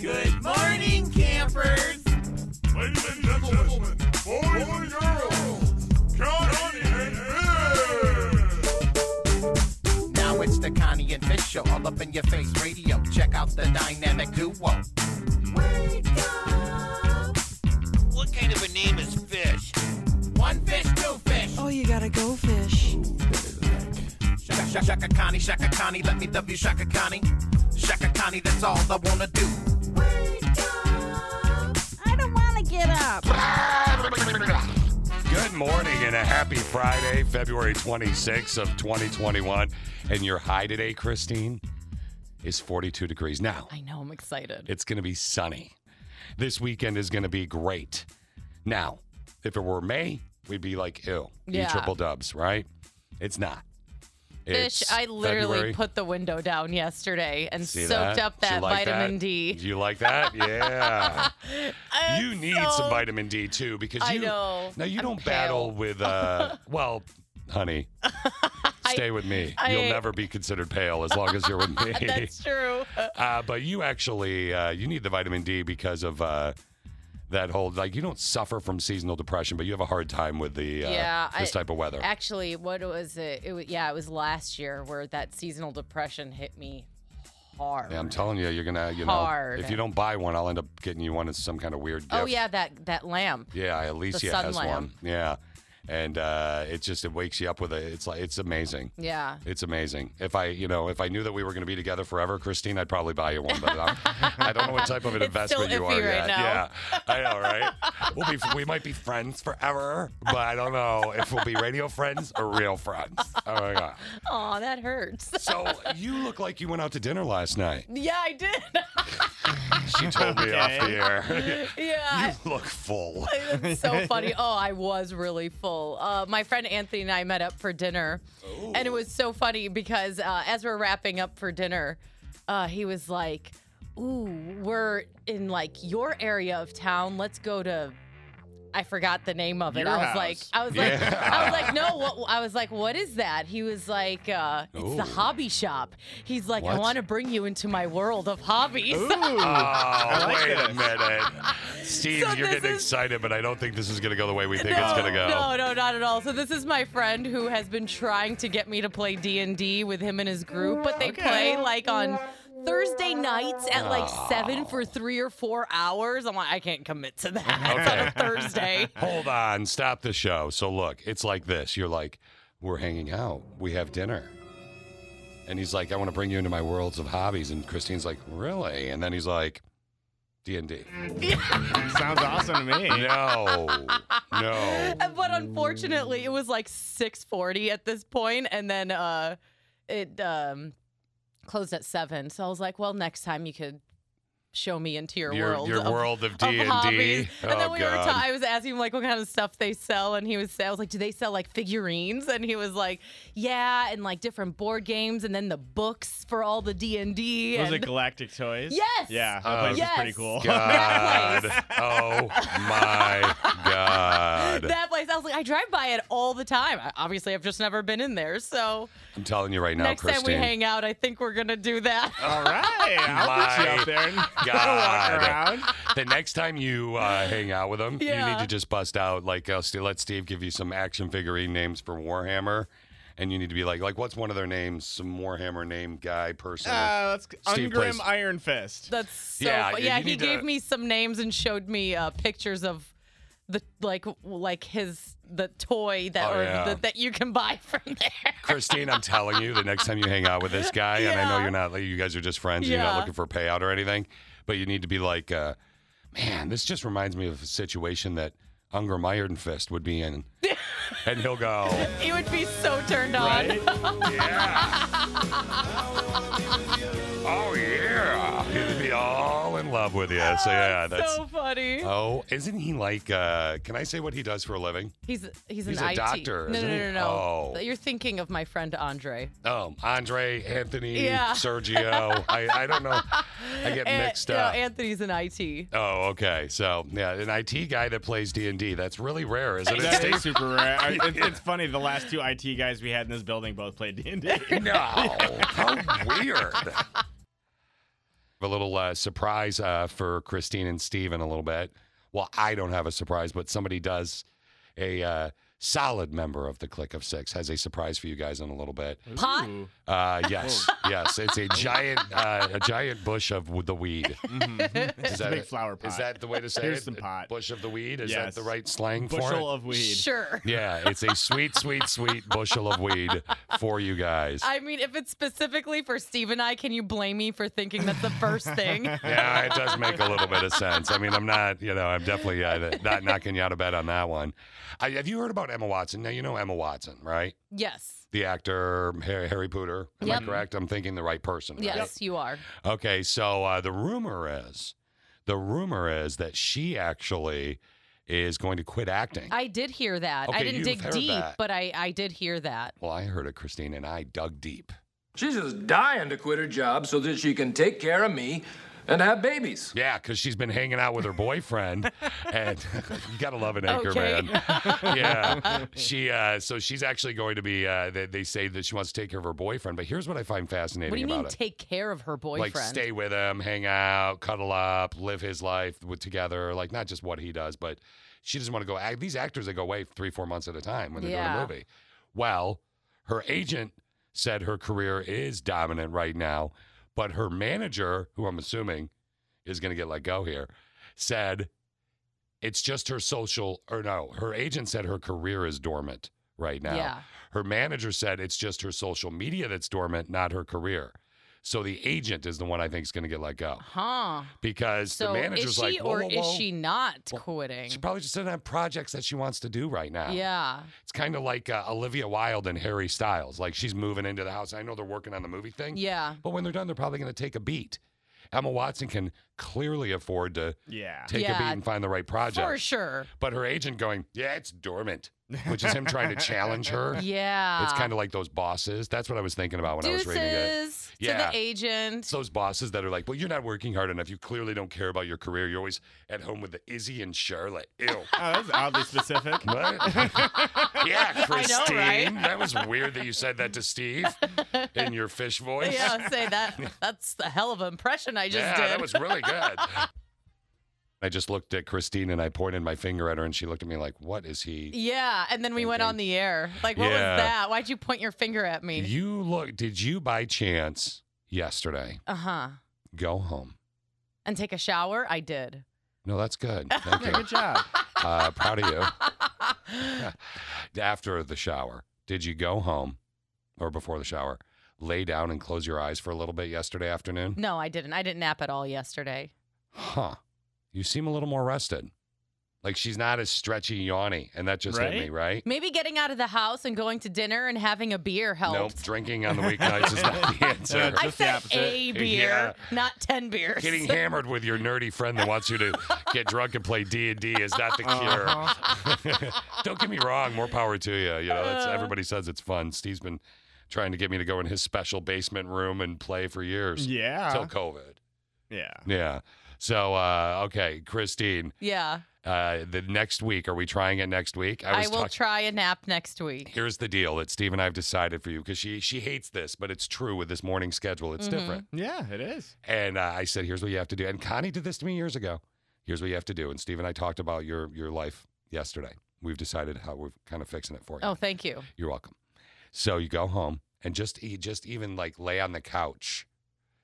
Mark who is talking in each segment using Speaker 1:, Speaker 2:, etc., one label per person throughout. Speaker 1: Good morning, campers.
Speaker 2: Ladies and gentlemen, boys and girls, Johnny and Bill!
Speaker 3: Now it's the Connie and Fish show, all up in your face radio. Check out the dynamic duo.
Speaker 4: What kind of a name is Fish?
Speaker 3: One fish, two fish.
Speaker 5: Oh, you gotta go fish.
Speaker 3: Shaka, shaka, shaka Connie, shaka Connie, let me W shaka Connie. Shaka Connie, that's all I wanna do.
Speaker 6: I don't want to get up.
Speaker 2: Good morning and a happy Friday, February 26th of 2021. And your high today, Christine, is 42 degrees. Now,
Speaker 7: I know, I'm excited.
Speaker 2: it's going to be sunny. This weekend is going to be great. Now, if it were May, we'd be like, ew, you
Speaker 7: Yeah.
Speaker 2: triple dubs, right? It's not.
Speaker 7: Fish,
Speaker 2: It's
Speaker 7: I literally
Speaker 2: February.
Speaker 7: put the window down yesterday and
Speaker 2: See
Speaker 7: soaked
Speaker 2: that?
Speaker 7: up
Speaker 2: You
Speaker 7: that
Speaker 2: like
Speaker 7: vitamin
Speaker 2: Do
Speaker 7: D.
Speaker 2: You like that? Yeah.
Speaker 7: I'm
Speaker 2: you need
Speaker 7: so-
Speaker 2: some vitamin D too because
Speaker 7: I
Speaker 2: you
Speaker 7: know.
Speaker 2: Now you
Speaker 7: I'm
Speaker 2: don't
Speaker 7: pale.
Speaker 2: battle with uh well, honey. Stay with me.
Speaker 7: I-
Speaker 2: You'll never be considered pale as long as you're with me.
Speaker 7: That's true.
Speaker 2: uh, but you actually uh, you need the vitamin D because of uh, that whole like you don't suffer from seasonal depression, but you have a hard time with the uh,
Speaker 7: Yeah,
Speaker 2: this
Speaker 7: I-
Speaker 2: type of weather.
Speaker 7: Actually, what was it? it was, yeah, it was last year where that seasonal depression hit me hard.
Speaker 2: Yeah, I'm telling you, you're gonna you know
Speaker 7: Hard.
Speaker 2: if you don't buy one, I'll end up getting you one as some kind of weird gift.
Speaker 7: oh yeah, that that lamp.
Speaker 2: Yeah, Alicia
Speaker 7: sun
Speaker 2: has one.
Speaker 7: lamp.
Speaker 2: Yeah, and uh, it just it wakes you up with a. It's like it's amazing.
Speaker 7: Yeah.
Speaker 2: It's amazing. If I, you know, if I knew that we were going to be together forever, Christine, I'd probably buy you one. But I'm, I don't know what type of an
Speaker 7: It's
Speaker 2: investment
Speaker 7: still
Speaker 2: you
Speaker 7: iffy
Speaker 2: are
Speaker 7: right
Speaker 2: yet.
Speaker 7: now.
Speaker 2: Yeah, I know, right? We'll be, we might be friends forever, but I don't know if we'll be radio friends or real friends. Oh my god!
Speaker 7: Oh, that hurts.
Speaker 2: So you look like you went out to dinner last night.
Speaker 7: Yeah, I did.
Speaker 2: She told me off the air.
Speaker 7: yeah.
Speaker 2: you look full.
Speaker 7: That's so funny. Oh, I was really full. Uh, my friend Anthony and I met up for dinner, and it was so funny because uh, as we're wrapping up for dinner, uh, he was like, "Ooh, we're in like your area of town. Let's go to." I forgot the name of it.
Speaker 1: Your
Speaker 7: I was
Speaker 1: house.
Speaker 7: like, I was like,
Speaker 2: Yeah.
Speaker 7: I was like, no. What, I was like, what is that? He was like, uh, it's
Speaker 2: Ooh.
Speaker 7: the hobby shop. He's like, I
Speaker 2: What?
Speaker 7: want to bring you into my world of hobbies.
Speaker 2: Oh,
Speaker 1: like
Speaker 2: wait a
Speaker 1: this.
Speaker 2: minute. Steve,
Speaker 7: So
Speaker 2: you're
Speaker 7: this
Speaker 2: getting
Speaker 7: is-
Speaker 2: excited, but I don't think this is going to go the way we think it's going to go.
Speaker 7: No, no, not at all. So this is my friend who has been trying to get me to play D and D with him and his group, but they
Speaker 1: Okay.
Speaker 7: play like on Thursday nights at like
Speaker 2: Ah.
Speaker 7: seven for three or four hours. I'm like, I can't commit to that on a Thursday.
Speaker 2: Hold on, stop the show. So look, it's like this. You're like, we're hanging out, we have dinner. And he's like, I want to bring you into my worlds of hobbies. And Christine's like, really? And then he's like, D and D.
Speaker 1: Sounds awesome to me.
Speaker 2: No, no.
Speaker 7: But unfortunately, it was like six forty at this point, and then uh, it um, closed at seven. So I was like, well, next time you could show me into your,
Speaker 2: Your
Speaker 7: world.
Speaker 2: your
Speaker 7: of
Speaker 2: world of D Oh,
Speaker 7: of
Speaker 2: and
Speaker 7: hobbies.
Speaker 2: D.
Speaker 7: And then we were ta- I was asking him like what kind of stuff they sell, and he was I was like, do they sell like figurines? And he was like, yeah, and like different board games, and then the books for all the D and D.
Speaker 1: Those are
Speaker 7: And
Speaker 1: galactic toys.
Speaker 7: Yes!
Speaker 1: Yeah, Oh, that place
Speaker 7: Yes!
Speaker 1: is pretty cool.
Speaker 2: Oh, God.
Speaker 7: That
Speaker 2: Oh my God.
Speaker 7: that place, I was like, I drive by it all the time. I, obviously, I've just never been in there. So
Speaker 2: I'm telling you right now,
Speaker 7: next
Speaker 2: Christine.
Speaker 7: time we hang out, I think we're gonna do that.
Speaker 1: All right, I'll put you
Speaker 2: My
Speaker 1: up there and
Speaker 2: God.
Speaker 1: walk around.
Speaker 2: the next time you uh, hang out with him, you
Speaker 7: Yeah.
Speaker 2: need to just bust out like uh, Steve, let Steve give you some action figurine names for Warhammer, and you need to be like, like what's one of their names? Some Warhammer name guy person.
Speaker 1: Uh, let's
Speaker 2: Steve,
Speaker 1: Ungrim
Speaker 2: please.
Speaker 1: Iron Fist.
Speaker 7: That's so
Speaker 2: Yeah,
Speaker 7: yeah.
Speaker 2: you
Speaker 7: yeah he
Speaker 2: need to-
Speaker 7: gave me some names and showed me uh, pictures of the like like his the toy that
Speaker 2: Oh,
Speaker 7: or
Speaker 2: yeah.
Speaker 7: the, that you can buy from there.
Speaker 2: Christine, I'm telling you, the next time you hang out with this guy, and I know
Speaker 7: Yeah.
Speaker 2: you're not, like, you guys are just friends, and you're not
Speaker 7: Yeah.
Speaker 2: looking for a payout or anything, but you need to be like, uh, man, this just reminds me of a situation that Ungram Iron Fist would be in. and he'll go,
Speaker 7: He would be so turned on.
Speaker 1: Right?
Speaker 2: Yeah. oh yeah. He'd be all in love with you. So yeah, that's.
Speaker 7: so funny.
Speaker 2: Oh, isn't he like? uh Can I say what he does for a living?
Speaker 7: he's he's an
Speaker 2: he's a
Speaker 7: IT.
Speaker 2: doctor,
Speaker 7: no, no,
Speaker 2: isn't
Speaker 7: no, no,
Speaker 2: he?
Speaker 7: no.
Speaker 2: Oh.
Speaker 7: You're thinking of my friend Andre.
Speaker 2: Oh, Andre, Anthony,
Speaker 7: Yeah.
Speaker 2: Sergio. I, I don't know. I get
Speaker 7: An-
Speaker 2: mixed
Speaker 7: no,
Speaker 2: up.
Speaker 7: Anthony's an IT.
Speaker 2: Oh, okay. So yeah, an IT guy that plays D and D. That's really rare, isn't it?
Speaker 1: That
Speaker 2: Stacey?
Speaker 1: is super rare. I- it- it's funny. The last two IT guys we had in this building both played D and D.
Speaker 2: No, how weird. A little uh, surprise uh, for Christine and Steve in a little bit. Well, I don't have a surprise, but somebody does. A uh, solid member of the Click of Six has a surprise for you guys in a little bit.
Speaker 7: Pot?
Speaker 2: Uh, yes,
Speaker 1: Oh.
Speaker 2: yes, it's a giant, uh, a giant bush of w- the weed. Mm-hmm. Is
Speaker 1: It's a
Speaker 2: that
Speaker 1: big
Speaker 2: it?
Speaker 1: flower pot.
Speaker 2: Is that the way to say
Speaker 1: Here's
Speaker 2: it?
Speaker 1: some pot.
Speaker 2: Bush of the weed. Is
Speaker 1: Yes.
Speaker 2: that the right slang for it?
Speaker 1: bushel of weed?
Speaker 7: Sure.
Speaker 2: yeah, it's a sweet, sweet, sweet bushel of weed for you guys.
Speaker 7: I mean, if it's specifically for Steve and I, can you blame me for thinking that's the first thing?
Speaker 2: yeah, it does make a little bit of sense. I mean, I'm not, you know, I'm definitely uh, not knocking you out of bed on that one. I, have you heard about Emma Watson? Now you know Emma Watson, right?
Speaker 7: yes.
Speaker 2: The actor Harry, Harry Potter. Am
Speaker 7: Yep.
Speaker 2: I correct? I'm thinking the right person. right?
Speaker 7: Yes, you are.
Speaker 2: Okay, so uh, the rumor is, the rumor is that she actually is going to quit acting.
Speaker 7: I did hear that. I
Speaker 2: Okay,
Speaker 7: didn't
Speaker 2: you've
Speaker 7: dig
Speaker 2: heard
Speaker 7: deep,
Speaker 2: that.
Speaker 7: but I, I did hear that.
Speaker 2: well, I heard it, Christine, and I dug deep.
Speaker 5: She's just dying to quit her job so that she can take care of me and have babies.
Speaker 2: Yeah, because she's been hanging out with her boyfriend, and you gotta love an anchor
Speaker 7: Okay.
Speaker 2: man. yeah, she. Uh, so she's actually going to be. Uh, they, they say that she wants to take care of her boyfriend, but here's what I find fascinating
Speaker 7: What do you
Speaker 2: about
Speaker 7: mean,
Speaker 2: it:
Speaker 7: take care of her boyfriend?
Speaker 2: like stay with him, hang out, cuddle up, live his life with, together. Like not just what he does, but she doesn't want to go. Act, these actors they go away three, four months at a time when they're
Speaker 7: Yeah.
Speaker 2: doing a movie. Well, her agent said her career is dominant right now, but her manager, who I'm assuming is going to get let go here, said it's just her social or no, her agent said her career is dormant right now.
Speaker 7: Yeah.
Speaker 2: Her manager said it's just her social media that's dormant, not her career. So the agent is the one I think is going to get let go
Speaker 7: Huh.
Speaker 2: because
Speaker 7: So
Speaker 2: the
Speaker 7: is
Speaker 2: manager's
Speaker 7: she
Speaker 2: like, whoa,
Speaker 7: or
Speaker 2: whoa,
Speaker 7: is
Speaker 2: whoa.
Speaker 7: she not
Speaker 2: Well,
Speaker 7: quitting?
Speaker 2: She probably just doesn't have projects that she wants to do right now.
Speaker 7: yeah.
Speaker 2: It's kind of like uh, Olivia Wilde and Harry Styles. Like she's moving into the house. I know they're working on the movie thing.
Speaker 7: Yeah.
Speaker 2: But when they're done, they're probably going to take a beat. Emma Watson can clearly afford to
Speaker 1: Yeah.
Speaker 2: take
Speaker 7: Yeah.
Speaker 2: a beat and find the right project.
Speaker 7: For sure.
Speaker 2: But her agent going, yeah, it's dormant, which is him trying to challenge her.
Speaker 7: Yeah.
Speaker 2: It's kind of like those bosses. That's what I was thinking about when I was reading it.
Speaker 7: Deuces
Speaker 2: Yeah.
Speaker 7: to the agent.
Speaker 2: It's those bosses that are like, well, you're not working hard enough. You clearly don't care about your career. You're always at home with the Izzy and Charlotte. Ew.
Speaker 1: Oh, that's oddly specific.
Speaker 2: What? yeah,
Speaker 7: I know,
Speaker 2: Christine.
Speaker 7: right?
Speaker 2: That was weird that you said that to Steve in your fish voice.
Speaker 7: yeah, say that. That's the hell of an impression I just
Speaker 2: yeah,
Speaker 7: did.
Speaker 2: that was really good. I just looked at Christine and I pointed my finger at her, and she looked at me like, "What is he?"
Speaker 7: yeah, and then we went
Speaker 2: Thinking.
Speaker 7: on the air. Like, what
Speaker 2: Yeah.
Speaker 7: was that? Why'd you point your finger at me?
Speaker 2: You look. Did you by chance yesterday
Speaker 7: Uh huh.
Speaker 2: go home?
Speaker 7: And take a shower? I did.
Speaker 2: No, that's good. Thank
Speaker 1: Yeah,
Speaker 2: you.
Speaker 1: good job.
Speaker 2: Uh, proud of you. After the shower, did you go home, or before the shower, lay down and close your eyes for a little bit yesterday afternoon?
Speaker 7: No, I didn't. I didn't nap at all yesterday.
Speaker 2: huh, you seem a little more rested. Like she's not as stretchy, yawny, and that just hit me, right?
Speaker 7: Maybe getting out of the house and going to dinner and having a beer
Speaker 2: Nope,
Speaker 7: helped.
Speaker 2: drinking on the weeknights is not the answer.
Speaker 7: I
Speaker 1: Just the
Speaker 7: said
Speaker 1: opposite.
Speaker 7: a beer,
Speaker 2: Yeah.
Speaker 7: not ten beers.
Speaker 2: Getting hammered with your nerdy friend that wants you to get drunk and play D and D is not the
Speaker 7: Uh-huh.
Speaker 2: cure. Don't get me wrong, more power to you. You know,
Speaker 1: Uh.
Speaker 2: that's, everybody says it's fun. Steve's been trying to get me to go in his special basement room and play for years
Speaker 1: Yeah.
Speaker 2: till COVID.
Speaker 1: yeah.
Speaker 2: Yeah. So uh, okay, Christine,
Speaker 7: yeah,
Speaker 2: uh, the next week are we trying it next week?
Speaker 7: I,
Speaker 2: was
Speaker 7: will
Speaker 2: talk-
Speaker 7: try a nap next week.
Speaker 2: Here's the deal that Steve and I have decided for you because she she hates this, but it's true with this morning schedule.
Speaker 7: Mm-hmm.
Speaker 2: It's different.
Speaker 1: Yeah, Mm-hmm. it is.
Speaker 2: And uh, I said, "Here's what you have to do." And Connie did this to me years ago. Here's what you have to do. And Steve and I talked about your your life yesterday. We've decided how we're kind of fixing it for you.
Speaker 7: Oh, thank you.
Speaker 2: You're welcome. So you go home and just e- just even like lay on the couch.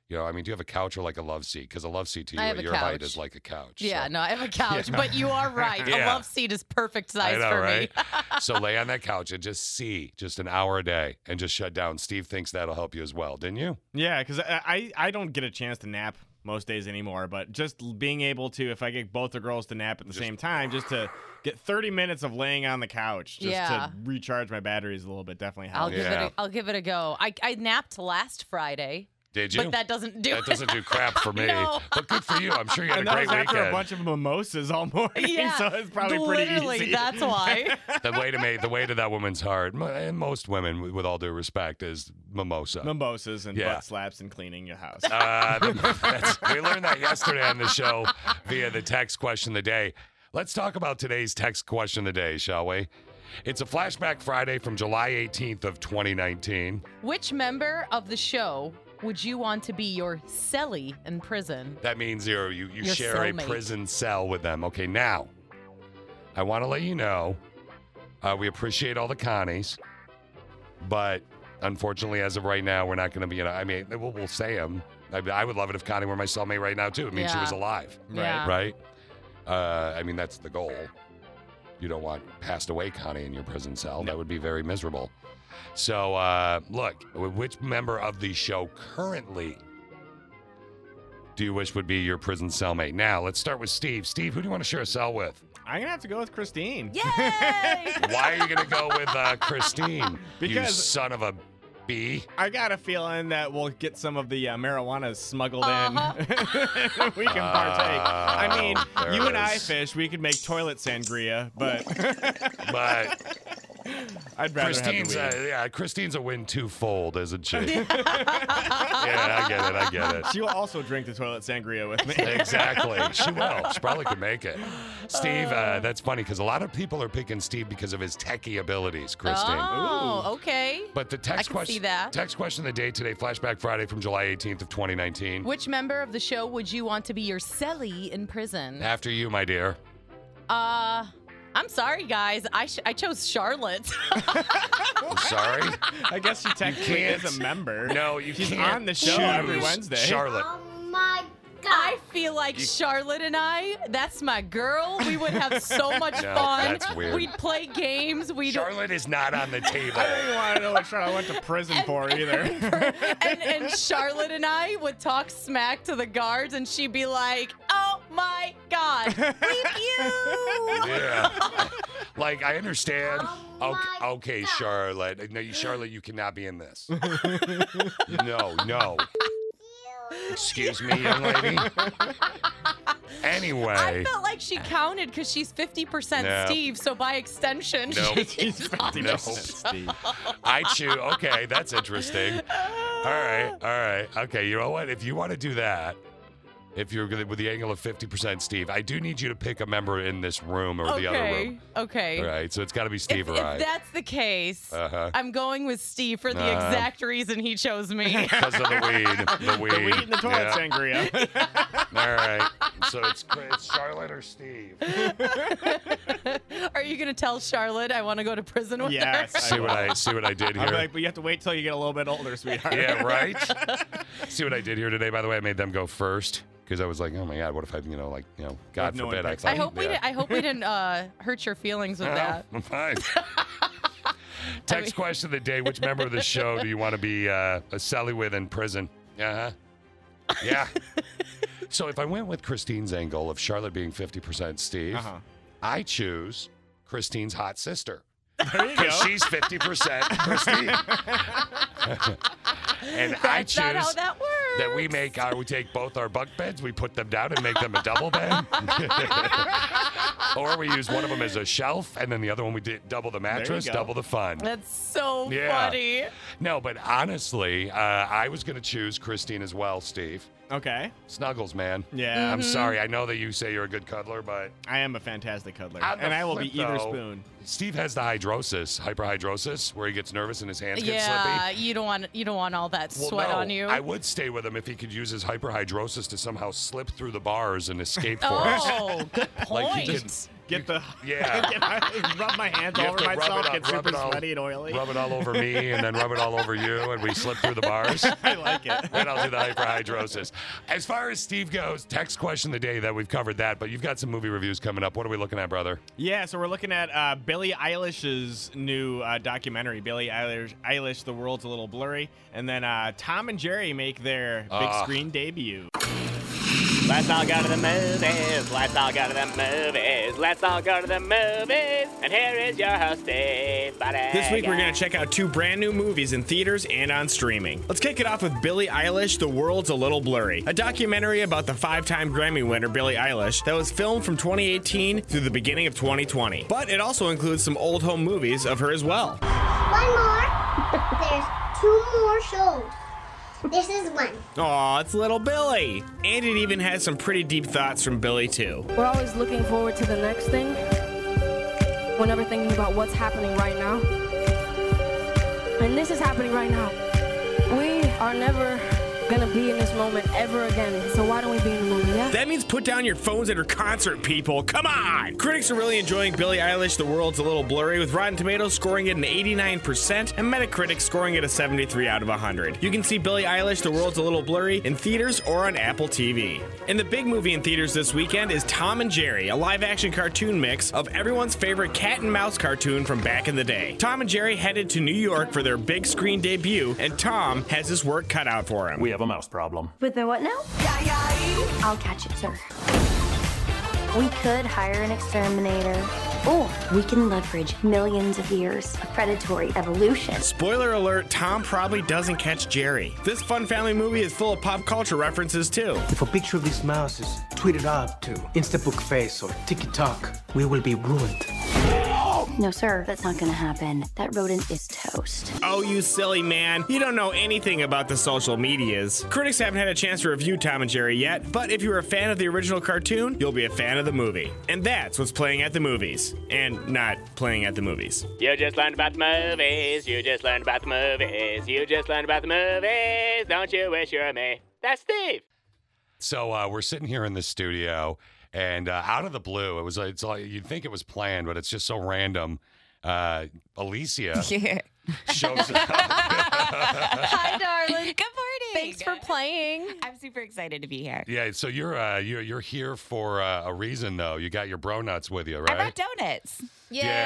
Speaker 2: You know, I mean, do you have a couch or like a love seat? Because a love seat to you
Speaker 7: I have
Speaker 2: at
Speaker 7: a
Speaker 2: your height
Speaker 7: couch.
Speaker 2: is like a couch.
Speaker 7: Yeah,
Speaker 2: so-
Speaker 7: no, I have a couch, but you are right. A
Speaker 2: Yeah.
Speaker 7: love seat is perfect size
Speaker 2: I know,
Speaker 7: for
Speaker 2: right?
Speaker 7: me.
Speaker 2: so lay on that couch and just see just an hour a day and just shut down. Steve thinks that'll help you as well, didn't you?
Speaker 1: Yeah, because I, I I don't get a chance to nap most days anymore, but just l- being able to, if I get both the girls to nap at the same time, just to get 30 minutes of laying on the couch just
Speaker 7: Yeah.
Speaker 1: to recharge my batteries a little bit definitely
Speaker 7: I'll
Speaker 1: helps.
Speaker 7: give it.
Speaker 2: Yeah.
Speaker 7: A, I'll give it a go. I, I napped last Friday.
Speaker 2: Did you?
Speaker 7: But that doesn't do
Speaker 2: That
Speaker 7: it.
Speaker 2: doesn't do crap for me.
Speaker 7: No.
Speaker 2: But good for you. I'm sure you had
Speaker 1: And
Speaker 2: a
Speaker 1: that was
Speaker 2: great
Speaker 1: after
Speaker 2: weekend.
Speaker 1: a bunch of mimosas all morning,
Speaker 7: Yeah,
Speaker 1: so it's probably pretty
Speaker 7: literally,
Speaker 1: easy.
Speaker 7: that's why.
Speaker 2: the way to make the way to that woman's heart, mo- and most women, with- with all due respect, is mimosa.
Speaker 1: mimosas and
Speaker 2: Yeah.
Speaker 1: butt slaps and cleaning your house.
Speaker 2: Uh, the- that's- we learned that yesterday on the show via the text question of the day. Let's talk about today's text question of the day, shall we? It's a flashback Friday from July 18th of 2019.
Speaker 7: Which member of the show would you want to be your cellie in prison?
Speaker 2: That means you're, you you
Speaker 7: Your
Speaker 2: share a
Speaker 7: cellmate.
Speaker 2: prison cell with them. Okay, now I want to let you know uh, we appreciate all the Connies, but unfortunately, as of right now, we're not going to be. In a, I mean, we'll, we'll say them. I, I would love it if Connie were my cellmate right now too. It means she
Speaker 7: Yeah.
Speaker 2: was alive,
Speaker 7: Yeah.
Speaker 2: right? Uh, I mean, that's the goal. You don't want passed away Connie in your prison cell. That would be very miserable. So, uh, look, which member of the show currently do you wish would be your prison cellmate? Now, let's start with Steve. Steve, who do you want to share a cell with?
Speaker 1: I'm gonna have to go with Christine.
Speaker 6: Yay!
Speaker 2: Why are you going to go with uh, Christine? you
Speaker 1: Because-
Speaker 2: son of a bee.
Speaker 1: I got a feeling that we'll get some of the uh, marijuana smuggled
Speaker 7: Uh-huh.
Speaker 1: in. we can partake. I mean,
Speaker 2: Oh, there
Speaker 1: you
Speaker 2: it
Speaker 1: and I
Speaker 2: is.
Speaker 1: fish. We could make toilet sangria, but
Speaker 2: But
Speaker 1: I'd rather
Speaker 2: Christine's uh,
Speaker 1: have the
Speaker 2: a,
Speaker 1: weed.
Speaker 2: yeah, Christine's a win twofold, isn't she? yeah, I get it. I get it.
Speaker 1: She will also drink the toilet sangria with me.
Speaker 2: Exactly. She will. She probably could make it. Steve, uh, that's funny because a lot of people are picking Steve because of his techie abilities, Christine.
Speaker 7: Oh, okay.
Speaker 2: But the text
Speaker 7: can
Speaker 2: question,
Speaker 7: see that.
Speaker 2: text question of the day today, flashback Friday from July 18th of 2019.
Speaker 7: Which member of the show would you want to be your cellie in prison?
Speaker 2: After you, my dear.
Speaker 7: Uh, I'm sorry, guys. I sh- I chose Charlotte.
Speaker 2: I'm sorry.
Speaker 1: I guess she technically
Speaker 2: can't.
Speaker 1: is a member.
Speaker 2: No, you
Speaker 1: She's
Speaker 2: can't
Speaker 1: on the show
Speaker 2: choose
Speaker 1: every Wednesday.
Speaker 2: Charlotte.
Speaker 7: Um, I feel like Charlotte and I. That's my girl. We would have so much
Speaker 2: No,
Speaker 7: fun.
Speaker 2: that's weird.
Speaker 7: We'd play games. We'd
Speaker 2: Charlotte is not on the table.
Speaker 1: I don't want to know what Charlotte went to prison for either.
Speaker 7: and, and Charlotte and I would talk smack to the guards, and she'd be like, "Oh my God, bleep you!"
Speaker 2: Yeah. Like I understand.
Speaker 7: Oh
Speaker 2: okay, okay, Charlotte. No, you, Charlotte, you cannot be in this. no, no. Excuse me, young lady.
Speaker 7: I
Speaker 2: Anyway,
Speaker 7: felt like she counted because she's 50%
Speaker 2: No.
Speaker 7: Steve, so by extension,
Speaker 2: nope.
Speaker 1: She's 50
Speaker 2: No.
Speaker 1: Steve.
Speaker 2: I chew. Okay, that's interesting. All right, all right. Okay, you know what? If you want to do that, if you're gonna, with the angle of 50%, Steve, I do need you to pick a member in this room or
Speaker 7: okay,
Speaker 2: the other room.
Speaker 7: okay.
Speaker 2: All right, so it's got to be
Speaker 7: If,
Speaker 2: Steve or I.
Speaker 7: if that's the case,
Speaker 2: Uh-huh.
Speaker 7: I'm going with Steve for the
Speaker 2: Uh.
Speaker 7: exact reason he chose me.
Speaker 2: because of the weed. The weed.
Speaker 1: The weed and the toilet
Speaker 2: Yeah.
Speaker 1: sangria.
Speaker 2: All right. So it's, it's Charlotte or Steve.
Speaker 7: Are you gonna tell Charlotte I want to go to prison with
Speaker 1: yes.
Speaker 7: her?
Speaker 2: See what I see what I did
Speaker 1: I'll
Speaker 2: here.
Speaker 1: be like, but you have to wait till you get a little bit older, sweetheart.
Speaker 2: yeah, right. see what I did here today. By the way, I made them go first because I was like, oh my god, what if I, you know, like, you know, God
Speaker 1: no one
Speaker 2: forbid, I
Speaker 1: picks
Speaker 2: thought.
Speaker 7: I hope we
Speaker 2: yeah.
Speaker 7: did, I hope we didn't uh, hurt your feelings with that.
Speaker 2: I'm fine. Text question of the day: Which member of the show do you want to be uh, a Sally with in prison? Uh huh. Yeah. so if I went with Christine's angle of Charlotte being fifty percent Steve,
Speaker 1: Uh-huh.
Speaker 2: I choose Christine's hot sister.
Speaker 1: There you go.
Speaker 2: Because she's 50% Christine. and I
Speaker 7: That's
Speaker 2: choose
Speaker 7: not how that works.
Speaker 2: that we make our, we take both our bunk beds, we put them down and make them a double bed. or we use one of them as a shelf and then the other one we did double the mattress,
Speaker 1: go.
Speaker 2: double the fun.
Speaker 7: That's so
Speaker 2: Yeah.
Speaker 7: funny.
Speaker 2: No, but honestly, uh, I was going to choose Christine as well, Steve.
Speaker 1: Okay.
Speaker 2: Snuggles, man.
Speaker 1: Yeah.
Speaker 7: Mm-hmm.
Speaker 2: I'm sorry. I know that you say you're a good cuddler, but
Speaker 1: I am a fantastic cuddler,
Speaker 2: On the
Speaker 1: and I will
Speaker 2: flip,
Speaker 1: be either
Speaker 2: though,
Speaker 1: spoon.
Speaker 2: Steve has the hydrosis, hyperhydrosis, where he gets nervous and his hands get slippy.
Speaker 7: Yeah, you don't want you don't want all that
Speaker 2: Well,
Speaker 7: sweat
Speaker 2: no,
Speaker 7: on you.
Speaker 2: I would stay with him if he could use his hyperhidrosis to somehow slip through the bars and escape for us.
Speaker 7: oh, good point.
Speaker 2: Like he could
Speaker 1: Get the
Speaker 2: Yeah.
Speaker 1: get my- rub my hands
Speaker 2: You
Speaker 1: all over
Speaker 2: have to rub it
Speaker 1: myself,
Speaker 2: up,
Speaker 1: get
Speaker 2: rub
Speaker 1: super
Speaker 2: it all-
Speaker 1: sweaty and oily.
Speaker 2: rub it all over me and then rub it all over you, and we slip through the bars.
Speaker 1: I like it.
Speaker 2: Then I'll do the hyperhidrosis. As far as Steve goes, text question of the day that we've covered that, but you've got some movie reviews coming up. What are we looking at, brother?
Speaker 1: Yeah, so we're looking at uh, Billie Eilish's new uh, documentary, Billie Eilish, Eilish, The World's a Little Blurry, and then uh, Tom and Jerry make their big
Speaker 2: Ah.
Speaker 1: screen debut.
Speaker 8: Let's all go to the movies. Let's all go to the movies. Let's all go to the movies. And here is your host, Steve Buddy.
Speaker 9: This week, we're going to check out two brand new movies in theaters and on streaming. Let's kick it off with Billie Eilish The World's a Little Blurry, a documentary about the five time Grammy winner Billie Eilish that was filmed from 2018 through the beginning of 2020. But it also includes some old home movies of her as well.
Speaker 10: One more. There's two more shows. This is one.
Speaker 9: Aw, it's Little Billy. And it even has some pretty deep thoughts from Billy, too.
Speaker 11: We're always looking forward to the next thing. We're never thinking about what's happening right now. And this is happening right now. We are never gonna be in this moment ever again. So why don't we be in the moment, yeah?
Speaker 9: That means put down your phones at her concert, people. Come on! Critics are really enjoying Billie Eilish, The World's a Little Blurry, with Rotten Tomatoes scoring it an 89% and Metacritic scoring it a 73 out of 100. You can see Billie Eilish, The World's a Little Blurry in theaters or on Apple TV. And the big movie in theaters this weekend is Tom and Jerry, a live action cartoon mix of everyone's favorite cat and mouse cartoon from back in the day. Tom and Jerry headed to New York for their big screen debut, and Tom has his work cut out for him.
Speaker 12: We have a mouse problem.
Speaker 13: With the what now? I'll catch it, sir. We could hire an exterminator, or we can leverage millions of years of predatory evolution.
Speaker 9: Spoiler alert, Tom probably doesn't catch Jerry. This fun family movie is full of pop culture references too.
Speaker 4: If a picture of this mouse is tweeted up to Instabook Face or TikTok, we will be ruined.
Speaker 13: No, sir, that's not gonna happen. That rodent is toast.
Speaker 9: Oh, you silly man. You don't know anything about the social medias. Critics haven't had a chance to review Tom and Jerry yet, but if you're a fan of the original cartoon, you'll be a fan of the movie. And that's what's playing at the movies. And not playing at the movies.
Speaker 8: You just learned about the movies. You just learned about the movies. You just learned about the movies. Don't you wish you were me? That's Steve.
Speaker 2: So uh, we're sitting here in the studio, and uh, out of the blue, it was like- it's like you'd think it was planned, but it's just so random. Uh, Alicia
Speaker 14: Yeah.
Speaker 2: shows up.
Speaker 7: Hi, darling.
Speaker 14: Good morning.
Speaker 7: Thanks for playing.
Speaker 14: I'm super excited to be here.
Speaker 2: Yeah, so you're uh, you're you're here for uh, a reason though. You got your bro nuts with you, right?
Speaker 14: I brought donuts.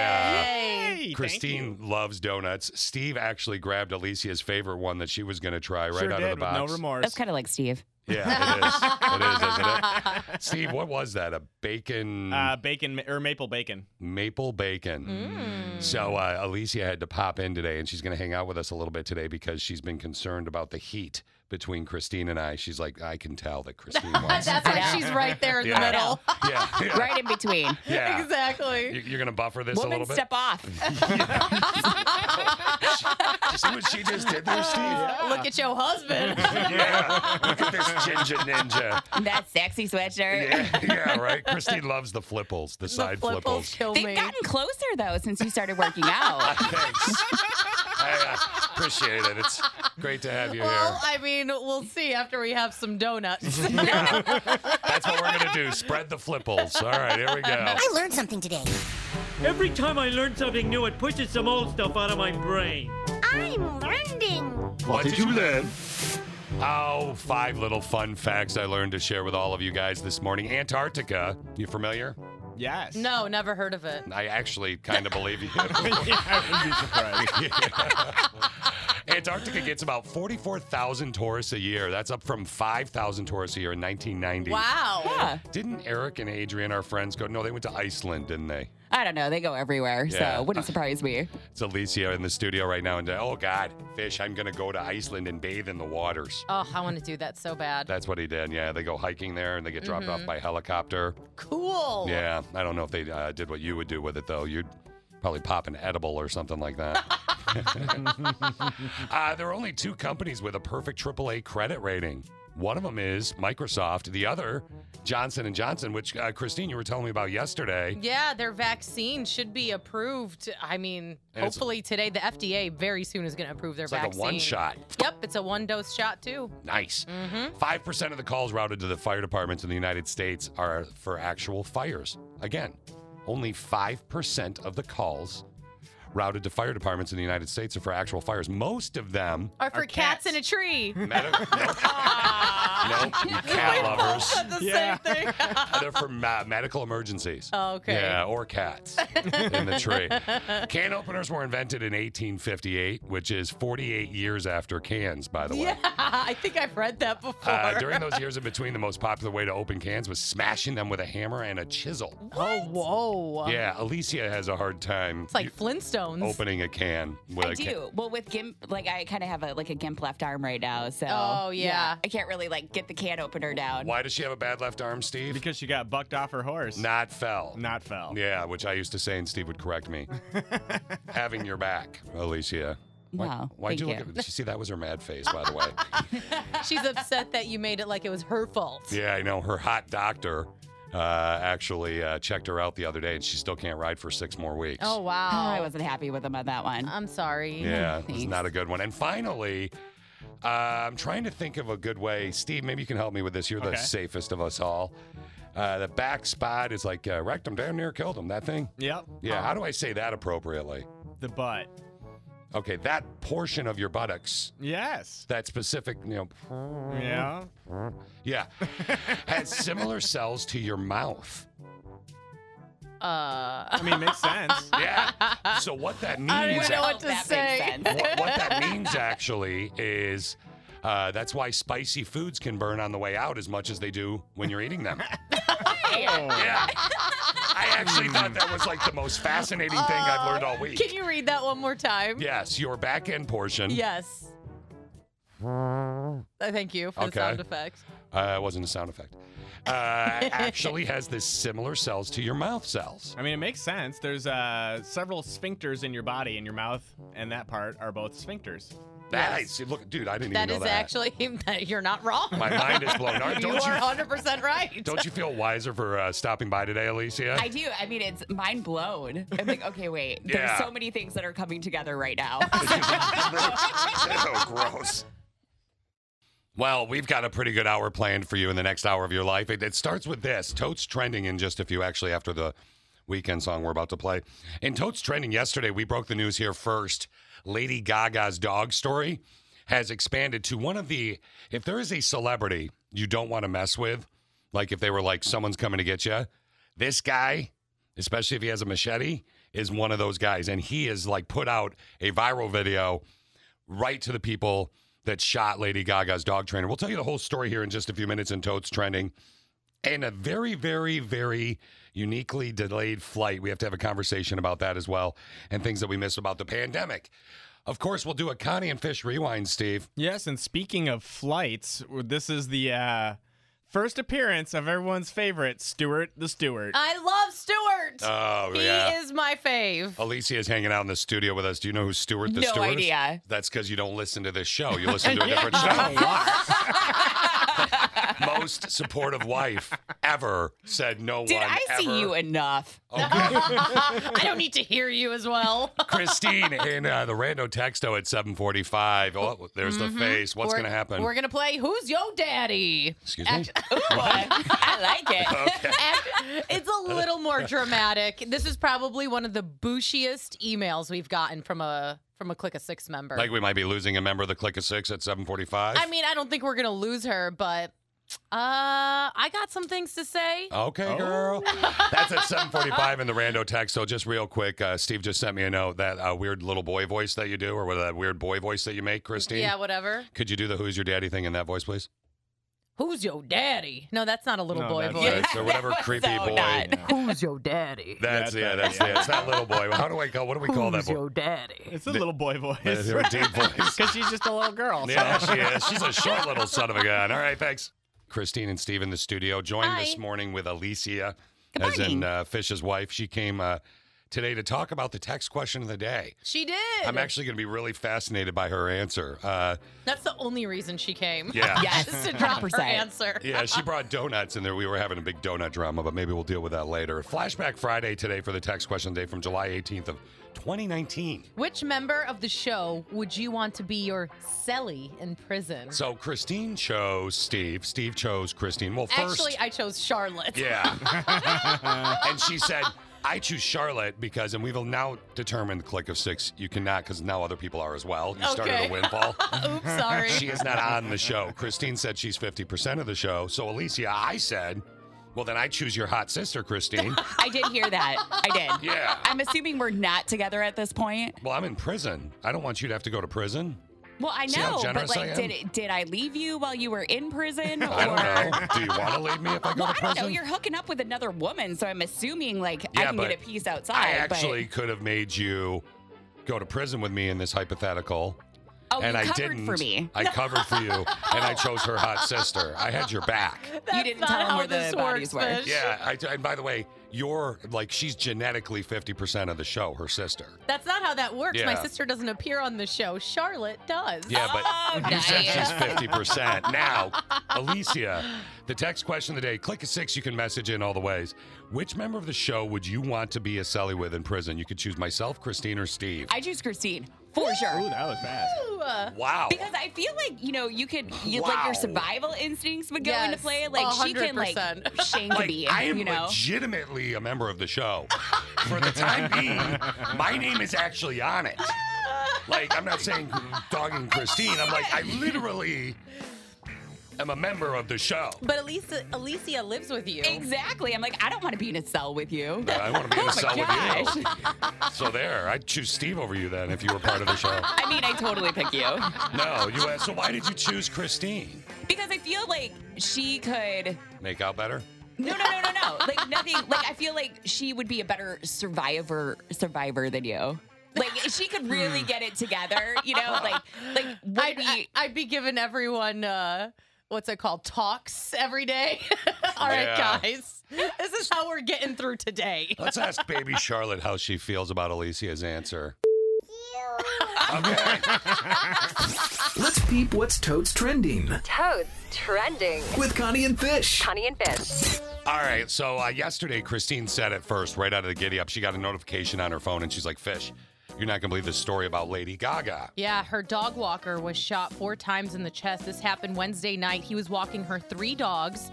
Speaker 2: Yeah.
Speaker 9: Hey, thank
Speaker 2: Christine loves donuts. Steve actually grabbed Alicia's favorite one that she was going to try
Speaker 9: you.
Speaker 2: right
Speaker 9: Sure
Speaker 2: out
Speaker 9: did,
Speaker 2: of the
Speaker 9: with
Speaker 2: box.
Speaker 9: No remorse.
Speaker 14: That's kind of like Steve.
Speaker 2: Yeah, it is. it is, isn't it? Steve, what was that? A bacon,
Speaker 9: Uh, bacon or maple bacon.
Speaker 2: maple
Speaker 13: Mm.
Speaker 2: bacon.
Speaker 7: Mm.
Speaker 2: So uh, Alicia had to pop in today, and she's going to hang out with us a little bit today because she's been concerned about the heat between Christine and I. She's like, I can tell that Christine wants.
Speaker 7: That's like she's right there in
Speaker 2: Yeah.
Speaker 7: the middle.
Speaker 2: yeah, yeah,
Speaker 14: Right in between.
Speaker 2: yeah.
Speaker 7: Exactly.
Speaker 2: You- You're going to buffer this a
Speaker 14: Woman,
Speaker 2: little bit.
Speaker 14: step off.
Speaker 2: You See what she just did there, Steve?
Speaker 7: Look at your husband.
Speaker 2: Yeah. Look at this ginger ninja.
Speaker 14: that sexy sweatshirt.
Speaker 2: Yeah, yeah, right. Christine loves the flipples, the,
Speaker 7: the
Speaker 2: side
Speaker 7: flipples
Speaker 2: flipples.
Speaker 7: kill
Speaker 14: They've
Speaker 7: me.
Speaker 14: gotten closer though since you started working out.
Speaker 2: Oh, Thanks. I uh, appreciate it. It's great to have you
Speaker 7: well,
Speaker 2: here.
Speaker 7: I mean, we'll see after we have some donuts.
Speaker 2: That's what we're gonna do. Spread the flipples. All right, here we go.
Speaker 15: I learned something today.
Speaker 16: Every time I learn something new, it pushes some old stuff out of my brain.
Speaker 15: I'm learning.
Speaker 2: What did you learn? Oh, five little fun facts I learned to share with all of you guys this morning. Antarctica. You familiar?
Speaker 9: yes.
Speaker 7: no, never heard of it.
Speaker 2: I actually kind of believe you.
Speaker 9: I wouldn't be surprised.
Speaker 2: Antarctica gets about 44,000 tourists a year. That's up from 5,000 tourists a year in 1990.
Speaker 7: Wow.
Speaker 14: Huh.
Speaker 2: Didn't Eric and Adrian, our friends, go? No, they went to Iceland, didn't they?
Speaker 14: I don't know. They go everywhere,
Speaker 2: Yeah.
Speaker 14: so it wouldn't surprise me.
Speaker 2: It's Alicia in the studio right now, and uh, oh God, fish! I'm gonna go to Iceland and bathe in the waters.
Speaker 7: Oh, I want to do that so bad.
Speaker 2: That's what he did. Yeah, they go hiking there and they get dropped off by helicopter.
Speaker 7: Mm-hmm. cool.
Speaker 2: Yeah, I don't know if they uh, did what you would do with it though. You'd probably pop an edible or something like that. uh, there are only two companies with a perfect AAA credit rating. One of them is Microsoft. The other, Johnson and Johnson, which uh, Christine, you were telling me about yesterday.
Speaker 7: Yeah, their vaccine should be approved. I mean,
Speaker 2: And it's-
Speaker 7: hopefully today, the FDA very soon is going to approve their
Speaker 2: It's like
Speaker 7: vaccine.
Speaker 2: a one shot.
Speaker 7: Yep, it's a one dose shot too.
Speaker 2: Nice.
Speaker 7: Mm-hmm.
Speaker 2: 5% of the calls routed to the fire departments in the United States are for actual fires. Again, only 5% of the calls routed to fire departments in the United States are for actual fires. Most of them
Speaker 7: Or for cats. in a tree.
Speaker 2: no, cat lovers.
Speaker 7: said the same thing.
Speaker 2: They're for ma- medical emergencies.
Speaker 7: Oh, okay.
Speaker 2: Yeah, or cats in the tree. Can openers were invented in 1858, which is 48 years after cans, by the way.
Speaker 7: Yeah, I think I've read that before.
Speaker 2: Uh, during those years in between, the most popular way to open cans was smashing them with a hammer and a chisel.
Speaker 7: Oh, whoa.
Speaker 2: Yeah, Alicia has a hard time
Speaker 7: It's like Flintstones.
Speaker 2: opening a can with
Speaker 14: I
Speaker 2: a ca-
Speaker 14: do. Well, with gimp, like I kind of have a like a gimp left arm right now, so
Speaker 7: Oh, yeah.
Speaker 14: I can't really like get the can opener down.
Speaker 2: Why does she have a bad left arm, Steve?
Speaker 9: Because she got bucked off her horse.
Speaker 2: Not fell.
Speaker 9: Not fell.
Speaker 2: Yeah, which I used to say, and Steve would correct me. Having your back, Alicia. Why,
Speaker 7: Wow,
Speaker 2: Why'd
Speaker 7: thank
Speaker 2: you look
Speaker 7: you.
Speaker 2: at Did you see that was her mad face, by the way?
Speaker 7: She's upset that you made it like it was her fault.
Speaker 2: yeah, I know. Her hot doctor uh, actually uh, checked her out the other day, and she still can't ride for six more weeks.
Speaker 7: Oh, wow.
Speaker 14: I wasn't happy with him on that one.
Speaker 7: I'm sorry.
Speaker 2: Yeah, it's
Speaker 14: Thanks.
Speaker 2: not a good one. And finally, uh, I'm trying to think of a good way. Steve, maybe you can help me with this. You're the
Speaker 9: Okay.
Speaker 2: safest of us all. Uh, the back spot is like uh, rectum, damn near killed him. That thing.
Speaker 9: Yep. Uh-huh.
Speaker 2: Yeah. How do I say that appropriately?
Speaker 9: The butt.
Speaker 2: Okay, that portion of your buttocks.
Speaker 9: Yes.
Speaker 2: That specific, you know.
Speaker 9: Yeah.
Speaker 2: Yeah. has similar cells to your mouth.
Speaker 7: Uh, I
Speaker 9: mean, it makes sense.
Speaker 2: Yeah. So what that means?
Speaker 7: I don't even know what to
Speaker 14: That makes
Speaker 7: say.
Speaker 14: sense.
Speaker 2: what, what that means actually is uh, that's why spicy foods can burn on the way out as much as they do when you're eating them. Yeah. I actually
Speaker 13: Mm.
Speaker 2: thought that was like the most fascinating thing I've learned all week.
Speaker 7: Can you read that one more time?
Speaker 2: Yes, your back end portion.
Speaker 7: Yes. Uh, Thank you for the
Speaker 2: Okay.
Speaker 7: sound effect.
Speaker 2: Uh, it wasn't a sound effect. Uh, actually has this similar cells to your mouth cells.
Speaker 9: I mean, it makes sense. There's uh, several sphincters in your body, and your mouth and that part are both sphincters.
Speaker 2: That I see. Look, dude, I didn't
Speaker 7: That is actually, you're not wrong.
Speaker 2: My mind is blown. Aren't-
Speaker 7: you
Speaker 2: don't you-
Speaker 7: are 100% right.
Speaker 2: Don't you feel wiser for uh, stopping by today, Alicia?
Speaker 14: I do. I mean, it's mind blown. I'm like, okay, wait. There's
Speaker 2: Yeah.
Speaker 14: so many things that are coming together right now.
Speaker 2: so Oh, gross. Well, we've got a pretty good hour planned for you in the next hour of your life. It, it starts with this Totes trending in just a few, actually, after the weekend song we're about to play. In Totes trending yesterday, we broke the news here first. Lady Gaga's dog story has expanded to one of the, if there is a celebrity you don't want to mess with, like if they were like, someone's coming to get you, this guy, especially if he has a machete, is one of those guys. And he has like put out a viral video right to the people that shot Lady Gaga's dog trainer. We'll tell you the whole story here in just a few minutes in Totes Trending. And a very, very, very uniquely delayed flight. We have to have a conversation about that as well and things that we missed about the pandemic. Of course, we'll do a Connie and Fish rewind, Steve.
Speaker 9: Yes, and speaking of flights, this is the uh, first appearance of everyone's favorite, Stuart the Stewart.
Speaker 17: Uh,
Speaker 7: I love Stuart.
Speaker 2: Oh,
Speaker 7: he
Speaker 2: yeah.
Speaker 7: is my fave.
Speaker 2: Alicia is hanging out in the studio with us. Do you know who Stuart the
Speaker 7: No
Speaker 2: Stewart is?
Speaker 7: idea.
Speaker 2: That's because you don't listen to this show. You listen to a different show. Most supportive wife ever said no
Speaker 14: Did
Speaker 2: one
Speaker 14: I see
Speaker 2: ever.
Speaker 14: you enough?
Speaker 7: I don't need to hear you as well.
Speaker 2: Christine in uh, the rando texto at 745. Oh,
Speaker 7: Mhm.
Speaker 2: there's the face. What's
Speaker 7: We're-
Speaker 2: going to happen?
Speaker 7: We're going to play Who's Yo Daddy?
Speaker 2: Excuse me?
Speaker 14: I like it.
Speaker 7: Act- it's a little more dramatic. This is probably one of the bushiest emails we've gotten from a from a Click of Six member.
Speaker 2: Like we might be losing a member of the Click of Six at 745.
Speaker 7: I mean, I don't think we're gonna lose her, but uh, I got some things to say.
Speaker 2: Okay, girl. Oh. That's at 745 in the rando text. So just real quick, uh, Steve just sent me a note that uh, weird little boy voice that you do, or what that weird boy voice that you make, Christine.
Speaker 7: Yeah, whatever.
Speaker 2: Could you do the "Who's your daddy" thing in that voice, please?
Speaker 7: Who's yo daddy? No, that's not a little
Speaker 2: No,
Speaker 7: boy
Speaker 2: that's-
Speaker 7: voice.
Speaker 2: that's- or whatever creepy boy.
Speaker 7: Who's yo daddy?
Speaker 2: That's, yeah, that's yeah. It's not little boy. How do I call? What do we call that
Speaker 9: Who's
Speaker 2: boy?
Speaker 9: your
Speaker 7: daddy?
Speaker 9: It's a little boy voice.
Speaker 2: Her deep voice.
Speaker 9: Because she's just a little girl. so-
Speaker 2: Yeah, she is. She's a short little son of a gun. All right, thanks. Christine and Steve in the studio, joined this morning with Alicia, as in uh, Fish's wife. She came uh, today to talk about the text question of the day.
Speaker 7: She did.
Speaker 2: I'm actually going to be really fascinated by her answer. Uh,
Speaker 7: That's the only reason she came.
Speaker 2: Yeah. Yes.
Speaker 7: Just to drop her
Speaker 2: 100%.
Speaker 7: answer.
Speaker 2: yeah, she brought donuts in there. We were having a big donut drama, but maybe we'll deal with that later. Flashback Friday today for the text question day from July 18th of 2019.
Speaker 7: Which member of the show would you want to be your celly in prison?
Speaker 2: So Christine chose Steve. Steve chose Christine. Well, first,
Speaker 7: Actually, I chose Charlotte.
Speaker 2: Yeah. and she said, I choose Charlotte because, and we've now determined the click of six, you cannot because now other people are as well. You started
Speaker 7: Okay.
Speaker 2: a windfall.
Speaker 7: Oops, sorry.
Speaker 2: She is not on the show. Christine said she's 50% of the show. So, Alicia, I said, well, then I choose your hot sister, Christine.
Speaker 14: I did hear that. I did.
Speaker 2: Yeah.
Speaker 14: I'm assuming we're not together at this point.
Speaker 2: well, I'm in prison. I don't want you to have to go to prison.
Speaker 14: Well, I
Speaker 2: See how
Speaker 14: know, but
Speaker 2: generous I
Speaker 14: like,
Speaker 2: am?
Speaker 14: did it, did I leave you while you were in prison? or-
Speaker 2: I don't know. Do you want to leave me if I go
Speaker 14: Well, I
Speaker 2: to prison?
Speaker 14: don't know. You're hooking up with another woman, so I'm assuming like I
Speaker 2: Yeah,
Speaker 14: can get
Speaker 2: but
Speaker 14: a piece outside.
Speaker 2: I
Speaker 14: but-
Speaker 2: actually could have made you go to prison with me in this hypothetical.
Speaker 14: Oh,
Speaker 2: and
Speaker 14: you
Speaker 2: I
Speaker 14: covered
Speaker 2: didn't.
Speaker 14: for me.
Speaker 2: I covered for you, and I chose her hot sister. I had your back.
Speaker 14: you didn't tell him where the bodies were.
Speaker 2: Yeah. I, and by the way, you're like she's genetically fifty percent of the show. Her sister.
Speaker 7: That's not how that works. My
Speaker 2: Yeah.
Speaker 7: sister doesn't appear on the show. Charlotte does.
Speaker 2: Yeah, but
Speaker 14: Oh,
Speaker 2: you said
Speaker 7: nice.
Speaker 2: she's fifty percent. Now, Alicia, the text question of the day: click a six. You can message in all the ways. Which member of the show would you want to be a celly with in prison? You could choose myself, Christine, or Steve.
Speaker 14: I choose Christine for sure.
Speaker 2: Ooh, that was fast.
Speaker 14: Wow.
Speaker 2: Wow.
Speaker 14: Because I feel like, you know, you could, you, like, your
Speaker 2: Wow.
Speaker 14: survival instincts would go into
Speaker 7: Yes,
Speaker 14: play. Like, she can, like,
Speaker 7: 100%.
Speaker 14: shame to
Speaker 2: Like,
Speaker 14: be,
Speaker 2: I am
Speaker 14: you know?
Speaker 2: legitimately a member of the show. For the time being, my name is actually on it. Like, I'm not saying dogging Christine. I'm like, I literally am a member of the show.
Speaker 7: But Alicia, Alicia lives with you.
Speaker 14: Exactly. I'm like, I don't want to be in a cell with you.
Speaker 2: I want to be
Speaker 14: Oh
Speaker 2: in a
Speaker 14: my
Speaker 2: cell with you.
Speaker 14: gosh.
Speaker 2: So there, I'd choose Steve over you then if you were part of the show.
Speaker 14: I mean, I totally pick you.
Speaker 2: No, you asked, so why did you choose Christine?
Speaker 14: Because I feel like she could.
Speaker 2: Make out better?
Speaker 14: No, no, no, no, no. Like nothing. Like I feel like she would be a better survivor survivor than you. Like she could
Speaker 2: Hmm.
Speaker 14: really get it together, you know? Like like
Speaker 7: I'd, I, I'd be giving everyone uh, what's it called talks every day. All right,
Speaker 2: Yeah.
Speaker 7: guys, this is how we're getting through today.
Speaker 2: Let's ask baby Charlotte how she feels about Alicia's answer.
Speaker 17: Let's peep what's totes trending.
Speaker 18: Toads trending
Speaker 17: With Connie and Fish.
Speaker 18: Connie and Fish.
Speaker 2: All right. So uh, yesterday, Christine said it first, right out of the giddy up. She got a notification on her phone, and she's like, "Fish, you're not gonna believe this story about Lady Gaga."
Speaker 7: Yeah, her dog walker was shot four times in the chest. This happened Wednesday night. He was walking her three dogs,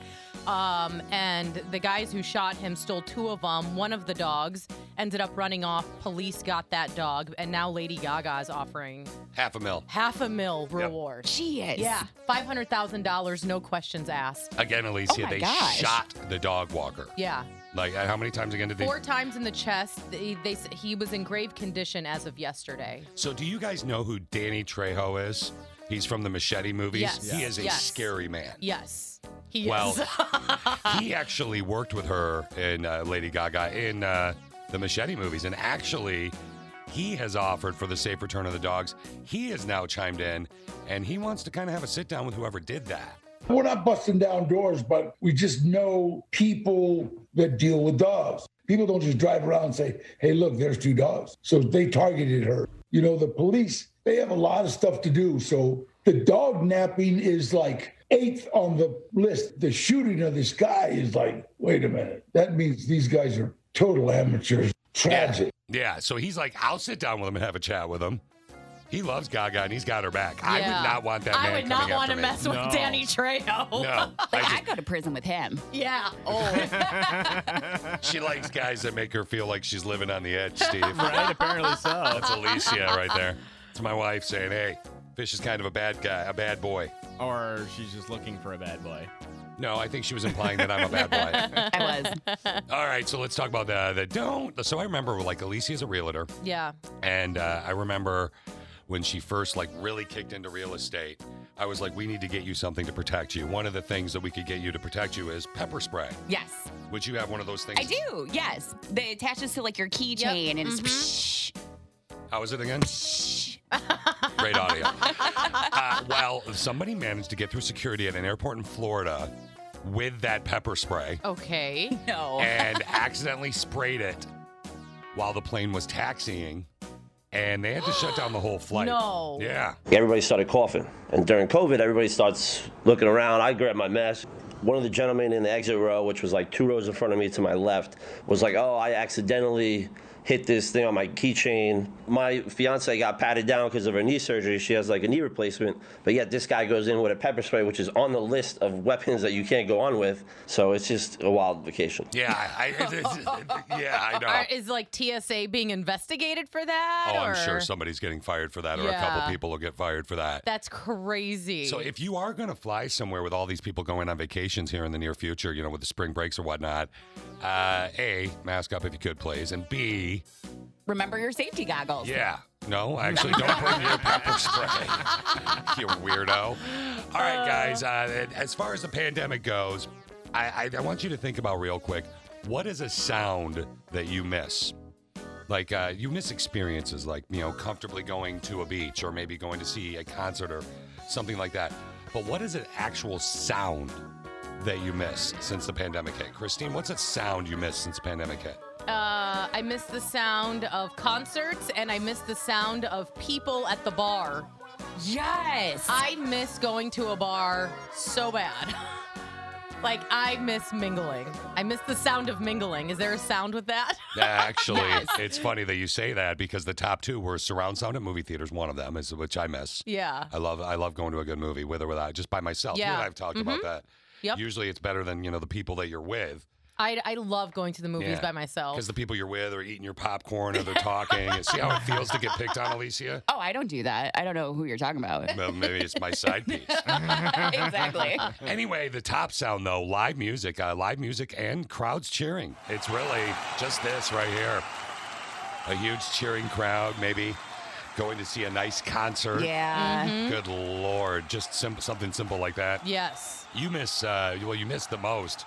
Speaker 7: um, and the guys who shot him stole two of them. One of the dogs ended up running off. Police got that dog, and now Lady Gaga is offering
Speaker 2: Half a mil.
Speaker 7: half a mil reward.
Speaker 14: She is.
Speaker 7: Yeah, five hundred thousand dollars, no questions asked.
Speaker 2: Again, Alicia,
Speaker 7: Oh my
Speaker 2: they
Speaker 7: gosh.
Speaker 2: shot the dog walker.
Speaker 7: Yeah.
Speaker 2: Like uh, how many times again did they?
Speaker 7: Four times in the chest. They, they, s- he was in grave condition as of yesterday.
Speaker 2: So, do you guys know who Danny Trejo is? He's from the Machete movies.
Speaker 7: Yes.
Speaker 2: He is a
Speaker 7: Yes.
Speaker 2: scary man.
Speaker 7: Yes. He
Speaker 2: Well,
Speaker 7: is.
Speaker 2: he actually worked with her in uh, Lady Gaga in uh, the Machete movies, and actually, he has offered for the safe return of the dogs. He has now chimed in, and he wants to kind of have a sit down with whoever did that.
Speaker 19: We're not busting down doors, but we just know people that deal with dogs. People don't just drive around and say, hey, look, there's two dogs. So they targeted her. You know, the police, they have a lot of stuff to do. So the dog napping is like eighth on the list. The shooting of this guy is like, wait a minute. That means these guys are total amateurs. Tragic.
Speaker 2: Yeah, so he's like, I'll sit down with him and have a chat with him. He loves Gaga and he's got her back. I
Speaker 14: Yeah.
Speaker 2: would not want that man.
Speaker 14: I would not
Speaker 2: want
Speaker 14: want to mess with Danny Trejo.
Speaker 2: No,
Speaker 14: like I would go to prison with him.
Speaker 7: Yeah. Oh.
Speaker 2: She likes guys that make her feel like she's living on the edge, Steve.
Speaker 9: Right, apparently so.
Speaker 2: That's Alicia right there. It's my wife saying, "Hey, Fish is kind of a bad guy, a bad boy."
Speaker 9: Or she's just looking for a bad boy.
Speaker 2: No, I think she was implying that I'm a bad boy.
Speaker 14: I
Speaker 7: was.
Speaker 2: All right, so let's talk about the the don't. So I remember like Alicia's a realtor,
Speaker 7: Yeah.
Speaker 2: and uh, I remember when she first like really kicked into real estate. I was like, "We need to get you something to protect you." One of the things that we could get you to protect you is pepper spray.
Speaker 14: Yes.
Speaker 2: Would you have one of those things?
Speaker 14: I do. Yes. They attaches to like your keychain and it's
Speaker 2: How is it again? Great audio. uh, well, somebody managed to get through security at an airport in Florida with that pepper spray
Speaker 7: Oh. Okay.
Speaker 14: No.
Speaker 2: and accidentally sprayed it while the plane was taxiing, and they had to shut down the whole flight.
Speaker 7: No.
Speaker 2: Yeah.
Speaker 16: Everybody started coughing. And during COVID, everybody starts looking around. I grabbed my mask. One of the gentlemen in the exit row, which was like two rows in front of me to my left, was like, Oh, I accidentally hit this thing on my keychain. My fiance got patted down because of her knee surgery. She has like a knee replacement, but yet this guy goes in with a pepper spray, which is on the list of weapons that you can't go on with. So it's just a wild vacation.
Speaker 2: Yeah, I, I yeah, I know.
Speaker 7: Are- is like TSA being investigated for that?
Speaker 2: Oh, I'm
Speaker 7: or-
Speaker 2: sure somebody's getting fired for that, or a couple
Speaker 7: Yeah.
Speaker 2: people will get fired for that.
Speaker 7: That's crazy.
Speaker 2: So if you are going to fly somewhere with all these people going on vacations here in the near future, you know, with the spring breaks or whatnot, uh, a mask up if you could, please, and b
Speaker 14: Remember your safety goggles.
Speaker 2: yeah, no, actually, don't bring your pepper spray, you weirdo. All right, guys, uh, and as far as the pandemic goes, I, I, I want you to think about real quick what is a sound that you miss? Like uh, you miss experiences, like you know, comfortably going to a beach or maybe going to see a concert or something like that. But what is an actual sound that you miss since the pandemic hit? Christine, what's a sound you miss since the pandemic hit?
Speaker 7: Uh, I miss the sound of concerts and I miss the sound of people at the bar.
Speaker 14: Yes.
Speaker 7: I miss going to a bar so bad. like, I miss mingling. I miss the sound of mingling. Is there a sound with that?
Speaker 2: Actually, it's funny that you say that because the top two were surround sound at movie theaters. One of them is which I miss.
Speaker 7: Yeah.
Speaker 2: I love I love going to a good movie with or without just by myself. You
Speaker 7: Yeah.
Speaker 2: and I've talked about
Speaker 7: Mhm.
Speaker 2: that.
Speaker 7: Yep.
Speaker 2: Usually it's better than you know the people that you're with
Speaker 7: I, I love going to the movies
Speaker 2: Yeah.
Speaker 7: by myself.
Speaker 2: because the people you're with are eating your popcorn or they're talking. See how it feels to get picked on, Alicia?
Speaker 14: Oh, I don't do that. I don't know who you're talking about.
Speaker 2: Well, maybe it's my side piece.
Speaker 14: exactly.
Speaker 2: Anyway, the top sound though, live music, uh, live music, and crowds cheering. It's really just this right here, a huge cheering crowd, maybe going to see a nice concert.
Speaker 14: Yeah. Mhm.
Speaker 2: Good lord, just sim- something simple like that.
Speaker 7: Yes.
Speaker 2: You miss uh, well, you miss the most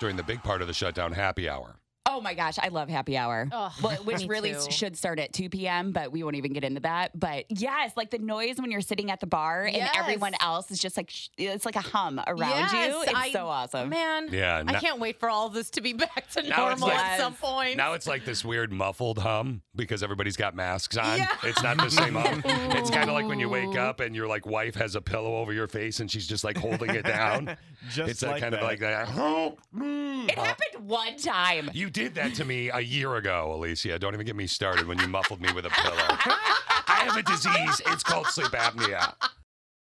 Speaker 2: during the big part of the shutdown, happy hour.
Speaker 14: Oh my gosh, I love happy hour.
Speaker 7: Oh,
Speaker 14: Well, which
Speaker 7: me
Speaker 14: really
Speaker 7: too.
Speaker 14: should start at 2 p.m., but we won't even get into that. But yes, like the noise when you're sitting at the bar and
Speaker 7: Yes.
Speaker 14: everyone else is just like, sh- it's like a hum around you.
Speaker 7: Yes,
Speaker 14: It's
Speaker 7: I-
Speaker 14: so awesome.
Speaker 7: Man,
Speaker 2: Yeah,
Speaker 7: I
Speaker 2: no-
Speaker 7: can't wait for all this to be back to
Speaker 2: Now it's
Speaker 7: normal
Speaker 2: like-
Speaker 7: at some point.
Speaker 2: Now it's like this weird muffled hum because everybody's got masks on. It's not the same hum. It's kind of like when you wake up and your like wife has a pillow over your face and she's just like holding it down.
Speaker 9: Just
Speaker 2: it's
Speaker 9: like
Speaker 2: kind of
Speaker 9: that.
Speaker 2: like that.
Speaker 14: Mm. It happened one time.
Speaker 2: You did that to me a year ago, Alicia. Don't even get me started when you muffled me with a pillow. I have a disease. It's called sleep apnea.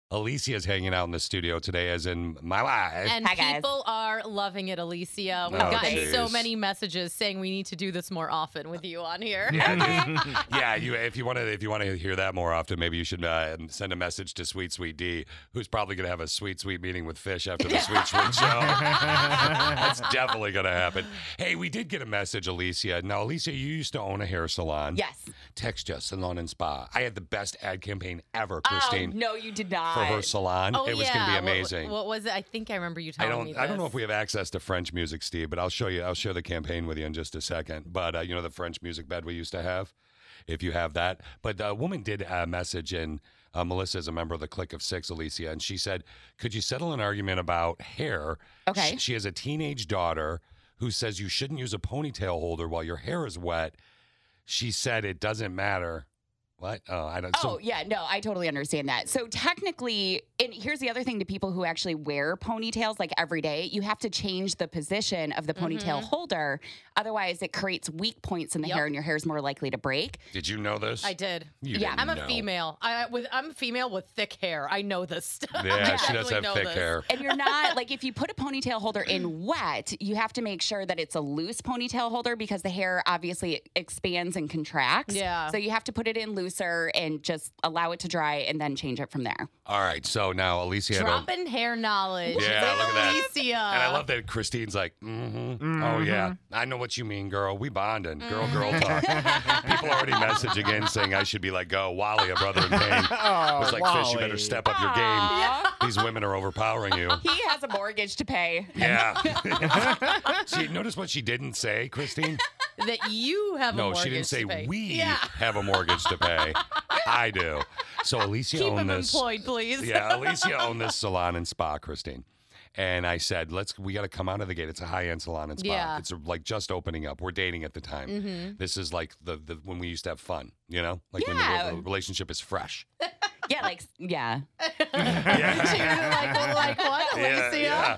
Speaker 2: Alicia's hanging out in the studio today, as in my wife.
Speaker 7: And people are loving it, Alicia. We've
Speaker 2: Oh,
Speaker 7: gotten so
Speaker 2: geez.
Speaker 7: many messages saying we need to do this more often with you on here.
Speaker 2: Yeah, yeah. You, if you want to, if you want to hear that more often, maybe you should uh, send a message to Sweet Sweet D, who's probably going to have a sweet sweet meeting with Fish after the Sweet Sweet Show. That's definitely going to happen. Hey, we did get a message, Alicia. Now, Alicia, you used to own a hair salon.
Speaker 14: Yes.
Speaker 2: Text us, salon and spa. I had the best ad campaign ever, Christine.
Speaker 14: Oh, no, you did not.
Speaker 2: For her salon,
Speaker 7: Um, Oh,
Speaker 2: it was
Speaker 7: yeah.
Speaker 2: going to
Speaker 7: What-
Speaker 2: be amazing.
Speaker 7: What, was it? I think I remember you
Speaker 2: I
Speaker 7: telling me
Speaker 2: don't.
Speaker 7: this.
Speaker 2: I don't know if we have access to French music, Steve, but I'll show you. I'll share the campaign with you in just a second. But uh, you know the French music bed we used to have, if you have that. But a woman did uh, message in. Uh, Melissa is a member of the Click of Six, Alicia, and she said, "Could you settle an argument about hair?"
Speaker 14: Okay.
Speaker 2: She, she has a teenage daughter who says you shouldn't use a ponytail holder while your hair is wet. She said it doesn't matter. What? Oh, I don't.
Speaker 14: Oh,
Speaker 2: so-
Speaker 14: yeah, no, I totally understand that. So, technically, and here's the other thing to people who actually wear ponytails like every day you have to change the position of the ponytail
Speaker 7: Mm-hmm.
Speaker 14: holder. Otherwise, it creates weak points in the hair and your hair is more likely to break.
Speaker 2: Did you know this?
Speaker 7: I did.
Speaker 2: You
Speaker 14: Yeah.
Speaker 7: I'm
Speaker 2: didn't
Speaker 7: a
Speaker 2: know.
Speaker 7: female. I with I'm a female with thick hair. I know this stuff.
Speaker 2: Yeah,
Speaker 7: I
Speaker 2: she does
Speaker 7: totally
Speaker 2: have
Speaker 7: know
Speaker 2: thick
Speaker 7: this.
Speaker 2: hair.
Speaker 14: And you're not like if you put a ponytail holder in wet, you have to make sure that it's a loose ponytail holder because the hair obviously expands and contracts.
Speaker 7: Yeah.
Speaker 14: So you have to put it in looser and just allow it to dry and then change it from there.
Speaker 2: All right. So now Alicia. had a-
Speaker 7: Dropping hair knowledge.
Speaker 2: Yeah,
Speaker 7: with
Speaker 2: look at that.
Speaker 7: Alicia.
Speaker 2: And
Speaker 9: Uh,
Speaker 2: I love that Christine's like, mm-hmm. oh yeah, I know what you mean, girl. We bonding, girl, girl
Speaker 9: Mm-hmm.
Speaker 2: talk. People already messaging in saying I should be like, go Wally, a brother in pain.
Speaker 9: Oh,
Speaker 2: it's like fish, you better
Speaker 9: Wally.
Speaker 2: step up your game. These women are overpowering you.
Speaker 14: He has a mortgage to pay.
Speaker 2: Yeah. she notice what she didn't say, Christine.
Speaker 7: that you have a
Speaker 2: No,
Speaker 7: mortgage
Speaker 2: she didn't say
Speaker 7: to pay.
Speaker 2: we
Speaker 7: Yeah.
Speaker 2: have a mortgage to pay. I do. So Alicia
Speaker 7: Keep him
Speaker 2: owned this.
Speaker 7: employed, please.
Speaker 2: Yeah, Alicia owned this salon and spa, Christine. And I said, let's, we got to come out of the gate. It's a high end salon and spa.
Speaker 7: Yeah. Mm-hmm.
Speaker 2: It's like just opening up. We're dating at the time.
Speaker 14: Mhm.
Speaker 2: This is like the, the, when we used to have fun, you know? Like when
Speaker 14: Yeah.
Speaker 2: the, the relationship is fresh.
Speaker 14: Yeah, like yeah.
Speaker 7: like what, Alicia?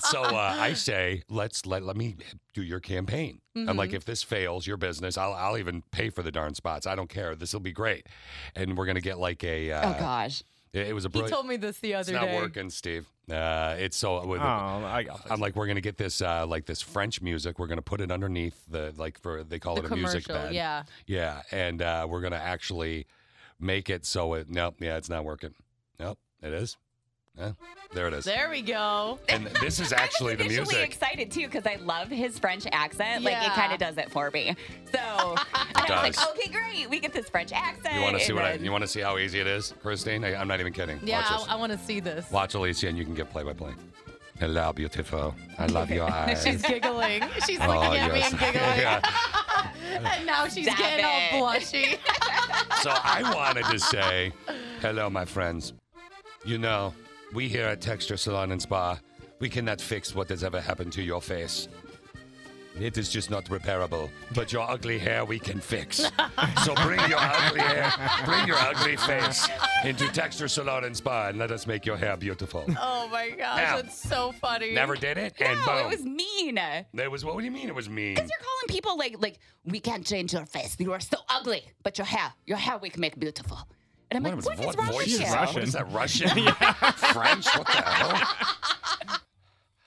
Speaker 2: so uh, I say, let's let let me do your campaign. I'm like,
Speaker 7: Mhm.
Speaker 2: if this fails, your business. I'll I'll even pay for the darn spots. I don't care. This will be great, and we're gonna get like a. Uh,
Speaker 7: oh gosh.
Speaker 2: It, it was a.
Speaker 7: He
Speaker 2: brilliant-
Speaker 7: told me this the
Speaker 2: it's
Speaker 7: other
Speaker 2: not
Speaker 7: day.
Speaker 2: working, Steve. Uh, it's so. with-
Speaker 9: Oh, I got
Speaker 2: I'm like, we're gonna get this uh, like this French music. We're gonna put it underneath the like for they call
Speaker 7: The
Speaker 2: it a music
Speaker 7: commercial,
Speaker 2: bed.
Speaker 7: yeah.
Speaker 2: yeah, and uh, we're gonna actually make it so it. Nope, yeah, it's not working. Nope, it is. Yeah, there it is.
Speaker 7: There we go.
Speaker 2: And this is actually the
Speaker 14: Initially
Speaker 2: music.
Speaker 14: excited too because I love his French accent. Like it
Speaker 7: Yeah.
Speaker 14: kind of does it for me. So and I was
Speaker 2: does.
Speaker 14: like, okay, great, we get this French accent.
Speaker 2: You want to see
Speaker 14: and
Speaker 2: what I,
Speaker 14: then-
Speaker 2: you want to see how easy it is, Christine? I, I'm not even kidding.
Speaker 7: Yeah,
Speaker 2: Watch this.
Speaker 7: I, I want to see this.
Speaker 2: Watch Alicia, and you can get play by play. Hello, beautiful. I love your eyes.
Speaker 7: She's giggling. She's
Speaker 2: Oh,
Speaker 7: looking at me
Speaker 2: yes.
Speaker 7: and giggling. and now she's
Speaker 14: Stop
Speaker 7: getting
Speaker 14: it.
Speaker 7: all blushy.
Speaker 2: So I wanted to say, hello, my friends. You know, we here at Texture Salon and Spa, we cannot fix what has ever happened to your face. It is just not repairable. But your ugly hair, we can fix. so bring your ugly hair, bring your ugly face into Texture Salon and Spa, and let us make your hair beautiful.
Speaker 7: Oh my gosh,
Speaker 2: Now.
Speaker 7: that's so funny.
Speaker 2: Never did it, and
Speaker 14: No,
Speaker 2: boom.
Speaker 14: it was mean. Because
Speaker 2: That was what do you mean? It was mean.
Speaker 14: you're calling people like like we can't change your face. You are so ugly, but your hair, your hair we can make beautiful. And I'm like,
Speaker 2: was-
Speaker 14: what is wrong with
Speaker 2: voice is
Speaker 14: you?
Speaker 2: that? What is that Russian? French? What the hell?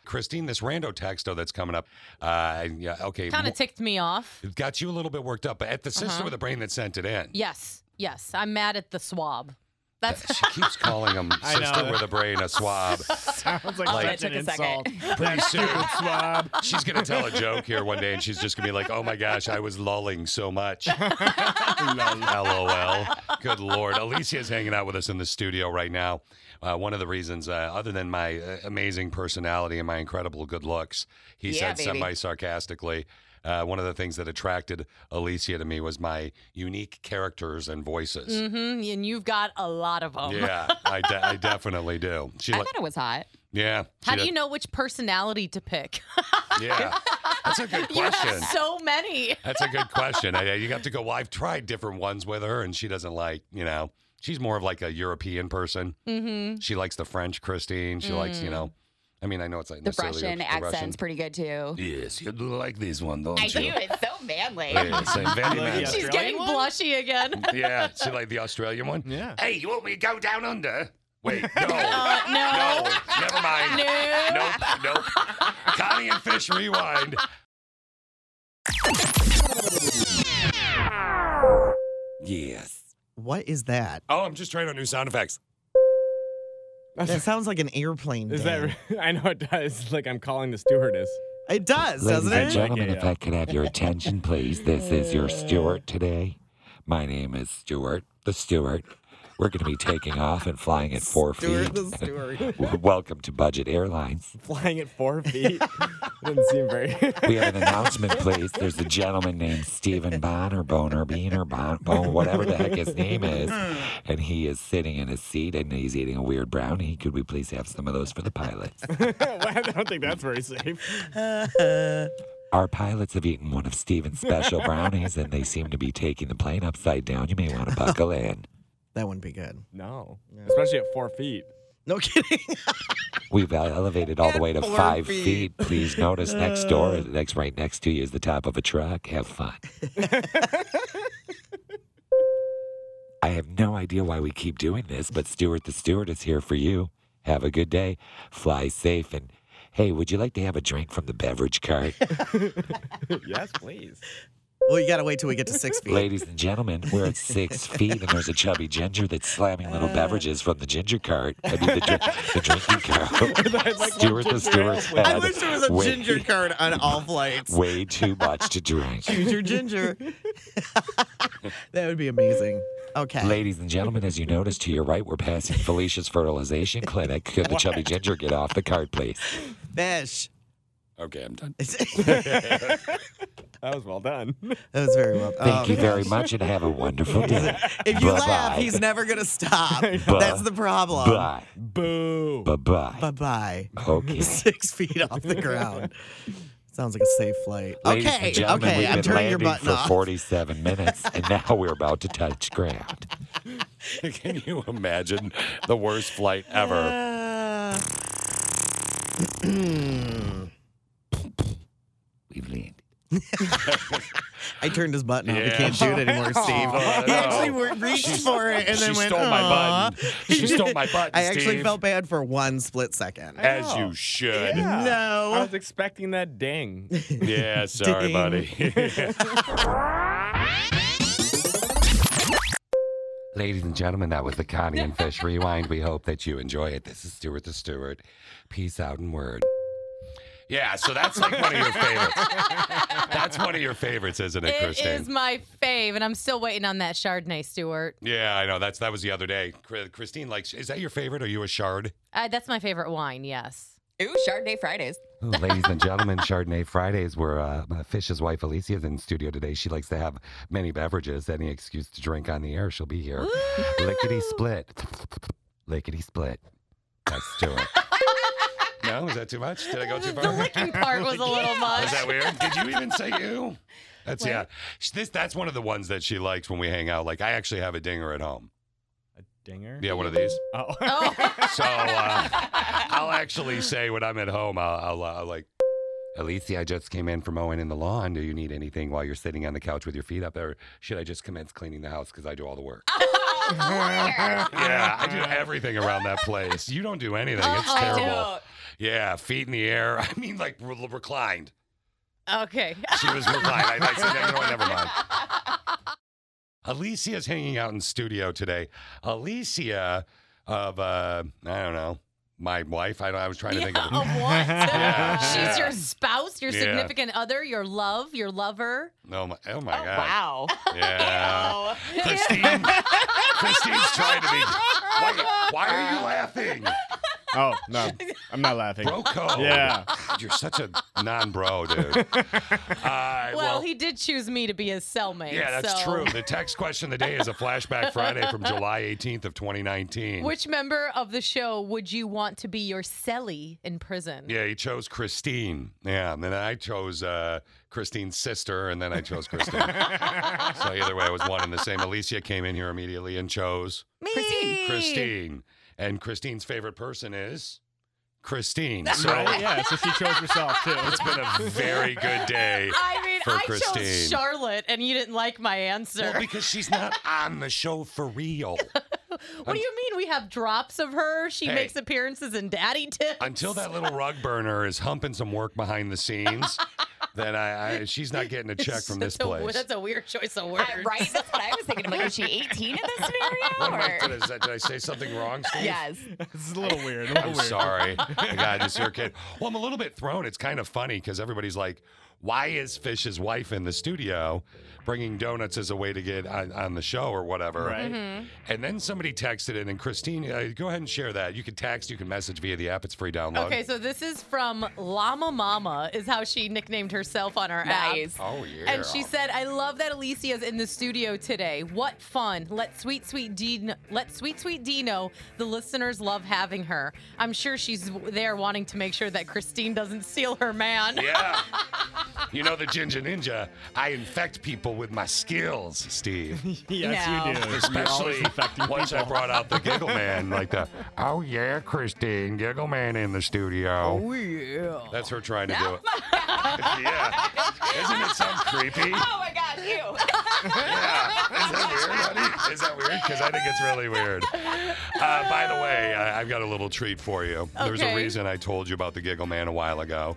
Speaker 2: Christine, this rando texto that's coming up. Uh, yeah, okay.
Speaker 7: Kind of ticked me off.
Speaker 2: it got you a little bit worked up, but at the sister
Speaker 7: Uh-huh.
Speaker 2: with a brain that sent it in.
Speaker 7: Yes, yes. I'm mad at the swab. That's
Speaker 2: She keeps calling him
Speaker 9: I know.
Speaker 2: sister with a brain a swab.
Speaker 9: Sounds like
Speaker 2: Oh, that
Speaker 9: such
Speaker 2: took
Speaker 9: an
Speaker 2: a second.
Speaker 9: insult.
Speaker 2: Pretty soon, swab. She's gonna tell a joke here one day, and she's just gonna be like, "Oh my gosh, I was lolling so much." LOL. Good lord. Alicia is hanging out with us in the studio right now. Uh, one of the reasons, uh, other than my uh, amazing personality and my incredible good looks, he
Speaker 14: Yeah,
Speaker 2: said
Speaker 14: baby.
Speaker 2: semi sarcastically. Uh, one of the things that attracted Alicia to me was my unique characters and voices.
Speaker 7: hmm And you've got a lot of them.
Speaker 2: Yeah, I, de- I definitely do. She
Speaker 14: Mm. I
Speaker 2: li-
Speaker 14: thought it was hot.
Speaker 2: yeah.
Speaker 7: How
Speaker 2: she
Speaker 7: do
Speaker 2: de-
Speaker 7: you know which personality to pick?
Speaker 2: Yeah, that's a good
Speaker 7: you
Speaker 2: question.
Speaker 7: have so many.
Speaker 2: That's a good question. I, you have to go. Well, I've tried different ones with her, and she doesn't like. You know, she's more of like a European person.
Speaker 14: Mm-hmm.
Speaker 2: She likes the French, Christine. She likes, you
Speaker 14: Mm.
Speaker 2: know. I mean, I know it's like
Speaker 14: The
Speaker 2: necessarily
Speaker 14: Russian
Speaker 2: the
Speaker 14: accent's pretty good too.
Speaker 2: Yes, you do like this one, don't
Speaker 14: I do.
Speaker 2: you?
Speaker 14: It's so manly.
Speaker 2: Yes, I'm very manly.
Speaker 7: She's getting blushy again.
Speaker 2: Yeah, she like the Australian one. Yeah. Hey, you want me to go down under? Wait, no,
Speaker 7: Uh, no.
Speaker 2: no, never mind.
Speaker 7: No.
Speaker 2: Nope, nope. Connie and Fish rewind. Yes.
Speaker 13: What is that?
Speaker 2: Oh, I'm just trying on new sound effects.
Speaker 13: It sounds like an airplane.
Speaker 9: Is
Speaker 13: Dan.
Speaker 9: that? I know it does. Like I'm calling the stewardess.
Speaker 13: It does,
Speaker 20: Ladies
Speaker 13: doesn't it?
Speaker 20: and gentlemen,
Speaker 9: Yeah.
Speaker 20: if I could have your attention, please. This is your steward today. My name is Stewart, the steward. We're going to be taking off and flying at four
Speaker 9: Stewart the
Speaker 20: feet.
Speaker 9: steward.
Speaker 20: W- Welcome to Budget Airlines.
Speaker 9: Flying at four feet. Doesn't seem very.
Speaker 20: We have an announcement, please. There's a gentleman named Stephen Bonner, Boner, Beaner, Bon, Bon, whatever the heck his name is. And he is sitting in his seat and he's eating a weird brownie. Could we please have some of those for the pilots?
Speaker 9: I don't think that's very safe.
Speaker 20: Our pilots have eaten one of Steven's special brownies and they seem to be taking the plane upside down. You may want to buckle in.
Speaker 13: That wouldn't be good.
Speaker 9: No. Especially at four feet.
Speaker 13: No kidding.
Speaker 20: We've elevated all the way to
Speaker 13: Four
Speaker 20: five
Speaker 13: feet.
Speaker 20: feet. Please notice next door,
Speaker 13: Uh.
Speaker 20: next right next to you is the top of a truck. Have fun. I have no idea why we keep doing this, but Stuart the Steward is here for you. Have a good day. Fly safe and hey, would you like to have a drink from the beverage cart?
Speaker 9: yes, please.
Speaker 13: Well, you gotta wait till we get to six feet.
Speaker 20: Ladies and gentlemen, we're at six feet, and there's a chubby ginger that's slamming little
Speaker 13: Uh.
Speaker 20: beverages from the ginger cart. I mean, the, dr- the drinking cart. Stewart the steward's head.
Speaker 13: I wish there was a
Speaker 20: way,
Speaker 13: ginger card on all flights.
Speaker 20: Way too much to drink.
Speaker 13: Choose your ginger. that would be amazing. Okay.
Speaker 20: Ladies and gentlemen, as you notice to your right, we're passing Felicia's fertilization clinic. Could the chubby ginger get off the cart, please?
Speaker 13: Fish.
Speaker 2: Okay, I'm done.
Speaker 13: that
Speaker 9: That was well done.
Speaker 13: was very well.
Speaker 20: Thank
Speaker 13: oh,
Speaker 20: you very
Speaker 13: gosh.
Speaker 20: much, and have a wonderful day.
Speaker 13: If you laugh,
Speaker 20: Bye-bye.
Speaker 13: he's never gonna stop.
Speaker 20: Buh.
Speaker 13: That's the problem.
Speaker 20: Bye.
Speaker 9: Boo.
Speaker 20: Bye bye.
Speaker 13: Bye bye.
Speaker 20: Okay.
Speaker 13: Six feet off the ground. Sounds like a safe flight.
Speaker 20: Ladies
Speaker 13: okay.
Speaker 20: and gentlemen,
Speaker 13: okay.
Speaker 20: we've
Speaker 13: I'm
Speaker 20: been
Speaker 13: turning your
Speaker 20: landing
Speaker 13: button
Speaker 20: for
Speaker 13: off.
Speaker 20: 47 minutes, and now we're about to touch ground.
Speaker 2: Can you imagine the worst flight ever?
Speaker 20: We've landed.
Speaker 13: I turned his button off.
Speaker 20: Yeah.
Speaker 13: He can't do it anymore, Steve.
Speaker 2: Oh,
Speaker 13: he
Speaker 2: no.
Speaker 13: actually wor- reached
Speaker 2: She-
Speaker 13: for it and
Speaker 2: she
Speaker 13: then went.
Speaker 2: stole my
Speaker 13: "Aw."
Speaker 2: button. She stole my button,
Speaker 13: I actually
Speaker 2: Steve.
Speaker 13: felt bad for one split second. Oh.
Speaker 2: As you should.
Speaker 9: Yeah.
Speaker 13: No.
Speaker 9: I was expecting that ding.
Speaker 2: Yeah, sorry,
Speaker 9: Ding.
Speaker 2: buddy. Ladies and gentlemen, that was the Connie and Fish Rewind. We hope that you enjoy it. This is Stuart the Stewart. Peace out and word. Yeah, so that's like one of your favorites. That's one of your favorites, isn't it,
Speaker 7: It
Speaker 2: Kristen?
Speaker 7: is my fave, and I'm still waiting on that Chardonnay, Stuart.
Speaker 2: yeah, I know. That's that was the other day. Chri- Christine, like, is that your favorite? Are you a shard?
Speaker 7: Uh, that's my favorite wine, yes.
Speaker 14: Ooh, Chardonnay Fridays.
Speaker 2: Oh, ladies and gentlemen, Chardonnay Fridays, where uh, my Fish's wife Alicia is in studio today. She likes to have many beverages. Any excuse to drink on the air, she'll be here. Lickety split. Lickety split. That's Stuart. no, is that too much? Did I go too far? The
Speaker 7: licking part was a little much.
Speaker 2: Is that weird? Did you even say you? That's yeah. Sh- This that's one of the ones that she likes when we hang out. Like I actually have a dinger at home.
Speaker 9: Dinger.
Speaker 2: Yeah, one of these.
Speaker 9: Oh.
Speaker 2: So uh, I'll actually say when I'm at home, I'll, I'll, I'll like, Alicia, I just came in from mowing in the lawn. Do you need anything while you're sitting on the couch with your feet up? Or should I just commence cleaning the house because I do all the work? yeah, I do everything around that place. You don't do anything. It's
Speaker 7: Uh-uh. I
Speaker 2: terrible. Yeah, feet in the air. I mean, like re- reclined.
Speaker 7: Okay.
Speaker 2: She was reclined. I, I said, no, never mind. Alicia's hanging out in studio today. Alicia of uh, I don't know, my wife. I, I was trying to think of,
Speaker 7: Of what?
Speaker 2: Yeah.
Speaker 7: She's your spouse, your
Speaker 2: Yeah.
Speaker 7: significant other, your love, your lover.
Speaker 2: Oh my! Oh my God!
Speaker 7: Wow.
Speaker 2: Yeah. Christine. Christine's trying to be. Why, why are you laughing?
Speaker 9: Oh no, I'm not laughing.
Speaker 2: Bro code.
Speaker 9: Yeah.
Speaker 2: You're such a non-bro, dude. Uh, well,
Speaker 7: Well, he did choose me to be his cellmate.
Speaker 2: yeah, that's
Speaker 7: so-
Speaker 2: true. The text question of the day is a flashback Friday from July 18th of 2019.
Speaker 7: Which member of the show would you want to be your cellie in prison?
Speaker 2: Yeah, he chose Christine. Yeah, and then I chose uh, Christine's sister, and then I chose Christine. so either way, I was one and the same. Alicia came in here immediately and chose
Speaker 7: Christine.
Speaker 2: Christine. And Christine's favorite person is Christine. So
Speaker 9: Right? Yeah. So she chose herself too.
Speaker 2: it's been a very good day
Speaker 7: I mean,
Speaker 2: for
Speaker 7: I chose
Speaker 2: Christine.
Speaker 7: Charlotte, and you didn't like my answer.
Speaker 2: well, because she's not on the show for real.
Speaker 7: what do you mean we have drops of her? She
Speaker 2: Hey.
Speaker 7: makes appearances in Daddy Tips.
Speaker 2: Until that little rug burner is humping some work behind the scenes, then I, I she's not getting a check from this
Speaker 7: That's a-
Speaker 2: place.
Speaker 7: That's a weird choice of words.
Speaker 14: Uh, right? That's what I was thinking. I'm like, is she 18 in this scenario?
Speaker 2: Wait,
Speaker 14: Or?
Speaker 2: Did I, did I say something wrong? Steve?
Speaker 14: Yes.
Speaker 9: This is a little weird. A little
Speaker 2: I'm
Speaker 9: weird.
Speaker 2: sorry. I got this here kid. Well, I'm a little bit thrown. It's kind of funny because everybody's like, why is Fish's wife in the studio bringing donuts as a way to get on, on the show or whatever?
Speaker 9: Right.
Speaker 2: And then somebody texted in, and Christine, uh, go ahead and share that. You can text, you can message via the app. It's free download.
Speaker 7: Okay, so this is from Llama Mama, is how she nicknamed herself on our
Speaker 14: Nice.
Speaker 7: app.
Speaker 2: Oh, yeah.
Speaker 7: And she said, "I love that Alicia's in the studio today. What fun! Let sweet sweet Dino, let sweet sweet Dino, the listeners love having her. I'm sure she's w- there wanting to make sure that Christine doesn't steal her man.
Speaker 2: Yeah. you know the Ginger Ninja. I infect people with my skills, Steve.
Speaker 9: Yes, you do.
Speaker 2: Especially
Speaker 9: You're always affecting
Speaker 2: once I
Speaker 9: people.
Speaker 2: brought out the giggle man, like the oh yeah, Christine, giggle man in the studio. Oh yeah. That's her trying to do it. yeah. Isn't it sound
Speaker 14: Oh
Speaker 2: creepy?
Speaker 14: my gosh, ew.
Speaker 2: Is that weird, honey? Is that weird? Because I think it's really weird. Uh, by the way, I, I've got a little treat for you. There's a
Speaker 7: Okay.
Speaker 2: reason I told you about the Giggle Man a while ago.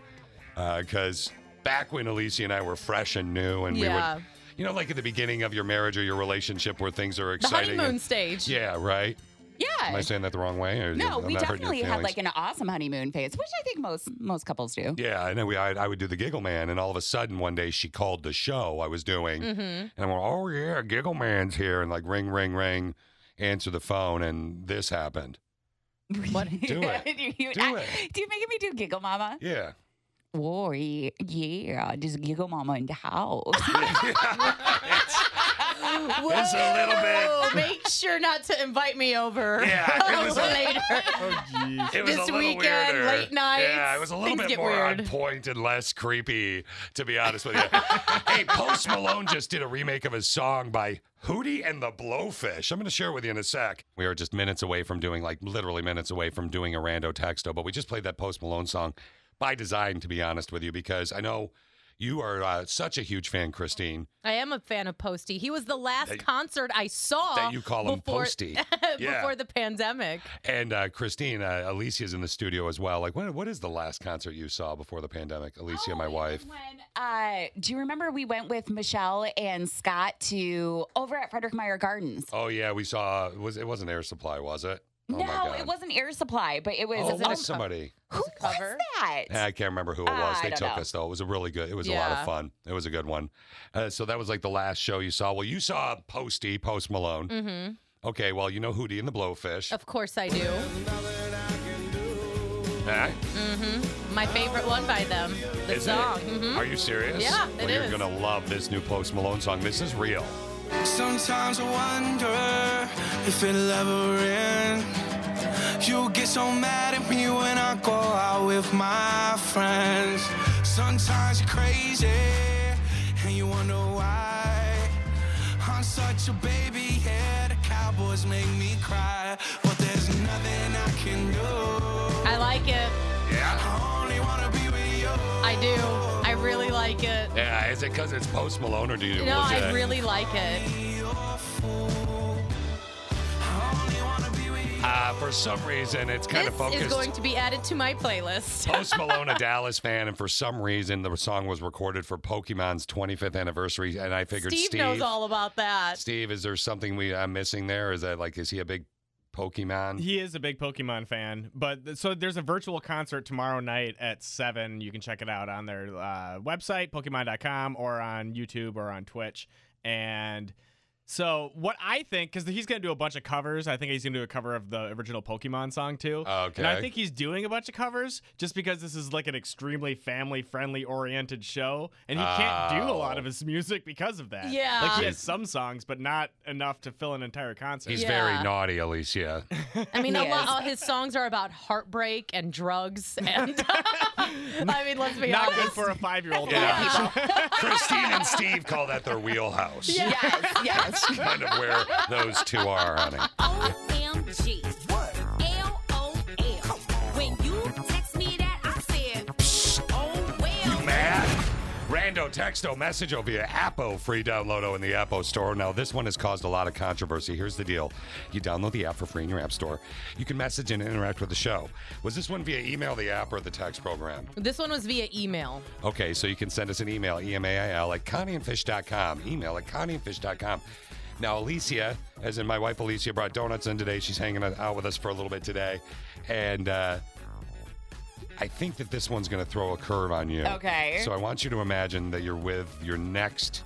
Speaker 2: Because back when Alicia and I were fresh and new, and
Speaker 7: Yeah.
Speaker 2: we would, you know, like at the beginning of your marriage or your relationship where things are
Speaker 7: The
Speaker 2: exciting.
Speaker 7: honeymoon
Speaker 2: and-
Speaker 7: stage.
Speaker 2: yeah, right?
Speaker 14: Yeah.
Speaker 2: Am I saying that the wrong way? Or
Speaker 14: No,
Speaker 2: I'm
Speaker 14: we
Speaker 2: not hurting your
Speaker 14: definitely had
Speaker 2: feelings?
Speaker 14: like an awesome honeymoon phase, which I think most most couples do.
Speaker 2: Yeah, and then we, I, I would do the Giggle Man, and all of a sudden one day she called the show I was doing, and I'm like, "Oh yeah, Giggle Man's here!" and like ring, ring, ring, answer the phone, and this happened.
Speaker 14: What?
Speaker 2: Do it.
Speaker 14: you, you,
Speaker 2: Do
Speaker 14: I-
Speaker 2: it.
Speaker 14: Do you make me do giggle, mama?
Speaker 2: Yeah,
Speaker 14: Oh yeah, just giggle, mama in the house.
Speaker 7: It's
Speaker 2: a little bit.
Speaker 7: Make sure not to invite me over.
Speaker 2: Yeah, it was a-
Speaker 7: later.
Speaker 2: It
Speaker 7: this
Speaker 2: was a little
Speaker 7: weekend,
Speaker 2: weirder.
Speaker 7: late night.
Speaker 2: Yeah, it was a little
Speaker 7: Things
Speaker 2: bit
Speaker 7: get
Speaker 2: more
Speaker 7: weird.
Speaker 2: on point and less creepy, to be honest with you. hey, Post Malone just did a remake of his song by Hootie and the Blowfish. I'm going to share it with you in a sec. We are just minutes away from doing, like literally minutes away from doing a rando texto, but we just played that Post Malone song by design, to be honest with you, because I know you are uh, such a huge fan, Christine.
Speaker 7: I am a fan of Posty. He was the last
Speaker 2: That-
Speaker 7: concert I saw.
Speaker 2: that you call him
Speaker 7: before-
Speaker 2: Posty. Yeah.
Speaker 7: before the pandemic.
Speaker 2: And uh, Christine, uh, Alicia's in the studio as well. Like, what, what is the last concert you saw before the pandemic? Alicia,
Speaker 7: Oh,
Speaker 2: my wife.
Speaker 14: Uh, do you remember we went with Michelle and Scott to over at Frederick Meyer Gardens?
Speaker 2: Oh yeah, we saw. It was it wasn't Air Supply, was it? Oh my
Speaker 14: no,
Speaker 2: God.
Speaker 14: it wasn't Air Supply, but it was.
Speaker 2: Oh, it
Speaker 14: oh,
Speaker 2: was somebody.
Speaker 14: what's that?
Speaker 2: Eh, I can't remember who it was.
Speaker 14: I
Speaker 2: They
Speaker 14: don't
Speaker 2: took
Speaker 14: know.
Speaker 2: us though. It was a really good. It was a lot
Speaker 14: Yeah.
Speaker 2: of fun. It was a good one. Uh, so that was like the last show you saw. Well, you saw Posty, Post Malone.
Speaker 7: Mm-hmm.
Speaker 2: Okay, well you know Hootie and the Blowfish.
Speaker 7: Of course I do.
Speaker 2: Eh?
Speaker 7: Mm-hmm. My favorite one by them. The
Speaker 2: Is it?
Speaker 7: song. Mhm.
Speaker 2: Are you serious?
Speaker 7: Yeah,
Speaker 2: well,
Speaker 7: it
Speaker 2: you're
Speaker 7: is.
Speaker 2: gonna love this new Post Malone song. This is real.
Speaker 4: Sometimes I wonder if it'll ever end. You get so mad at me when I go out with my friends. Sometimes you're crazy and you wonder why. I'm such a baby, yeah. The Cowboys make me cry, but there's nothing I can do.
Speaker 7: I like it.
Speaker 4: Yeah. Only wanna be with you.
Speaker 7: I do. I really like it.
Speaker 2: Yeah, is it because it's Post Malone or do you?
Speaker 7: No,
Speaker 2: was
Speaker 7: I
Speaker 2: it-
Speaker 7: really like it.
Speaker 2: Uh, for some reason, it's kind of
Speaker 7: This
Speaker 2: focused.
Speaker 7: is going to be added to my playlist.
Speaker 2: Post Malone, a Dallas fan, and for some reason, the song was recorded for Pokemon's 25th anniversary. And I figured
Speaker 7: Steve,
Speaker 2: Steve,
Speaker 7: knows all about that.
Speaker 2: Steve, is there something we I'm missing there? Is that like, is he a big Pokemon?
Speaker 9: He is a big Pokemon fan, but th- so there's a virtual concert tomorrow night at seven. You can check it out on their uh, website, Pokemon.com, or on YouTube or on Twitch. And so, what I think, because he's going to do a bunch of covers. I think he's going to do a cover of the original Pokemon song too.
Speaker 2: Oh, Okay.
Speaker 9: And I think he's doing a bunch of covers just because this is like an extremely family-friendly oriented show, and he can't do a lot
Speaker 2: Oh.
Speaker 9: of his music because of that.
Speaker 7: Yeah.
Speaker 9: Like he has some songs, but not enough to fill an entire concert.
Speaker 2: He's
Speaker 7: Yeah.
Speaker 2: very naughty, Alicia.
Speaker 7: I mean, a
Speaker 9: He
Speaker 7: lot,
Speaker 9: is.
Speaker 7: all his songs are about heartbreak and drugs, and I mean, let's be
Speaker 9: Not
Speaker 7: honest.
Speaker 9: good for a five-year-old.
Speaker 2: Yeah. Christine and Steve call that their wheelhouse.
Speaker 7: Yes,
Speaker 2: That's kind of where those two are, honey.
Speaker 21: OMG. What? LOL. When you text me that, I said, Psh, oh well.
Speaker 2: Mad? Rando texto message over your Appo free download oh, in the Appo store. Now, this one has caused a lot of controversy. Here's the deal you download the app for free in your App Store. You can message and interact with the show. Was this one via email, the app, or the text program?
Speaker 7: This one was via email.
Speaker 2: Okay, so you can send us an email, E email at connieandfish.com. Email at connieandfish.com. Now, Alicia, as in my wife Alicia, brought donuts in today. She's hanging out with us for a little bit today. And uh, I think that this one's going to throw a curve on you.
Speaker 14: Okay.
Speaker 2: So I want you to imagine that you're with your next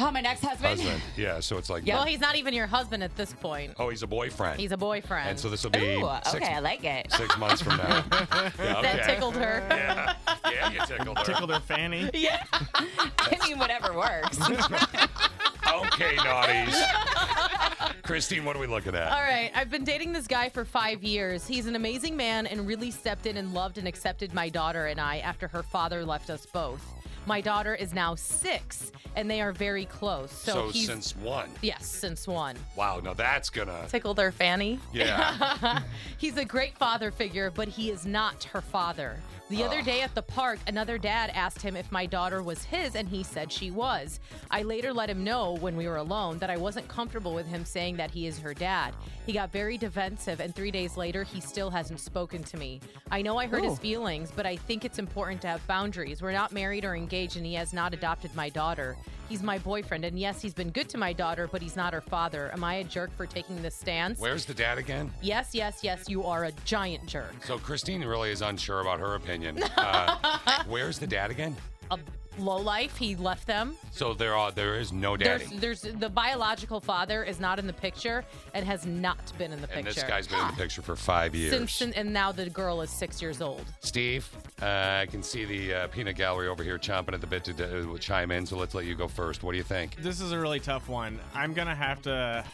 Speaker 14: Oh, my next husband.
Speaker 2: husband. Yeah, so it's like,
Speaker 7: Yeah. Well, he's not even your husband at this point.
Speaker 2: oh, he's a boyfriend.
Speaker 7: He's a boyfriend.
Speaker 2: And so this will be
Speaker 14: Ooh,
Speaker 2: six,
Speaker 14: okay, I like it.
Speaker 2: six months from now. Yeah,
Speaker 7: That
Speaker 2: okay.
Speaker 7: tickled her.
Speaker 2: Yeah. Yeah, you tickled her.
Speaker 9: Tickled her fanny.
Speaker 7: Yeah.
Speaker 14: I mean, whatever works.
Speaker 2: Okay, naughties. Christine, what are we looking at?
Speaker 7: All right, I've been dating this guy for five years. He's an amazing man and really stepped in and loved and accepted my daughter and I after her father left us both. My daughter is now six, and they are very close. So,
Speaker 2: So,
Speaker 7: he's
Speaker 2: since one.
Speaker 7: yes, since one
Speaker 2: Wow, now that's gonna.
Speaker 7: tickled her fanny.
Speaker 2: Yeah.
Speaker 7: He's a great father figure, but he is not her father. The other
Speaker 22: Ugh.
Speaker 7: day at the park, another dad asked him if my daughter was his, and he said she was. I later let him know when we were alone that I wasn't comfortable with him saying that he is her dad. He got very defensive, and three days later, he still hasn't spoken to me. I know I hurt
Speaker 14: Ooh.
Speaker 7: his feelings, but I think it's important to have boundaries. We're not married or engaged, and he has not adopted my daughter. He's my boyfriend, and yes, he's been good to my daughter, but he's not her father. Am I a jerk for taking this stance?
Speaker 2: Where's the dad again?
Speaker 7: Yes, yes, yes, you are a giant jerk.
Speaker 2: So Christine really is unsure about her opinion. Uh, where's the dad again?
Speaker 7: a low life. He left them.
Speaker 2: So there are there is no Oh, daddy.
Speaker 7: There's, there's the biological father is not in the picture and has not been in the
Speaker 2: and
Speaker 7: picture. Ah.
Speaker 2: this guy's been in the picture for five years.
Speaker 7: Since and now the girl is six years old.
Speaker 2: Steve, uh, I can see the uh, peanut gallery over here chomping at the bit to uh, chime in. So let's let you go first. What do you think?
Speaker 9: This is a really tough one. I'm gonna have to.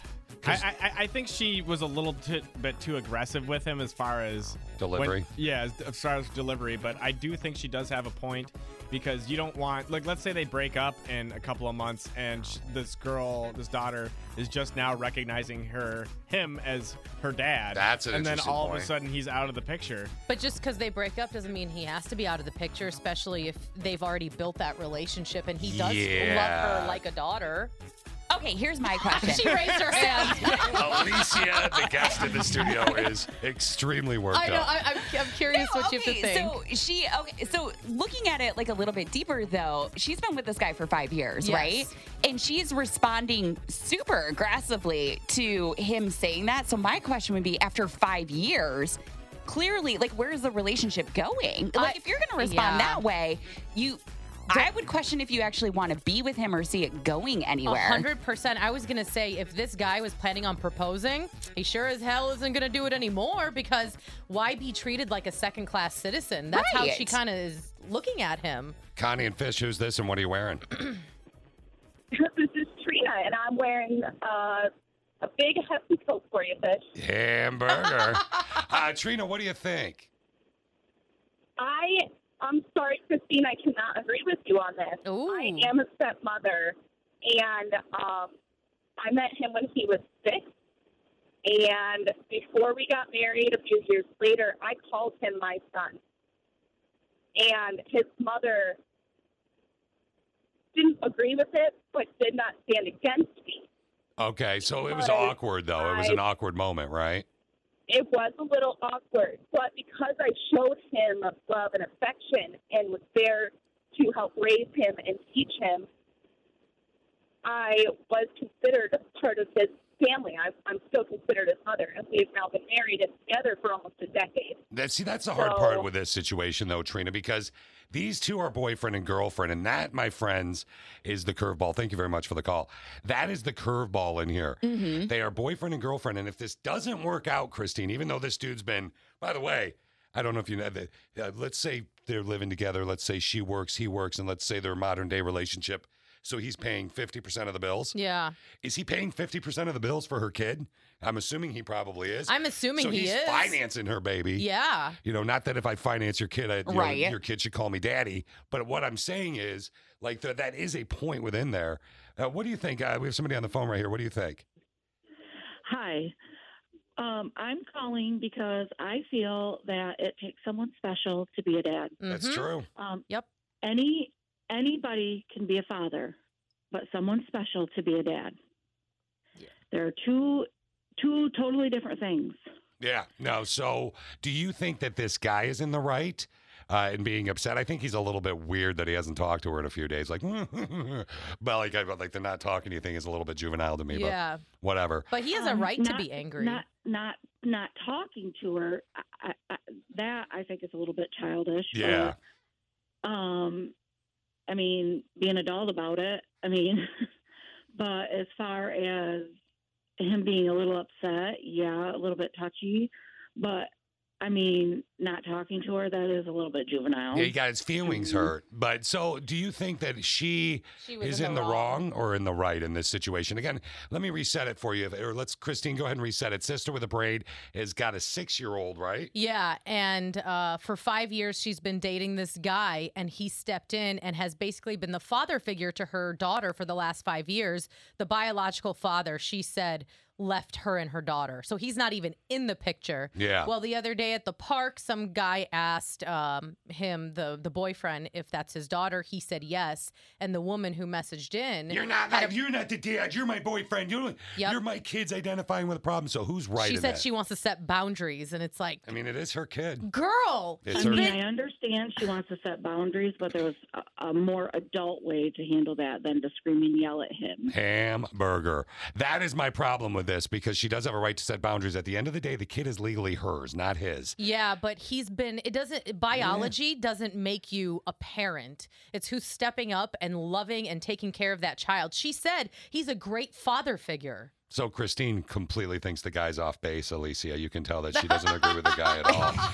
Speaker 9: I, I, I- I think she was a little t- bit too aggressive with him as far as
Speaker 2: Delivery?
Speaker 9: When, yeah, as, as far as delivery, but I do think she does have a point because you don't want like let's say they break up in a couple of months and sh- this girl, this daughter, is just now recognizing her him as her dad.
Speaker 2: That's an
Speaker 9: and then
Speaker 2: interesting
Speaker 9: all of
Speaker 2: point.
Speaker 9: a sudden he's out of the picture.
Speaker 7: But just because they break up doesn't mean he has to be out of the picture, especially if they've already built that relationship and he does love
Speaker 2: Yeah.
Speaker 7: her like a daughter.
Speaker 14: Okay, here's my question.
Speaker 7: she raised her hand.
Speaker 2: Alicia, the guest in the studio, is extremely worked
Speaker 7: I know.
Speaker 2: up.
Speaker 7: I, I'm, I'm curious
Speaker 14: No,
Speaker 7: what you have to
Speaker 14: okay,
Speaker 7: think.
Speaker 14: So she okay, so looking at it like a little bit deeper though, she's been with this guy for five years,
Speaker 7: Yes.
Speaker 14: right? And she's responding super aggressively to him saying that. So my question would be after five years, clearly, like where is the relationship going? Like if you're gonna
Speaker 7: yeah.
Speaker 14: respond that way, you I would question if you actually want to be with him or see it going
Speaker 7: A
Speaker 14: anywhere.
Speaker 7: hundred percent. I was gonna say if this guy was planning on proposing, he sure as hell isn't gonna do it anymore because why be treated like a second class citizen? That's how she
Speaker 2: Right.
Speaker 7: kind of is looking at him.
Speaker 2: Connie and Fish, who's this and what are you wearing?
Speaker 3: this is Trina, and I'm wearing uh, a big hefty coat for you, Fish.
Speaker 2: Hamburger. uh, Trina, what do you think?
Speaker 3: I, I'm sorry, Christine, I cannot agree with you on this. I am a stepmother, and um, I met him when he was six. And before we got married, a few years later, I called him my son. And his mother didn't agree with it, but did not stand against me.
Speaker 2: Okay, so it was
Speaker 3: Because
Speaker 2: awkward though. It was an
Speaker 3: I-
Speaker 2: awkward moment, right?
Speaker 3: it was a little awkward, but because I showed him love and affection and was there to help raise him and teach him, I was considered a part of his family. I, I'm still considered his mother, and we've now been married and together for almost a decade.
Speaker 2: That see, that's the hard
Speaker 3: So-
Speaker 2: part with this situation though, Trina, because these two are boyfriend and girlfriend, and that, my friends, is the curveball. Thank you very much for the call. That is the curveball in here.
Speaker 5: Mhm.
Speaker 2: They are boyfriend and girlfriend, and if this doesn't work out, Christine, even though this dude's been, by the way, I don't know if you know that. Uh, let's say they're living together. Let's say she works, he works, and let's say their modern day relationship. So he's paying fifty percent of the bills.
Speaker 7: Yeah.
Speaker 2: Is he paying 50% of the bills for her kid? I'm assuming he probably is.
Speaker 7: I'm assuming
Speaker 2: so
Speaker 7: he
Speaker 2: he's
Speaker 7: is.
Speaker 2: financing her baby.
Speaker 7: Yeah.
Speaker 2: You know, not that if I finance your kid, I, you know,
Speaker 7: Right.
Speaker 2: your kid should call me daddy. But what I'm saying is, like, th- that is a point within there. Uh, what do you think? Uh, we have somebody on the phone right here. What do you think?
Speaker 22: Hi. Um, I'm calling because I feel that it takes someone special to be a dad.
Speaker 2: That's
Speaker 7: Mm-hmm.
Speaker 19: Mm-hmm.
Speaker 2: Mhm. true.
Speaker 22: Um,
Speaker 7: yep.
Speaker 22: Any anybody can be a father, but someone special to be a dad. There are two two totally different things.
Speaker 2: Yeah. No. So do you think that this guy is in the right? Uh, and being upset, I think he's a little bit weird that he hasn't talked to her in a few days. Like, but like, I, like they're not talking. to You think is a little bit juvenile to me,
Speaker 22: Yeah.
Speaker 2: but whatever.
Speaker 7: But he has a right to be angry.
Speaker 22: Um, Not not not talking to her. I, I, I, that I think is a little bit childish. but,
Speaker 2: Yeah.
Speaker 22: um, I mean, be an adult about it. I mean, but as far as him being a little upset, yeah, a little bit touchy, but I mean, not talking to her, that is a little bit juvenile.
Speaker 2: Yeah, he got his feelings hurt. But so, do you think that she,
Speaker 22: She was
Speaker 2: is
Speaker 22: in
Speaker 2: in the
Speaker 22: the
Speaker 2: wrong. or in the right in this situation? Again, let me reset it for you. If- Or let's, Christine, go ahead and reset it. Sister with a braid has got a six year old, right?
Speaker 7: Yeah, and uh, for five years she's been dating this guy, and he stepped in and has basically been the father figure to her daughter for the last five years. The biological father, she said, left her and her daughter, so he's not even in the picture.
Speaker 23: Yeah.
Speaker 7: Well, the other day at the park, some guy asked um, him the the boyfriend if that's his daughter. He said yes, and the woman who messaged in,
Speaker 2: You're not
Speaker 7: had
Speaker 2: my, you're not the dad. You're my boyfriend. You're
Speaker 7: Yep.
Speaker 2: you're my kids identifying with a problem. So who's right?
Speaker 7: she
Speaker 2: in
Speaker 7: said
Speaker 2: that?
Speaker 7: she wants to set boundaries, and it's like,
Speaker 2: I mean, it is her kid.
Speaker 7: girl,
Speaker 2: It's
Speaker 7: he's
Speaker 2: her-
Speaker 7: been
Speaker 22: I understand she wants to set boundaries, but there was a, a more adult way to handle that than to scream and yell at him.
Speaker 2: Hamburger. That is my problem with with this because she does have a right to set boundaries. At the end of the day, the kid is legally hers, not his.
Speaker 7: Yeah, but he's been it doesn't biology doesn't make you a parent. It's who's stepping up and loving and taking care of that child. She said he's a great father figure.
Speaker 2: So Christine completely thinks the guy's off base, Alicia. You can tell that she doesn't agree with the guy at all. all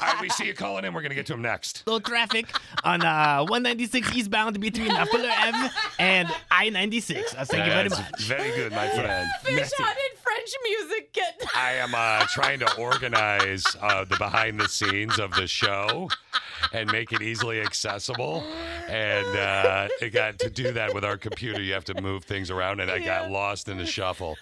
Speaker 2: right, we see you calling in. We're going to get to him next.
Speaker 9: Slow traffic on uh, 196 eastbound between Buffalo Ave and I 96. Uh, thank you very
Speaker 2: That's
Speaker 9: much.
Speaker 2: Very good, my friend.
Speaker 7: Fish, how did French music get
Speaker 2: I am uh, trying to organize uh, the behind the scenes of the show and make it easily accessible. And uh, it got to do that with our computer, you have to move things around, and I got lost in the shuffle.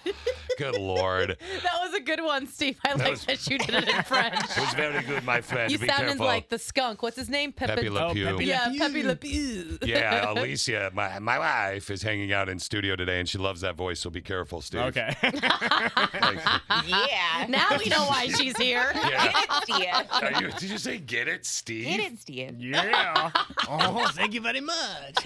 Speaker 2: Good lord,
Speaker 7: That was a good one, Steve. I like
Speaker 2: was-
Speaker 7: that you did it in French.
Speaker 2: it was very good, my friend.
Speaker 7: you
Speaker 2: Be
Speaker 7: sounded
Speaker 2: careful.
Speaker 7: like the skunk. What's his name? Pepe,
Speaker 2: Pepe Le Pew. Pepe Le
Speaker 7: yeah, Pepe Le Pew.
Speaker 2: yeah, Alicia, my, my wife is hanging out in studio today, and she loves that voice. So be careful, Steve.
Speaker 24: Okay.
Speaker 7: yeah. Now we know why she's here.
Speaker 2: Yeah.
Speaker 14: Get
Speaker 2: Are you, did you say get it, Steve?
Speaker 14: it, Steve.
Speaker 24: Yeah.
Speaker 9: Oh, thank you very much.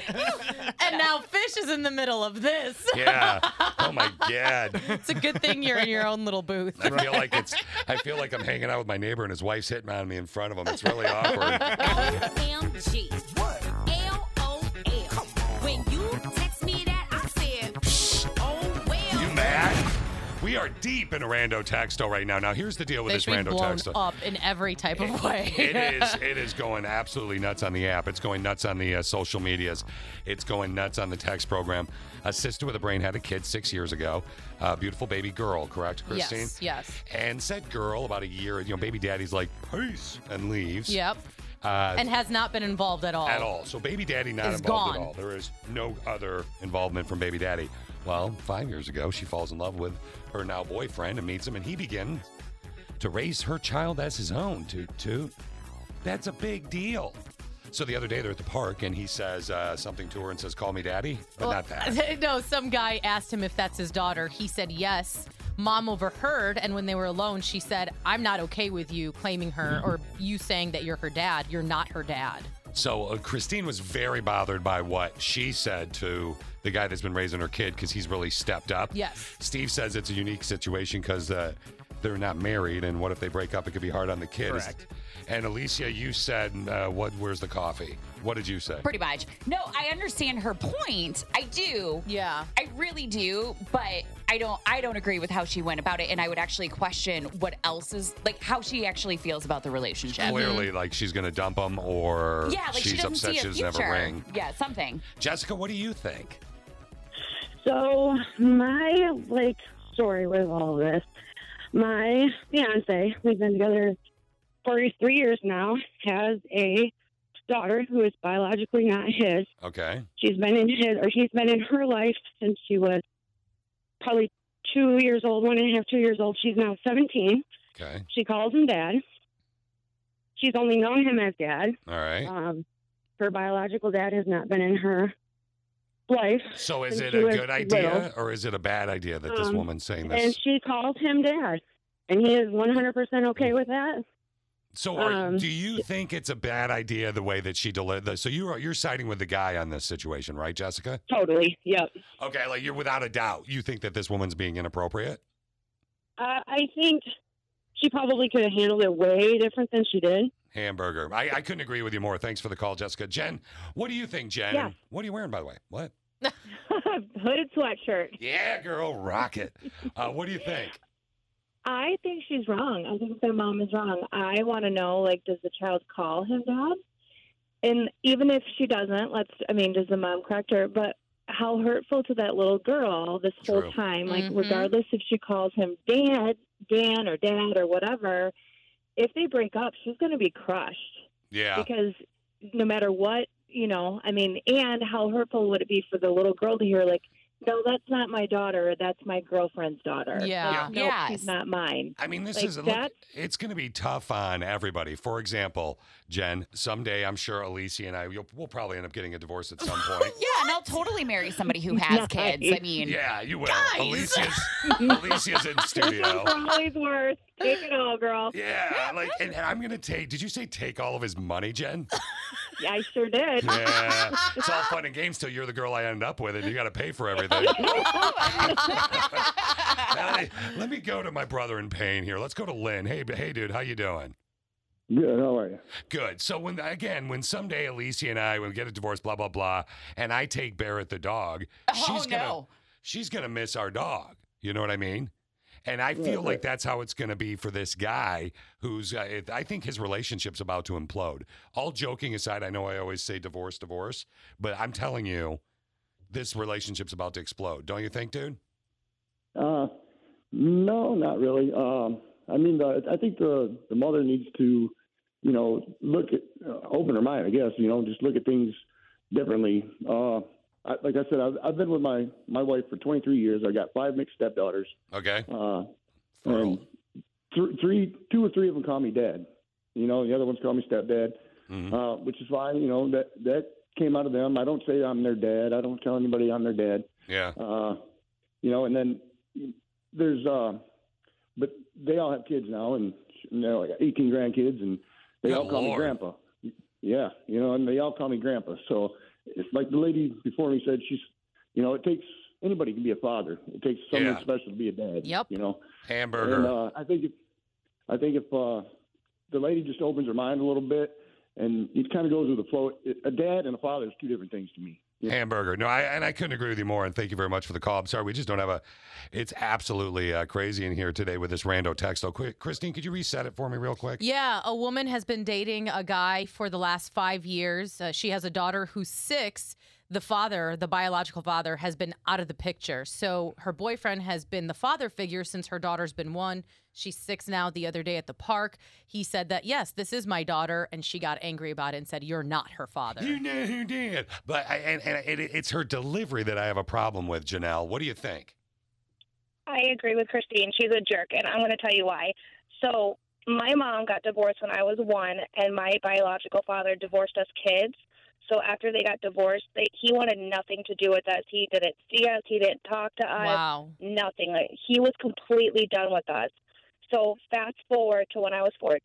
Speaker 7: And now Fish is in the middle of this.
Speaker 2: Yeah. Oh my God.
Speaker 7: It's a good thing you're in your own little booth.
Speaker 2: I feel like it's. I feel like I'm hanging out with my neighbor, and his wife's hitting on me in front of him. It's really awkward.
Speaker 13: OMG. LOL. When you text me that, I said, Shh. Oh, well.
Speaker 2: You mad? We are deep in a rando texto right now. Now here's the deal with
Speaker 7: They should
Speaker 2: this
Speaker 7: be
Speaker 2: rando
Speaker 7: blown
Speaker 2: texto.
Speaker 7: up in every type of way.
Speaker 2: it is it is going absolutely nuts on the app. It's going nuts on the uh, social medias. It's going nuts on the text program. A sister with a brain had a kid six years ago. A beautiful baby girl, correct, Christine?
Speaker 7: Yes, yes.
Speaker 2: And said girl about a year. You know, baby daddy's like peace and leaves.
Speaker 7: Yep.
Speaker 2: Uh,
Speaker 7: And has not been involved at all.
Speaker 2: at all. So baby daddy not
Speaker 7: Is
Speaker 2: involved at
Speaker 7: gone.
Speaker 2: all. There is no other involvement from baby daddy. Well, five years ago, she falls in love with her now boyfriend and meets him, and he begins to raise her child as his own. Toot toot. That's a big deal. So the other day they're at the park, and he says uh, something to her and says, "Call me daddy," but not that.
Speaker 7: no, some guy asked him if that's his daughter. He said yes. Mom overheard, and when they were alone, she said, I'm not okay with you claiming her
Speaker 2: Mm-hmm.
Speaker 7: or you saying that you're her dad. You're not her dad.
Speaker 2: So uh, Christine was very bothered by what she said to the guy that's been raising her kid because he's really stepped up.
Speaker 7: Yes.
Speaker 2: Steve says it's a unique situation because uh, they're not married, and what if they break up? It could be hard on the kid.
Speaker 24: Correct.
Speaker 2: And Alicia, you said, uh, "What? Where's the coffee?" What did you say?
Speaker 14: Pretty much. No, I understand her point. I do.
Speaker 7: Yeah.
Speaker 14: I really do, but I don't I don't agree with how she went about it and I would actually question what else is like how she actually feels about the relationship.
Speaker 7: Mm-hmm.
Speaker 2: Clearly, like she's gonna dump him, or
Speaker 14: Yeah, like
Speaker 2: she's
Speaker 14: she doesn't
Speaker 2: upset
Speaker 14: see a
Speaker 2: she doesn't
Speaker 14: future.
Speaker 2: have a ring.
Speaker 14: Yeah, something.
Speaker 2: Jessica, what do you think?
Speaker 1: So my like story with all this, my fiance, we've been together for three years now, has a daughter who is biologically not his.
Speaker 2: Okay.
Speaker 1: She's been in his or he's been in her life since she was probably two years old, one and a half, two years old. She's now seventeen.
Speaker 2: Okay.
Speaker 1: She calls him dad. She's only known him as dad.
Speaker 2: All right.
Speaker 1: Um, her biological dad has not been in her life.
Speaker 2: So is
Speaker 1: since
Speaker 2: it
Speaker 1: she
Speaker 2: a
Speaker 1: was
Speaker 2: good idea
Speaker 1: little.
Speaker 2: or is it a bad idea that this
Speaker 1: Um,
Speaker 2: woman's saying this?
Speaker 1: And she calls him dad, and he is 100% okay with that.
Speaker 2: So, are,
Speaker 1: Um,
Speaker 2: do you think it's a bad idea the way that she delivered? So you're you're siding with the guy on this situation, right, Jessica?
Speaker 1: Totally. Yep.
Speaker 2: Okay, like you're without a doubt. You think that this woman's being inappropriate?
Speaker 1: Uh, I think she probably could have handled it way different than she did.
Speaker 2: Hamburger. I, I couldn't agree with you more. Thanks for the call, Jessica. Jen, what do you think, Jen?
Speaker 1: Yeah.
Speaker 2: What are you wearing, by the way? What?
Speaker 25: Hooded sweatshirt.
Speaker 2: Yeah, girl, rock it. Uh, what do you think?
Speaker 25: I think she's wrong. I think the mom is wrong. I want to know, like, does the child call him dad? And even if she doesn't, let's, I mean, does the mom correct her? But how hurtful to that little girl this whole time. Like,
Speaker 26: Mhm.
Speaker 25: regardless if she calls him dad, Dan, or dad, or whatever, if they break up, she's going to be crushed.
Speaker 2: Yeah.
Speaker 25: Because no matter what, you know, I mean, and how hurtful would it be for the little girl to hear, like, no, that's not my daughter. That's my girlfriend's daughter.
Speaker 7: Yeah.
Speaker 25: Like,
Speaker 7: Yeah.
Speaker 25: no,
Speaker 7: Yes.
Speaker 25: she's not mine.
Speaker 2: I mean, this
Speaker 25: like
Speaker 2: is
Speaker 25: that.
Speaker 2: look, it's going to be tough on everybody. For example, Jen, someday I'm sure Alicia and I you'll, we'll probably end up getting a divorce at some point.
Speaker 14: Yeah, and I'll totally marry somebody who has kids. I mean,
Speaker 2: yeah, you will.
Speaker 14: guys.
Speaker 2: Alicia's Alicia's in studio.
Speaker 25: always worth. Take it all, girl.
Speaker 2: Yeah, like, and, and I'm gonna take. Did you say take all of his money, Jen?
Speaker 25: Yeah, I sure did.
Speaker 2: Yeah, it's all fun and games till you're the girl I end up with, and you got to pay for everything. Hey, let me go to my brother in pain here. Let's go to Lynn. Hey, b- hey, dude, how you doing?
Speaker 27: Good. How are you?
Speaker 2: Good. So when again, when someday Alicia and I will get a divorce, blah blah blah, and I take Barrett the dog, she's gonna she's gonna miss our dog. You know what I mean? And I feel like that's how it's going to be for this guy who's, uh, it, I think his relationship's about to implode. All joking aside, I know I always say divorce, divorce, but I'm telling you, this relationship's about to explode. Don't you think, dude?
Speaker 27: Uh, no, not really. Um, I mean, the, I think the the mother needs to, you know, look at uh, open her mind. I guess you know, just look at things differently. Uh, I, like I said, I've, I've been with my my wife for 23 years. I got five mixed stepdaughters.
Speaker 2: Okay.
Speaker 27: Uh, and th- three, two or three of them call me dad. You know, the other ones call me stepdad,
Speaker 2: Mm-hmm.
Speaker 19: Mm-hmm.
Speaker 27: uh, which is fine. You know that that came out of them. I don't say I'm their dad. I don't tell anybody I'm their dad.
Speaker 2: Yeah.
Speaker 27: Uh, you know, and then there's, uh, but they all have kids now, and they're like 18 grandkids, and they all
Speaker 11: Good
Speaker 27: call me
Speaker 11: Lord.
Speaker 27: grandpa. Yeah, you know, and they all call me grandpa. So, it's like the lady before me said, she's, you know, it takes anybody can be a father. It takes someone
Speaker 2: Yeah.
Speaker 27: special to be a dad.
Speaker 7: Yep.
Speaker 27: You know,
Speaker 2: Hamburger.
Speaker 27: And, uh, I think if, I think if uh, the lady just opens her mind a little bit, and it kind of goes with the flow. A dad and a father is two different things to me.
Speaker 2: Hamburger. No, I, and I couldn't agree with you more. And thank you very much for the call. I'm sorry, we just don't have a. It's absolutely uh, crazy in here today with this rando text. So, quick, Christine, could you reset it for me real quick?
Speaker 7: Yeah, a woman has been dating a guy for the last five years. Uh, she has a daughter who's six. The father, the biological father, has been out of the picture. So her boyfriend has been the father figure since her daughter's been one. She's six now. The other day at the park, he said that, yes, this is my daughter. And she got angry about it and said, You're not her father.
Speaker 2: You know who did, but I, and, and it, it's her delivery that I have a problem with, Janelle. What do you think?
Speaker 3: I agree with Christine. She's a jerk, and I'm going to tell you why. So, my mom got divorced when I was one, and my biological father divorced us kids. So, after they got divorced, they, he wanted nothing to do with us. He didn't see us, he didn't talk to us.
Speaker 7: Wow.
Speaker 3: Nothing. Like, He was completely done with us. So, fast forward to when I was 14,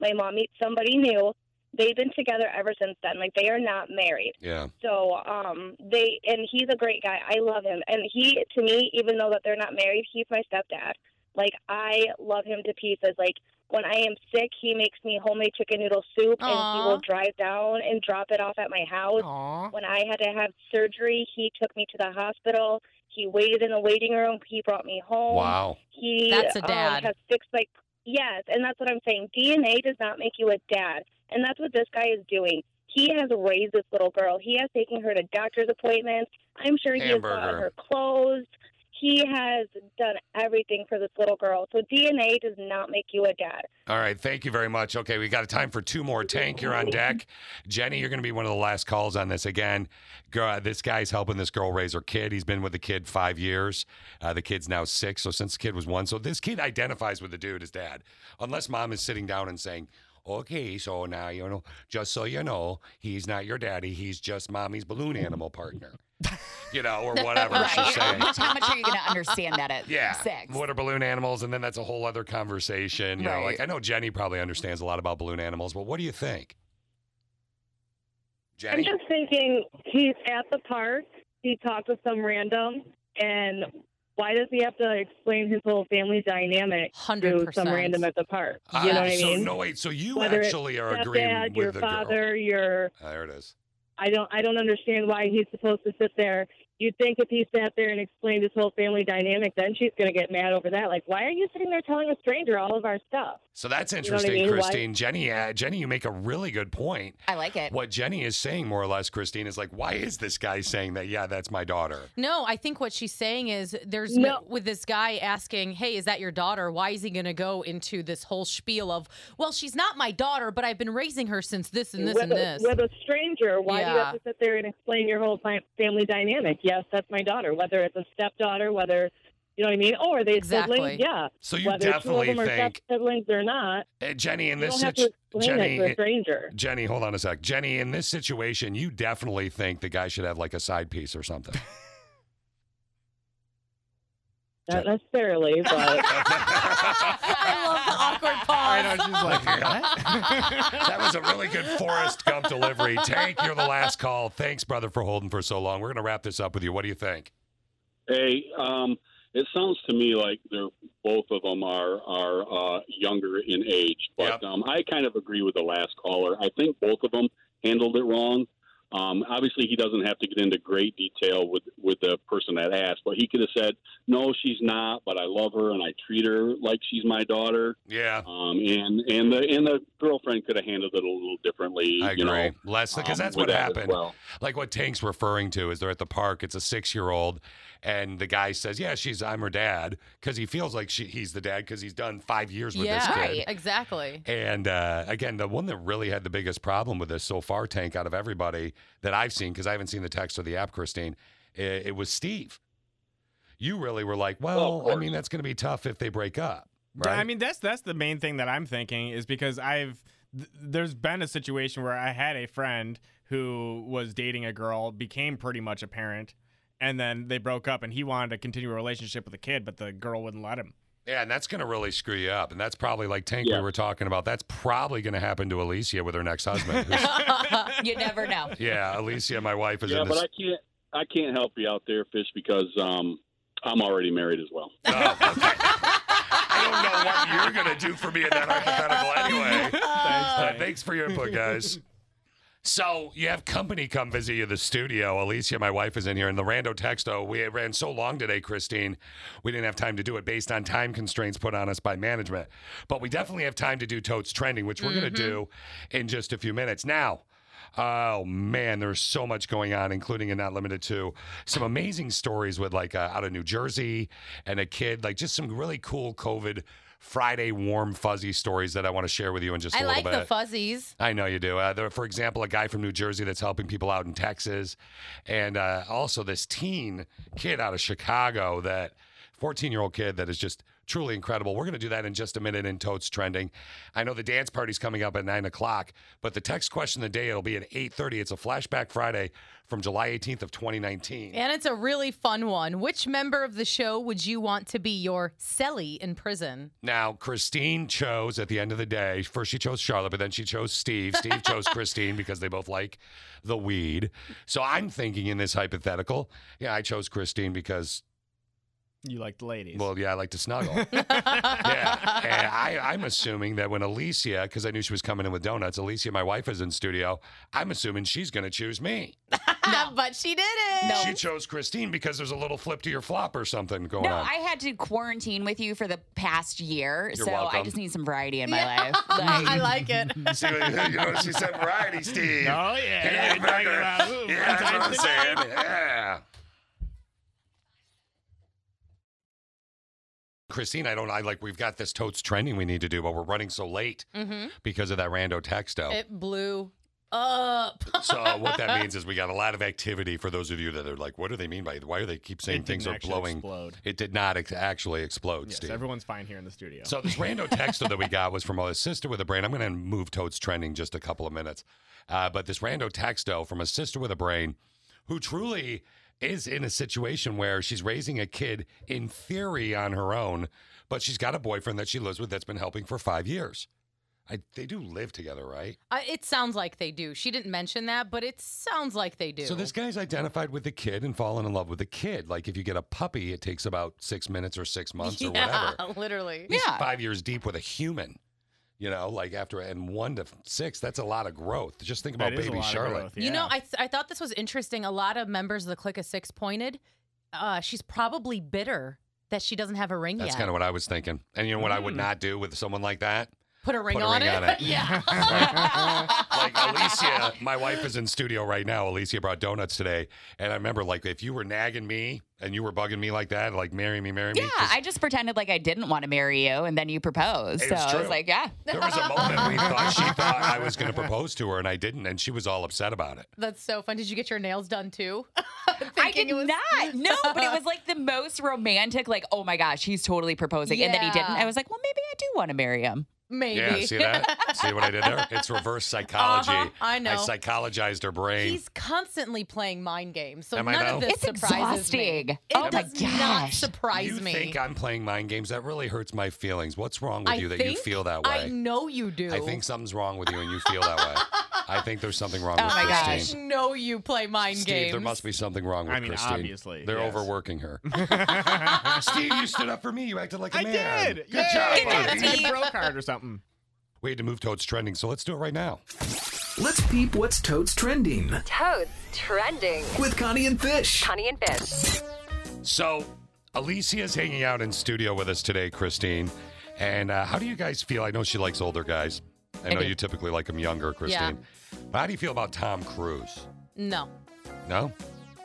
Speaker 3: my mom meets somebody new. They've been together ever since then. Like, they are not married.
Speaker 2: Yeah.
Speaker 3: So um, they and he's a great guy. I love him, and he to me, even though that they're not married, he's my stepdad. Like I love him to pieces. Like when I am sick, he makes me homemade chicken noodle soup, and
Speaker 7: Aw.
Speaker 3: he will drive down and drop it off at my house. When I had to have surgery, he took me to the hospital. He waited in the waiting room. He brought me home.
Speaker 2: Wow.
Speaker 3: He
Speaker 7: That's a
Speaker 3: um,
Speaker 7: dad.
Speaker 3: has six like yes, and that's what I'm saying. DNA does not make you a dad, and that's what this guy is doing. He has raised this little girl. He has taken her to doctor's appointments. I'm sure he has bought
Speaker 2: Hamburger.
Speaker 3: her clothes. He has done everything for this little girl. So DNA does not make you a dad.
Speaker 2: All right, thank you very much. Okay, we got time for two more. Tank, you're on deck. Jenny, you're going to be one of the last calls on this again. Girl, uh, this guy's helping this girl raise her kid. He's been with the kid five years. Uh, the kid's now six. So since the kid was one, so this kid identifies with the dude as dad, unless mom is sitting down and saying, "Okay, so now you know, just so you know, he's not your daddy. He's just mommy's balloon animal partner." You know, or whatever she's saying.
Speaker 14: How much are you going to understand that at
Speaker 2: Yeah.
Speaker 14: six?
Speaker 2: What are balloon animals? And then that's a whole other conversation. You know,
Speaker 14: Right.
Speaker 2: like I know Jenny probably understands a lot about balloon animals, but what do you think?
Speaker 28: I'm
Speaker 2: Jenny?
Speaker 28: just thinking he's at the park. He talked with some random, and why does he have to explain his whole family dynamic to
Speaker 7: 100%.
Speaker 28: some random at the park?
Speaker 2: Ah,
Speaker 28: You know what I
Speaker 2: so
Speaker 28: mean?
Speaker 2: no wait, so you
Speaker 28: Whether it's
Speaker 2: actually are
Speaker 28: stepdad,
Speaker 2: agreeing
Speaker 28: your
Speaker 2: with the
Speaker 28: father, your
Speaker 2: girl. There it is.
Speaker 28: I don't I don't understand why he's supposed to sit there. You'd think if he sat there and explained his whole family dynamic, then she's going to get mad over that. Like, why are you sitting there telling a stranger all of our stuff?
Speaker 2: So that's
Speaker 28: You know what I
Speaker 2: interesting,
Speaker 28: mean? Why-
Speaker 2: Christine. Jenny, uh, Jenny, you make a really good point.
Speaker 14: I like it.
Speaker 2: What Jenny is saying, more or less, Christine, is like, why is this guy saying that? Yeah, that's my daughter.
Speaker 7: No, I think what she's saying is there's
Speaker 28: No.
Speaker 7: no, with this guy asking, "Hey, is that your daughter?" Why is he going to go into this whole spiel of, "Well, she's not my daughter, but I've been raising her since this and this
Speaker 28: with,
Speaker 7: and
Speaker 28: a,
Speaker 7: this."
Speaker 28: with a stranger, why do you
Speaker 7: Yeah.
Speaker 28: have to sit there and explain your whole fi- family dynamic? Yes, that's my daughter. Whether it's a stepdaughter, whether you know what I mean, or they
Speaker 7: Exactly.
Speaker 28: siblings. Yeah.
Speaker 2: So you
Speaker 28: whether
Speaker 2: definitely
Speaker 28: two of them are
Speaker 2: think-
Speaker 28: step siblings or not.
Speaker 2: Uh, Jenny, in
Speaker 28: you
Speaker 2: this
Speaker 28: don't have to
Speaker 2: situ-
Speaker 28: explain
Speaker 2: Jenny, eh,
Speaker 28: it to a stranger.
Speaker 2: Jenny, hold on a sec. Jenny, in this situation, you definitely think the guy should have like a side piece or something.
Speaker 28: Not necessarily, but
Speaker 7: I love the awkward pause.
Speaker 28: I know, she's
Speaker 2: like, that was a really good Forrest Gump delivery. Tank, you're the last call. Thanks, brother, for holding for so long. We're going to wrap this up with you. What do you think?
Speaker 27: Hey, um,
Speaker 29: It sounds to me like they're both of them are are uh, younger in age, but um, I kind of agree with the last caller. I think both of them handled it wrong. Um, obviously, he doesn't have to get into great detail with with the person that asked, but he could have said, "No, she's not, but I love her and I treat her like she's my daughter."
Speaker 2: Yeah.
Speaker 29: Um, and and the and the girlfriend could have handled it a little differently.
Speaker 2: I
Speaker 29: you know,
Speaker 2: agree. Less because
Speaker 29: um,
Speaker 2: that's
Speaker 29: with
Speaker 2: what
Speaker 29: that as
Speaker 2: happened.
Speaker 29: well.
Speaker 2: Like what Tank's referring to is they're at the park. It's a six-year-old, and the guy says, "Yeah, she's I'm her dad," because he feels like she, he's the dad because he's done five years with this
Speaker 7: yeah,
Speaker 2: kid.
Speaker 7: exactly.
Speaker 2: And uh, again, the one that really had the biggest problem with this so far, Tank, out of everybody that I've seen, because I haven't seen the text or the app, Christine, i- it, was Steve. You really were like, well, I mean, that's going to be tough if they break up,
Speaker 9: Yeah,
Speaker 2: right?
Speaker 9: I mean, that's that's the main thing that I'm thinking is because I've th- there's been a situation where I had a friend who was dating a girl, became pretty much a parent, and then they broke up, and he wanted to continue a relationship with the kid, but the girl wouldn't let him.
Speaker 2: yeah, and that's going to really screw you up. And that's probably like Tank
Speaker 9: Yeah.
Speaker 2: we were talking about. That's probably going to happen to Alicia with her next husband. who's-
Speaker 7: you never know.
Speaker 2: yeah, Alicia, my wife, is
Speaker 29: Yeah,
Speaker 2: in
Speaker 29: but
Speaker 2: this.
Speaker 29: I can't I can't help you out there, Fish, because um, I'm already married as well.
Speaker 2: I don't know what you're going to do for me in that hypothetical anyway. thanks, thanks for your input, guys. So you have company come visit you at the studio. Alicia, my wife, is in here, and the rando texto. We ran so long today, Christine, we didn't have time to do it based on time constraints put on us by management. But we definitely have time to do totes trending, which we're
Speaker 7: Mm-hmm.
Speaker 2: going
Speaker 11: Mhm.
Speaker 2: to do in just a few minutes. Now, oh man, there's so much going on, including and not limited to some amazing stories with like uh, out of New Jersey and a kid, like just some really cool COVID Friday warm fuzzy stories that I want to share with you in just a
Speaker 7: I
Speaker 2: little
Speaker 7: like
Speaker 2: bit.
Speaker 7: the fuzzies.
Speaker 2: I know you do. Uh, there, for example, a guy from New Jersey that's helping people out in Texas, and uh, also this teen kid out of Chicago, that 14 year old kid that is just truly incredible. We're going to do that in just a minute in Totes Trending. I know the dance party's coming up at nine o'clock, but the text question of the day it'll be at 8:30. It's a flashback Friday from July 18th of 2019.
Speaker 7: And it's a really fun one. Which member of the show would you want to be your cellie in prison?
Speaker 2: Now, Christine chose at the end of the day. First, she chose Charlotte, but then she chose Steve. Steve chose Christine because they both like the weed. So I'm thinking in this hypothetical, yeah, I chose Christine because,
Speaker 9: You like the ladies.
Speaker 2: well, yeah, I like to snuggle. yeah. And I, I'm assuming that when Alicia, because I knew she was coming in with donuts, Alicia, my wife, is in studio, I'm assuming she's going to choose me.
Speaker 7: but she didn't.
Speaker 2: She chose Christine because there's a little flip to your flop or something going
Speaker 14: No,
Speaker 2: on.
Speaker 14: I had to quarantine with you for the past year,
Speaker 2: You're
Speaker 14: so I
Speaker 2: welcome.
Speaker 14: just need some variety in my
Speaker 7: Yeah.
Speaker 14: life.
Speaker 7: I like it.
Speaker 2: See, you know, she said variety, Steve.
Speaker 9: Oh, yeah.
Speaker 2: Yeah,
Speaker 9: You're talking about- ooh,
Speaker 2: yeah that's what I'm
Speaker 9: sometimes
Speaker 2: saying. Yeah. Christine, I don't. I like. We've got this totes trending we need to do, but we're running so late
Speaker 7: Mm-hmm.
Speaker 2: because of that rando texto.
Speaker 7: It blew up.
Speaker 2: so uh, what that means is we got a lot of activity for those of you that are like, what do they mean by? Why do they keep saying
Speaker 9: It
Speaker 2: things
Speaker 9: didn't
Speaker 2: are
Speaker 9: actually
Speaker 2: blowing?
Speaker 9: explode.
Speaker 2: It did not ex- actually explode,
Speaker 9: Yes,
Speaker 2: Steve.
Speaker 9: everyone's fine here in the studio.
Speaker 2: So this rando texto that we got was from a sister with a brain. I'm going to move totes trending just a couple of minutes, uh, but this rando texto from a sister with a brain, who truly is in a situation where she's raising a kid in theory on her own, but she's got a boyfriend that she lives with that's been helping for five years. I, they do live together, right?
Speaker 7: I, it sounds like they do. She didn't mention that, but it sounds like they do.
Speaker 2: So this guy's identified with the kid and fallen in love with the kid. Like if you get a puppy, it takes about six minutes or six months or
Speaker 7: yeah,
Speaker 2: whatever.
Speaker 7: literally.
Speaker 2: He's five years deep with a human. You know, like after and one to six, that's a lot of growth. Just think about
Speaker 9: That is a
Speaker 2: baby
Speaker 9: lot of
Speaker 2: Charlotte.
Speaker 9: growth,
Speaker 7: You know, I, th- I thought this was interesting. A lot of members of the Click of Six pointed. Uh, she's probably bitter that she doesn't have a ring
Speaker 2: that's
Speaker 7: yet.
Speaker 2: kind of what I was thinking. And you know what I would
Speaker 9: Hmm.
Speaker 7: Mm.
Speaker 2: not do with someone like that?
Speaker 7: Put a ring,
Speaker 2: Put a
Speaker 7: on,
Speaker 2: ring
Speaker 7: it.
Speaker 2: on it.
Speaker 7: yeah.
Speaker 2: like Alicia, my wife is in studio right now. Alicia brought donuts today, and I remember like if you were nagging me and you were bugging me like that, like marry me, marry
Speaker 14: yeah,
Speaker 2: me.
Speaker 14: I just pretended like I didn't want to marry you, and then you proposed.
Speaker 2: It's
Speaker 14: so I
Speaker 2: true.
Speaker 14: was like, yeah.
Speaker 2: There was a moment we thought she thought I was going to propose to her, and I didn't, and she was all upset about it.
Speaker 7: That's so fun. Did you get your nails done too?
Speaker 14: I did not. No, but it was like the most romantic. Like, oh my gosh, he's totally proposing, and then he didn't.
Speaker 7: Yeah.
Speaker 14: I was like, well, maybe I do want to marry him.
Speaker 7: Maybe.
Speaker 2: Yeah, see that? see what I did there? It's reverse psychology.
Speaker 7: Uh-huh, I know.
Speaker 2: I psychologized her brain.
Speaker 7: He's constantly playing mind games, so
Speaker 2: Am I
Speaker 7: none
Speaker 2: now?
Speaker 7: of this
Speaker 2: It's
Speaker 7: surprises
Speaker 14: exhausting.
Speaker 7: me. It
Speaker 14: Oh my
Speaker 7: does not
Speaker 14: gosh.
Speaker 7: surprise
Speaker 2: you
Speaker 7: me.
Speaker 2: think I'm playing mind games? That really hurts my feelings. What's wrong with
Speaker 7: I
Speaker 2: you that you
Speaker 7: think
Speaker 2: feel that way?
Speaker 7: I know you do.
Speaker 2: I think something's wrong with you and you feel that way. I think there's something wrong
Speaker 7: Oh
Speaker 2: with
Speaker 7: my
Speaker 2: Christine.
Speaker 7: gosh. No, you play mind
Speaker 2: Steve,
Speaker 7: games.
Speaker 2: there must be something wrong with
Speaker 9: I mean,
Speaker 2: Christine.
Speaker 9: obviously,
Speaker 2: They're
Speaker 9: yes.
Speaker 2: overworking her. Steve, you stood up for me. You acted like a
Speaker 9: I
Speaker 2: man.
Speaker 9: did.
Speaker 2: Good job, buddy.
Speaker 9: bro card or something.
Speaker 2: We had to move Toad's trending, so let's do it right now.
Speaker 17: Let's peep what's Toad's trending.
Speaker 18: Toads trending.
Speaker 17: With Connie and Fish.
Speaker 18: Connie and Fish.
Speaker 2: So, Alicia's hanging out in studio with us today, Christine. And uh, how do you guys feel? I know she likes older guys. I
Speaker 7: I
Speaker 2: know
Speaker 7: do.
Speaker 2: you typically like them younger, Christine. But how do you feel about Tom Cruise?
Speaker 7: No,
Speaker 2: No?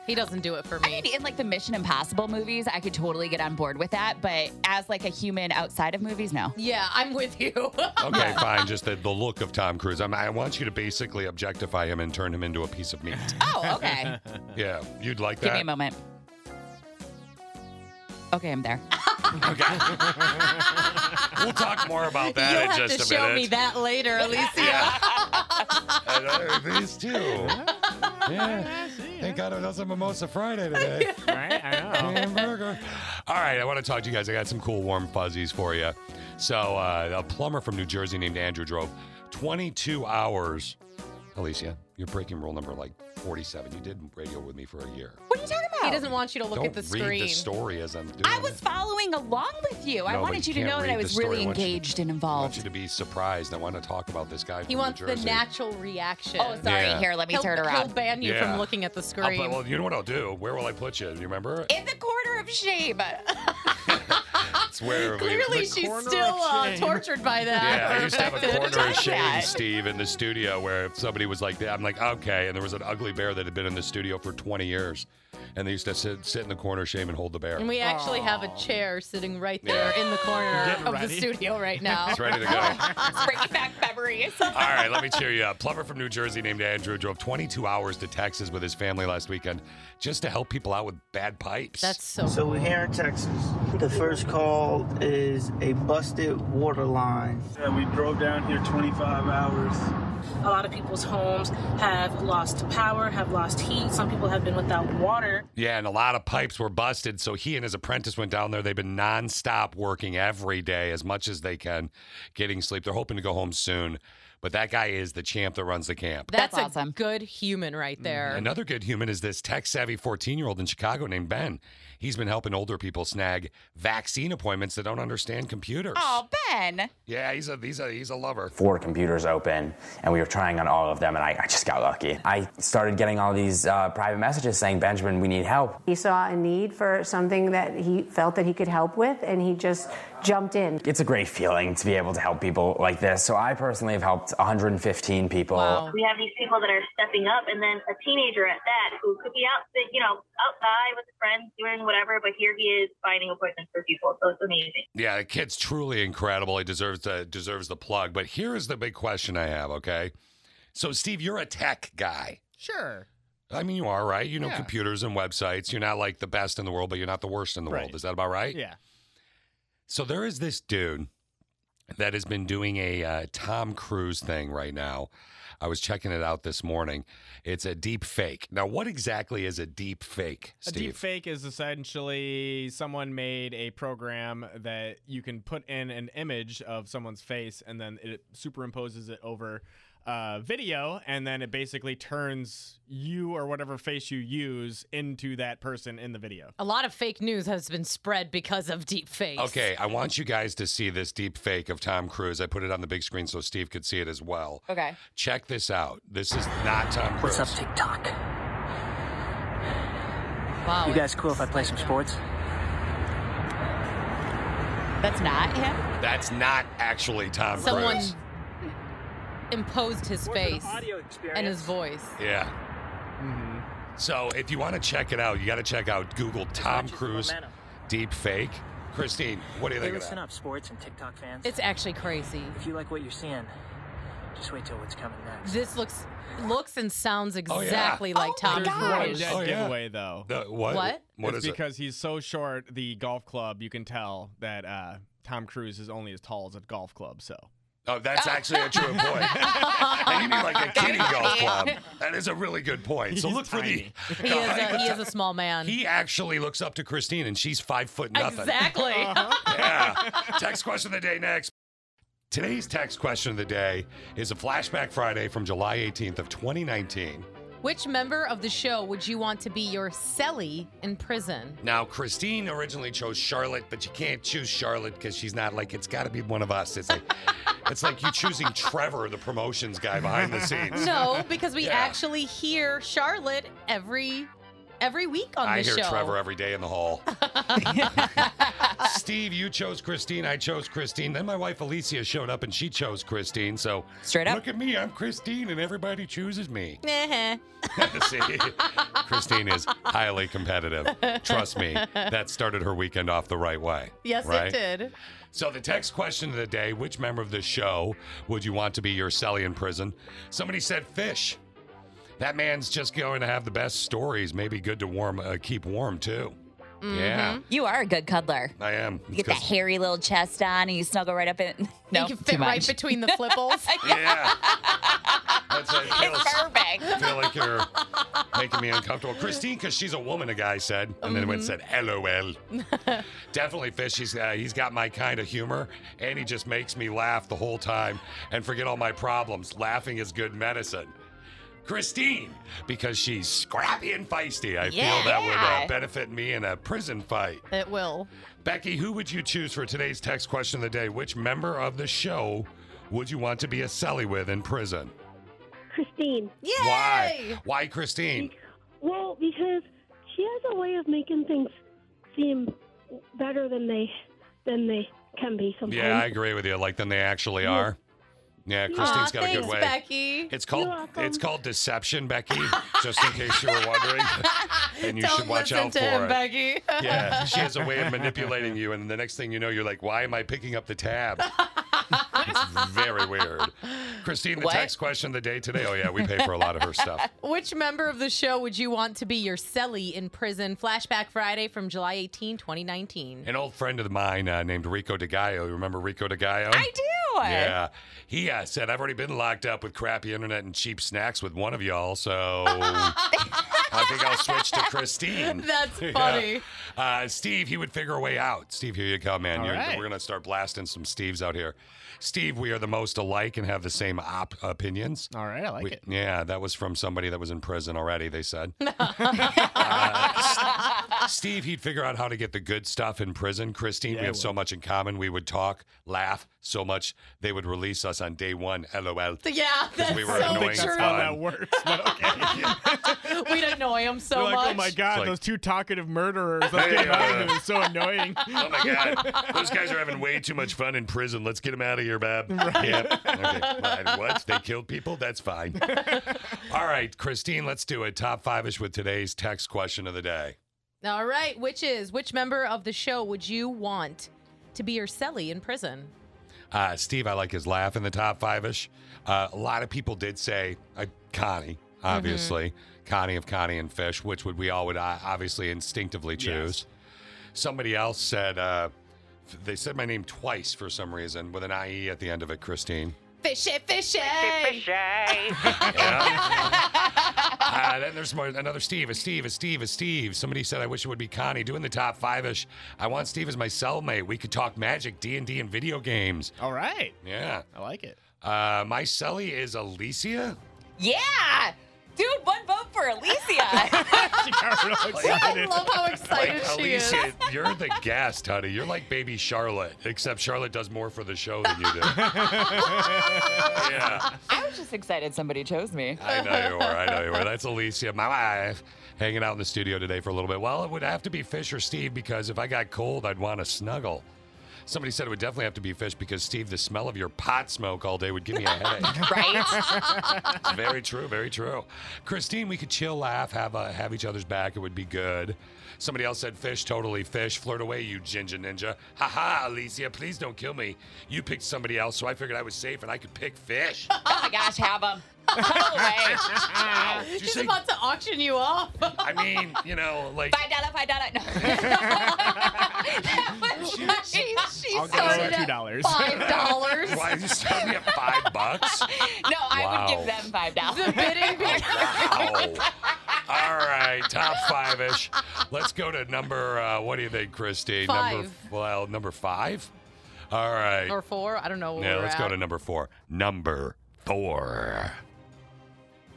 Speaker 7: he doesn't do it for me.
Speaker 14: I mean, in like the Mission Impossible movies, I could totally get on board with that. But as like a human outside of movies, no.
Speaker 7: Yeah, I'm with you.
Speaker 2: Okay, fine. Just the, the look of Tom Cruise. I'm, I want you to basically objectify him and turn him into a piece of meat.
Speaker 14: Oh, okay.
Speaker 2: Yeah, you'd like
Speaker 14: Give me
Speaker 2: that.
Speaker 14: a moment. Okay, I'm there.
Speaker 2: we'll talk more about that
Speaker 7: You'll
Speaker 2: in
Speaker 7: have
Speaker 2: just
Speaker 7: to
Speaker 2: a
Speaker 7: show
Speaker 2: minute.
Speaker 7: me that later, Alicia.
Speaker 2: And other things, too. Yeah. Thank God it wasn't Mimosa Friday today.
Speaker 9: right? I
Speaker 2: know. Hamburger. All right, I want to talk to you guys. I got some cool warm fuzzies for you. So, uh, a plumber from New Jersey named Andrew drove 22 hours. Alicia, you're breaking rule number like 47. You did radio with me for a year.
Speaker 14: What are you talking about?
Speaker 7: He doesn't want you to look
Speaker 2: Don't
Speaker 7: at the
Speaker 2: read
Speaker 7: screen.
Speaker 2: the story as I'm doing.
Speaker 14: I was following along with you. I
Speaker 2: No, but
Speaker 14: wanted
Speaker 2: you
Speaker 14: you to
Speaker 2: can't
Speaker 14: know that
Speaker 2: read
Speaker 14: I
Speaker 2: the
Speaker 14: was
Speaker 2: story. I
Speaker 14: really
Speaker 2: want you-
Speaker 14: engaged and
Speaker 2: I
Speaker 14: involved.
Speaker 2: want you to be surprised. I want to talk about this guy.
Speaker 7: He
Speaker 2: from
Speaker 7: wants
Speaker 2: New
Speaker 7: the
Speaker 2: Jersey.
Speaker 7: natural reaction.
Speaker 14: Oh, sorry.
Speaker 2: Yeah.
Speaker 14: Here, let me
Speaker 7: He'll-
Speaker 14: turn her
Speaker 7: He'll
Speaker 14: around.
Speaker 7: ban you
Speaker 2: Yeah.
Speaker 7: from looking at the
Speaker 2: I'll put-
Speaker 7: screen.
Speaker 2: well, you know what I'll do? Where will I put you? You remember?
Speaker 14: In the corner of shame.
Speaker 2: It's where we,
Speaker 7: Clearly,
Speaker 2: the
Speaker 7: she's
Speaker 2: corner of
Speaker 7: still uh,
Speaker 2: shame.
Speaker 7: tortured by that.
Speaker 2: Yeah,
Speaker 7: or
Speaker 2: I used to have a
Speaker 7: affected.
Speaker 2: corner of shame,
Speaker 7: That.
Speaker 2: Steve, in the studio where if somebody was like that, I'm like, okay. And there was an ugly bear that had been in the studio for 20 years. And they used to sit, sit in the corner of shame and hold the bear.
Speaker 7: And we actually have a chair sitting right there in the corner
Speaker 2: Getting
Speaker 7: of
Speaker 2: ready.
Speaker 7: the studio right now.
Speaker 2: It's ready to go.
Speaker 14: Bringing back memories.
Speaker 2: All right, let me cheer you up. Plumber from New Jersey named Andrew drove 22 hours to Texas with his family last weekend just to help people out with bad pipes.
Speaker 7: That's so.
Speaker 6: So we're here in Texas. The first call is a busted water line.
Speaker 11: Yeah, we drove down here 25 hours.
Speaker 30: A lot of people's homes have lost power, have lost heat. Some people have been without water.
Speaker 2: Yeah, and a lot of pipes were busted. So he and his apprentice went down there. They've been nonstop working every day as much as they can, getting sleep. They're hoping to go home soon. But that guy is the champ that runs the camp.
Speaker 7: That's, a good human right there.
Speaker 2: Another good human is this tech savvy 14 year old in Chicago named Ben. He's been helping older people snag vaccine appointments that don't understand computers.
Speaker 14: Oh, Ben.
Speaker 2: Yeah, he's a he's a he's a lover.
Speaker 23: four computers open and we were trying on all of them and I, I just got lucky. I started getting all these uh, private messages saying, Benjamin, we need help.
Speaker 31: He saw a need for something that he felt that he could help with, and he just jumped in.
Speaker 23: It's a great feeling to be able to help people like this. So I personally have helped 115 people.
Speaker 32: We have these people that are stepping up, and then a teenager at that who could be out, you know, outside with friends doing whatever, but here he is finding appointments for people. So it's amazing.
Speaker 2: Yeah, the kid's truly incredible. He deserves the deserves the plug. But here is the big question I have, okay? So Steve, you're a tech guy.
Speaker 9: Sure.
Speaker 2: I mean, you are right. You know
Speaker 9: Yeah.
Speaker 2: computers and websites. You're not like the best in the world, but you're not the worst in the world. Is that about right?
Speaker 9: Yeah.
Speaker 2: So there is this dude that has been doing a uh, Tom Cruise thing right now. I was checking it out this morning. It's a deep fake. Now, what exactly is a deep fake, Steve?
Speaker 9: A deep fake is essentially someone made a program that you can put in an image of someone's face and then it superimposes it over uh, video and then it basically turns you or whatever face you use into that person in the video.
Speaker 7: A lot of fake news has been spread because of deep fakes.
Speaker 2: Okay, I want you guys to see this deep fake of Tom Cruise. I put it on the big screen so Steve could see it as well.
Speaker 7: Okay.
Speaker 2: Check this out. This is not Tom Cruise. What's up, TikTok?
Speaker 7: Wow.
Speaker 6: You guys cool if I play some sports?
Speaker 14: That's not him.
Speaker 2: That's not actually Tom
Speaker 7: Someone
Speaker 2: Cruise.
Speaker 7: imposed his face and his voice.
Speaker 2: Yeah. So if you want to check it out, you got to check out Google Tom Cruise
Speaker 6: momentum.
Speaker 2: deep fake. Christine, what do you
Speaker 6: Hey,
Speaker 2: think of
Speaker 6: listen
Speaker 2: that?
Speaker 6: up, sports and TikTok fans.
Speaker 7: It's actually crazy.
Speaker 6: If you like what you're seeing, just wait till what's coming next.
Speaker 7: This looks looks and sounds
Speaker 6: Oh, yeah.
Speaker 7: exactly like Tom
Speaker 9: There's one
Speaker 7: Cruise.
Speaker 9: dead giveaway though.
Speaker 2: Oh, The- what? What? What
Speaker 9: it's
Speaker 2: is it?
Speaker 9: because he's so short. The golf club, you can tell that uh, Tom Cruise is only as tall as a golf club. So.
Speaker 2: Oh, that's actually a true point. and you mean like a kiddie golf club. That is a really good point. So look for the.
Speaker 7: He is a, he is a small man.
Speaker 2: He actually looks up to Christine, and she's five foot nothing.
Speaker 7: Exactly.
Speaker 2: Yeah. Text question of the day next. Today's text question of the day is a flashback Friday from July 18th of 2019.
Speaker 7: Which member of the show would you want to be your cellie in prison?
Speaker 2: Now, Christine originally chose Charlotte, but you can't choose Charlotte because she's not like it's got to be one of us. It's like it's like you choosing Trevor, the promotions guy behind the scenes.
Speaker 7: No, because we
Speaker 2: Yeah.
Speaker 7: actually hear Charlotte every every week on
Speaker 2: I
Speaker 7: the
Speaker 2: hear
Speaker 7: show.
Speaker 2: Trevor every day in the hall. Steve, you chose Christine. I chose Christine. Then my wife Alicia showed up and she chose Christine. So
Speaker 14: Straight up.
Speaker 2: look at me. I'm Christine, and everybody chooses me.
Speaker 7: Eh-heh.
Speaker 2: See, Christine is highly competitive. Trust me, that started her weekend off the right way.
Speaker 7: Yes,
Speaker 2: right?
Speaker 7: it did.
Speaker 2: So the text question of the day: Which member of the show would you want to be your cellie in prison? Somebody said fish. That man's just going to have the best stories. Maybe good to warm, uh, keep warm too.
Speaker 7: Mm-hmm.
Speaker 2: Yeah,
Speaker 14: You are a good cuddler.
Speaker 2: I am.
Speaker 14: You get that hairy little chest on and you snuggle right up in. No,
Speaker 7: you can fit right between the flipples.
Speaker 2: yeah. That's it. Feels-
Speaker 14: Perfect.
Speaker 2: feel like you're making me uncomfortable. Christine, because she's a woman, a guy said, and then went and said, LOL. Definitely fish. He's, uh, he's got my kind of humor, and he just makes me laugh the whole time and forget all my problems. Laughing is good medicine. Christine, because she's scrappy and feisty. I feel that would
Speaker 7: Yeah.
Speaker 2: uh, benefit me in a prison fight.
Speaker 7: It will.
Speaker 2: Becky, who would you choose for today's text question of the day? Which member of the show would you want to be a celly with in prison?
Speaker 1: Christine.
Speaker 2: Why? Why, Christine?
Speaker 1: Well, because she has a way of making things seem better than they than they can be sometimes.
Speaker 2: Yeah, I agree with you. Like than they actually are. Yeah, Christine's got a good way. It's called
Speaker 1: You're welcome.
Speaker 2: it's called deception, Becky. just in case you were wondering, and you
Speaker 7: Don't
Speaker 2: should watch
Speaker 7: listen
Speaker 2: out
Speaker 7: to
Speaker 2: for
Speaker 7: him,
Speaker 2: it.
Speaker 7: Becky.
Speaker 2: Yeah, she has a way of manipulating you, and the next thing you know, you're like, "Why am I picking up the tab?" it's very weird. Christine, the
Speaker 7: What?
Speaker 2: text question of the day today. Oh yeah, we pay for a lot of her stuff.
Speaker 7: Which member of the show would you want to be your cellie in prison? Flashback Friday from July 18, 2019.
Speaker 2: An old friend of mine uh, named Rico DeGaio. You remember Rico DeGaio?
Speaker 14: I do.
Speaker 2: Yeah. He uh, said, I've already been locked up with crappy internet and cheap snacks with one of y'all, so I think I'll switch to Christine.
Speaker 7: That's
Speaker 2: Yeah.
Speaker 7: funny.
Speaker 2: Uh, Steve, he would figure a way out. Steve, here you come, man.
Speaker 4: All
Speaker 2: You're,
Speaker 4: right.
Speaker 2: We're going to start blasting some Steves out here. Steve, we are the most alike and have the same op- opinions.
Speaker 9: All right, I like it.
Speaker 2: Yeah, that was from somebody that was in prison already, they said. Uh, Steve, he'd figure out how to get the good stuff in prison. Christine, we have so much in common. We would talk, laugh so much. They would release us on day one. LOL.
Speaker 7: Yeah,
Speaker 2: 'Cause
Speaker 7: that's
Speaker 2: we were
Speaker 7: so
Speaker 2: annoying
Speaker 7: true.
Speaker 2: as fun.
Speaker 9: works.
Speaker 7: We'd annoy him so
Speaker 9: You're like,
Speaker 7: much.
Speaker 9: oh my god,
Speaker 2: like-
Speaker 9: those two talkative murderers.
Speaker 2: Hey,
Speaker 9: Let's get 'em out of
Speaker 2: uh,
Speaker 9: here. It's so annoying.
Speaker 2: Oh my God. Those guys are having way too much fun in prison. Let's get them out of here, Bob. Yeah. Okay. Fine. What? They killed people? That's fine. All right, Christine, let's do a top five ish with today's text question of the day.
Speaker 7: All right, which is which member of the show would you want to be your cellie in prison?
Speaker 2: Uh, Steve, I like his laugh in the top five ish. Uh, a lot of people did say uh, Connie, obviously. Connie of Connie and Fish, which would we all would uh, obviously instinctively choose. Somebody else said, uh, f- they said my name twice for some reason with an IE at the end of it, Christine.
Speaker 7: Fishy, fishy, fishy.
Speaker 2: Uh, then there's more, another Steve, a Steve, a Steve, a Steve. Somebody said, I wish it would be Connie doing the top five ish. I want Steve as my cellmate. We could talk magic, D&D, and video games.
Speaker 9: All right.
Speaker 2: Yeah.
Speaker 9: I like it.
Speaker 2: Uh, my celly is Alicia.
Speaker 14: Yeah. Dude, one vote for Alicia.
Speaker 9: she got real
Speaker 14: excited. I love how excited
Speaker 2: Like,
Speaker 14: she is.
Speaker 2: Alicia, you're the guest, honey. You're like baby Charlotte, except Charlotte does more for the show than you do. yeah.
Speaker 14: I was just excited somebody chose me.
Speaker 2: I know you were. I know you were. That's Alicia, my wife, hanging out in the studio today for a little bit. Well, it would have to be Fish or Steve because if I got cold, I'd want to snuggle. Somebody said it would definitely have to be Fish because Steve, the smell of your pot smoke all day would give me a headache. It's very true. Very true. Christine, we could chill, laugh, have uh, have each other's back. It would be good. Somebody else said Fish, totally Fish. Flirt away, you ginger ninja. Ha ha, Alicia, please don't kill me. You picked somebody else, so I figured I was safe and I could pick Fish.
Speaker 14: Oh my gosh, have them.
Speaker 2: Did you
Speaker 7: She's
Speaker 2: say-
Speaker 7: about to auction you off.
Speaker 2: I mean, you know, like
Speaker 14: Five dollar, five dollar. No. she,
Speaker 2: she
Speaker 14: she
Speaker 2: I'll give her
Speaker 14: started at
Speaker 2: $2.
Speaker 14: Five dollars.
Speaker 2: Why you start me at five bucks?
Speaker 14: No, I would
Speaker 2: Wow.
Speaker 14: give them five dollars.
Speaker 7: The bidding
Speaker 2: Wow. All right, top five ish. Let's go to number. Uh, what do you think, Christy? Number
Speaker 7: Five.
Speaker 2: well, number five. All right.
Speaker 7: Or four? I don't know. where
Speaker 2: Yeah,
Speaker 7: we're
Speaker 2: let's
Speaker 7: at.
Speaker 2: go to number four. Number four.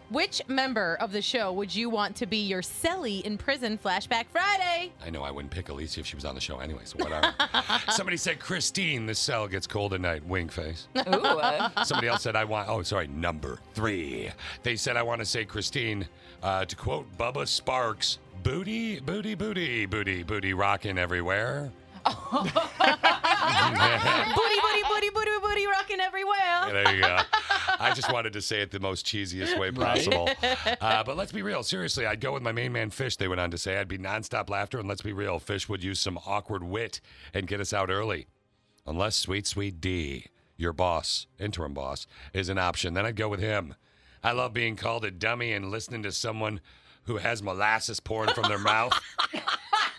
Speaker 7: Which member of the show would you want to be your Selly in prison flashback Friday?
Speaker 2: I know I wouldn't pick Alicia if she was on the show anyway, so whatever. Somebody said, Christine, the cell gets cold at night. Wing face. Somebody else said, I want, oh, sorry, number three. They said, I want to say, Christine, uh, to quote Bubba Sparks, booty, booty, booty, booty, booty, rocking everywhere.
Speaker 7: booty, booty, booty, booty, booty, rocking everywhere.
Speaker 2: Yeah, there you go. I just wanted to say it the most cheesiest way possible. Uh, but let's be real. Seriously, I'd go with my main man Fish, they went on to say. I'd be nonstop laughter, and let's be real, Fish would use some awkward wit and get us out early. Unless Sweet Sweet D, your boss, interim boss, is an option, then I'd go with him. I love being called a dummy and listening to someone who has molasses pouring from their mouth.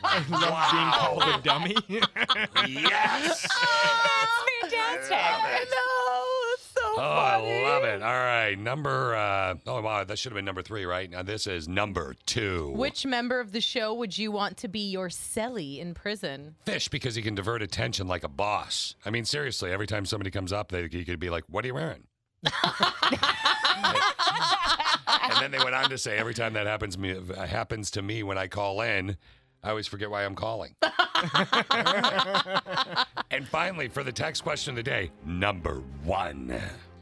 Speaker 2: I love being called a dummy. yes.
Speaker 7: Oh,
Speaker 14: Fantastic.
Speaker 2: Oh, I love it. All right, number. Uh, oh wow, that should have been number three, right? Now this is number two.
Speaker 7: Which member of the show would you want to be your Selly in prison?
Speaker 2: Fish because he can divert attention like a boss. I mean, seriously, every time somebody comes up, they he could be like, "What are you wearing?" and then they went on to say, every time that happens me happens to me when I call in, I always forget why I'm calling. and finally, for the text question of the day, number one.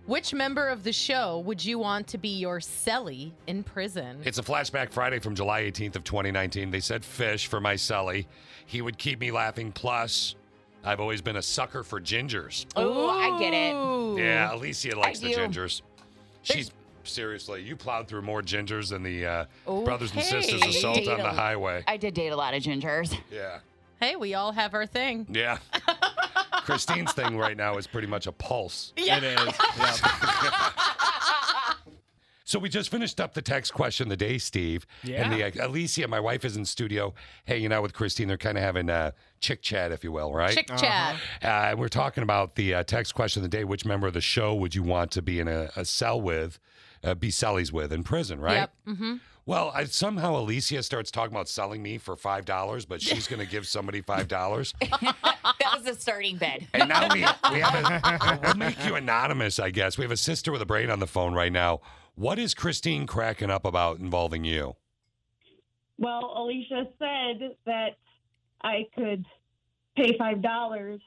Speaker 7: Which member of the show would you want to be your Selly in prison?
Speaker 2: It's a flashback Friday from July 18th of 2019. They said fish for my Sully. He would keep me laughing. Plus, I've always been a sucker for gingers.
Speaker 14: Oh, I get
Speaker 7: Ooh.
Speaker 14: it.
Speaker 2: Yeah, Alicia likes the
Speaker 14: do.
Speaker 2: gingers. She's seriously, you plowed through more gingers than the uh, brothers and
Speaker 14: Okay.
Speaker 2: sisters assault
Speaker 14: Date
Speaker 2: on the
Speaker 14: a-
Speaker 2: highway.
Speaker 14: I did date a lot of gingers.
Speaker 2: Yeah,
Speaker 7: Hey, we all have our thing.
Speaker 2: yeah. Christine's thing right now is pretty much a pulse.
Speaker 7: Yeah. It
Speaker 2: is. So we just finished up the text question of the day, Steve. And the uh, Alicia, my wife, is in studio hanging out with Christine. They're kind of having a chick chat, if you will, right?
Speaker 7: Chick chat.
Speaker 2: Uh, and we're talking about the uh, text question of the day. Which member of the show would you want to be in a, a cell with, uh, be cellies with in prison, right?
Speaker 7: Yep. Mm-hmm.
Speaker 2: Well, I, somehow Alicia starts talking about selling me for $5, but she's going to give somebody $5.
Speaker 14: that was the starting bed.
Speaker 2: And now we, we have a, we'll make you anonymous, I guess. We have a sister with a brain on the phone right now. What is Christine cracking up about involving you?
Speaker 4: Well, Alicia said that I could pay five dollars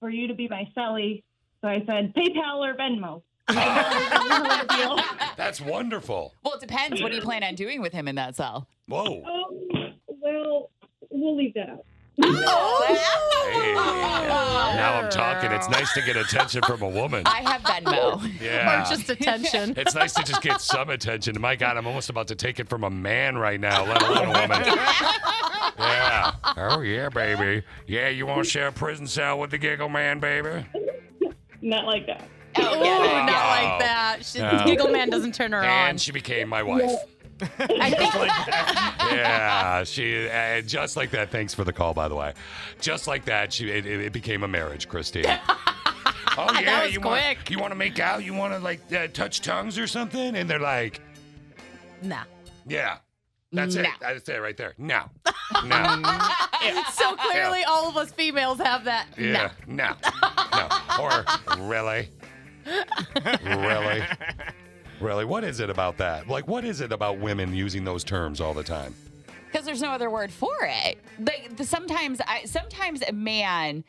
Speaker 4: for you to be my Sally. So I said PayPal or Venmo.
Speaker 2: That's wonderful.
Speaker 14: Well, it depends. What do you plan on doing with him in that cell?
Speaker 2: Whoa.
Speaker 4: Well, we'll leave that out.
Speaker 2: Hey, now I'm talking. It's nice to get attention from a woman.
Speaker 14: I have
Speaker 7: Oh,
Speaker 14: Venmo.
Speaker 2: Yeah.
Speaker 7: Or just attention.
Speaker 2: It's nice to just get some attention. My God, I'm almost about to take it from a man right now, let alone a woman. Yeah. Mm-hmm. Oh, yeah, baby. Yeah, you want to share a prison cell with the giggle man, baby?
Speaker 4: Not like that.
Speaker 14: Oh.
Speaker 7: Ooh, not like that. She,
Speaker 2: No.
Speaker 7: Giggle man doesn't turn her on.
Speaker 2: And she became my wife.
Speaker 7: I think
Speaker 2: yeah, she uh, just like that. Thanks for the call, by the way. Just like that, she it, it it became a marriage, Christine. oh yeah,
Speaker 5: was
Speaker 2: you want you want to make out? You want to like uh, touch tongues or something? And they're like,
Speaker 7: nah.
Speaker 2: yeah, that's it.
Speaker 7: No.
Speaker 2: That's it right there. No, no,
Speaker 7: So clearly,
Speaker 2: Yeah.
Speaker 7: all of us females have that.
Speaker 2: yeah, no, no, or really, really, really. What is it about that? Like, what is it about women using those terms all the time?
Speaker 14: Because there's no other word for it. Like the, sometimes, I sometimes a man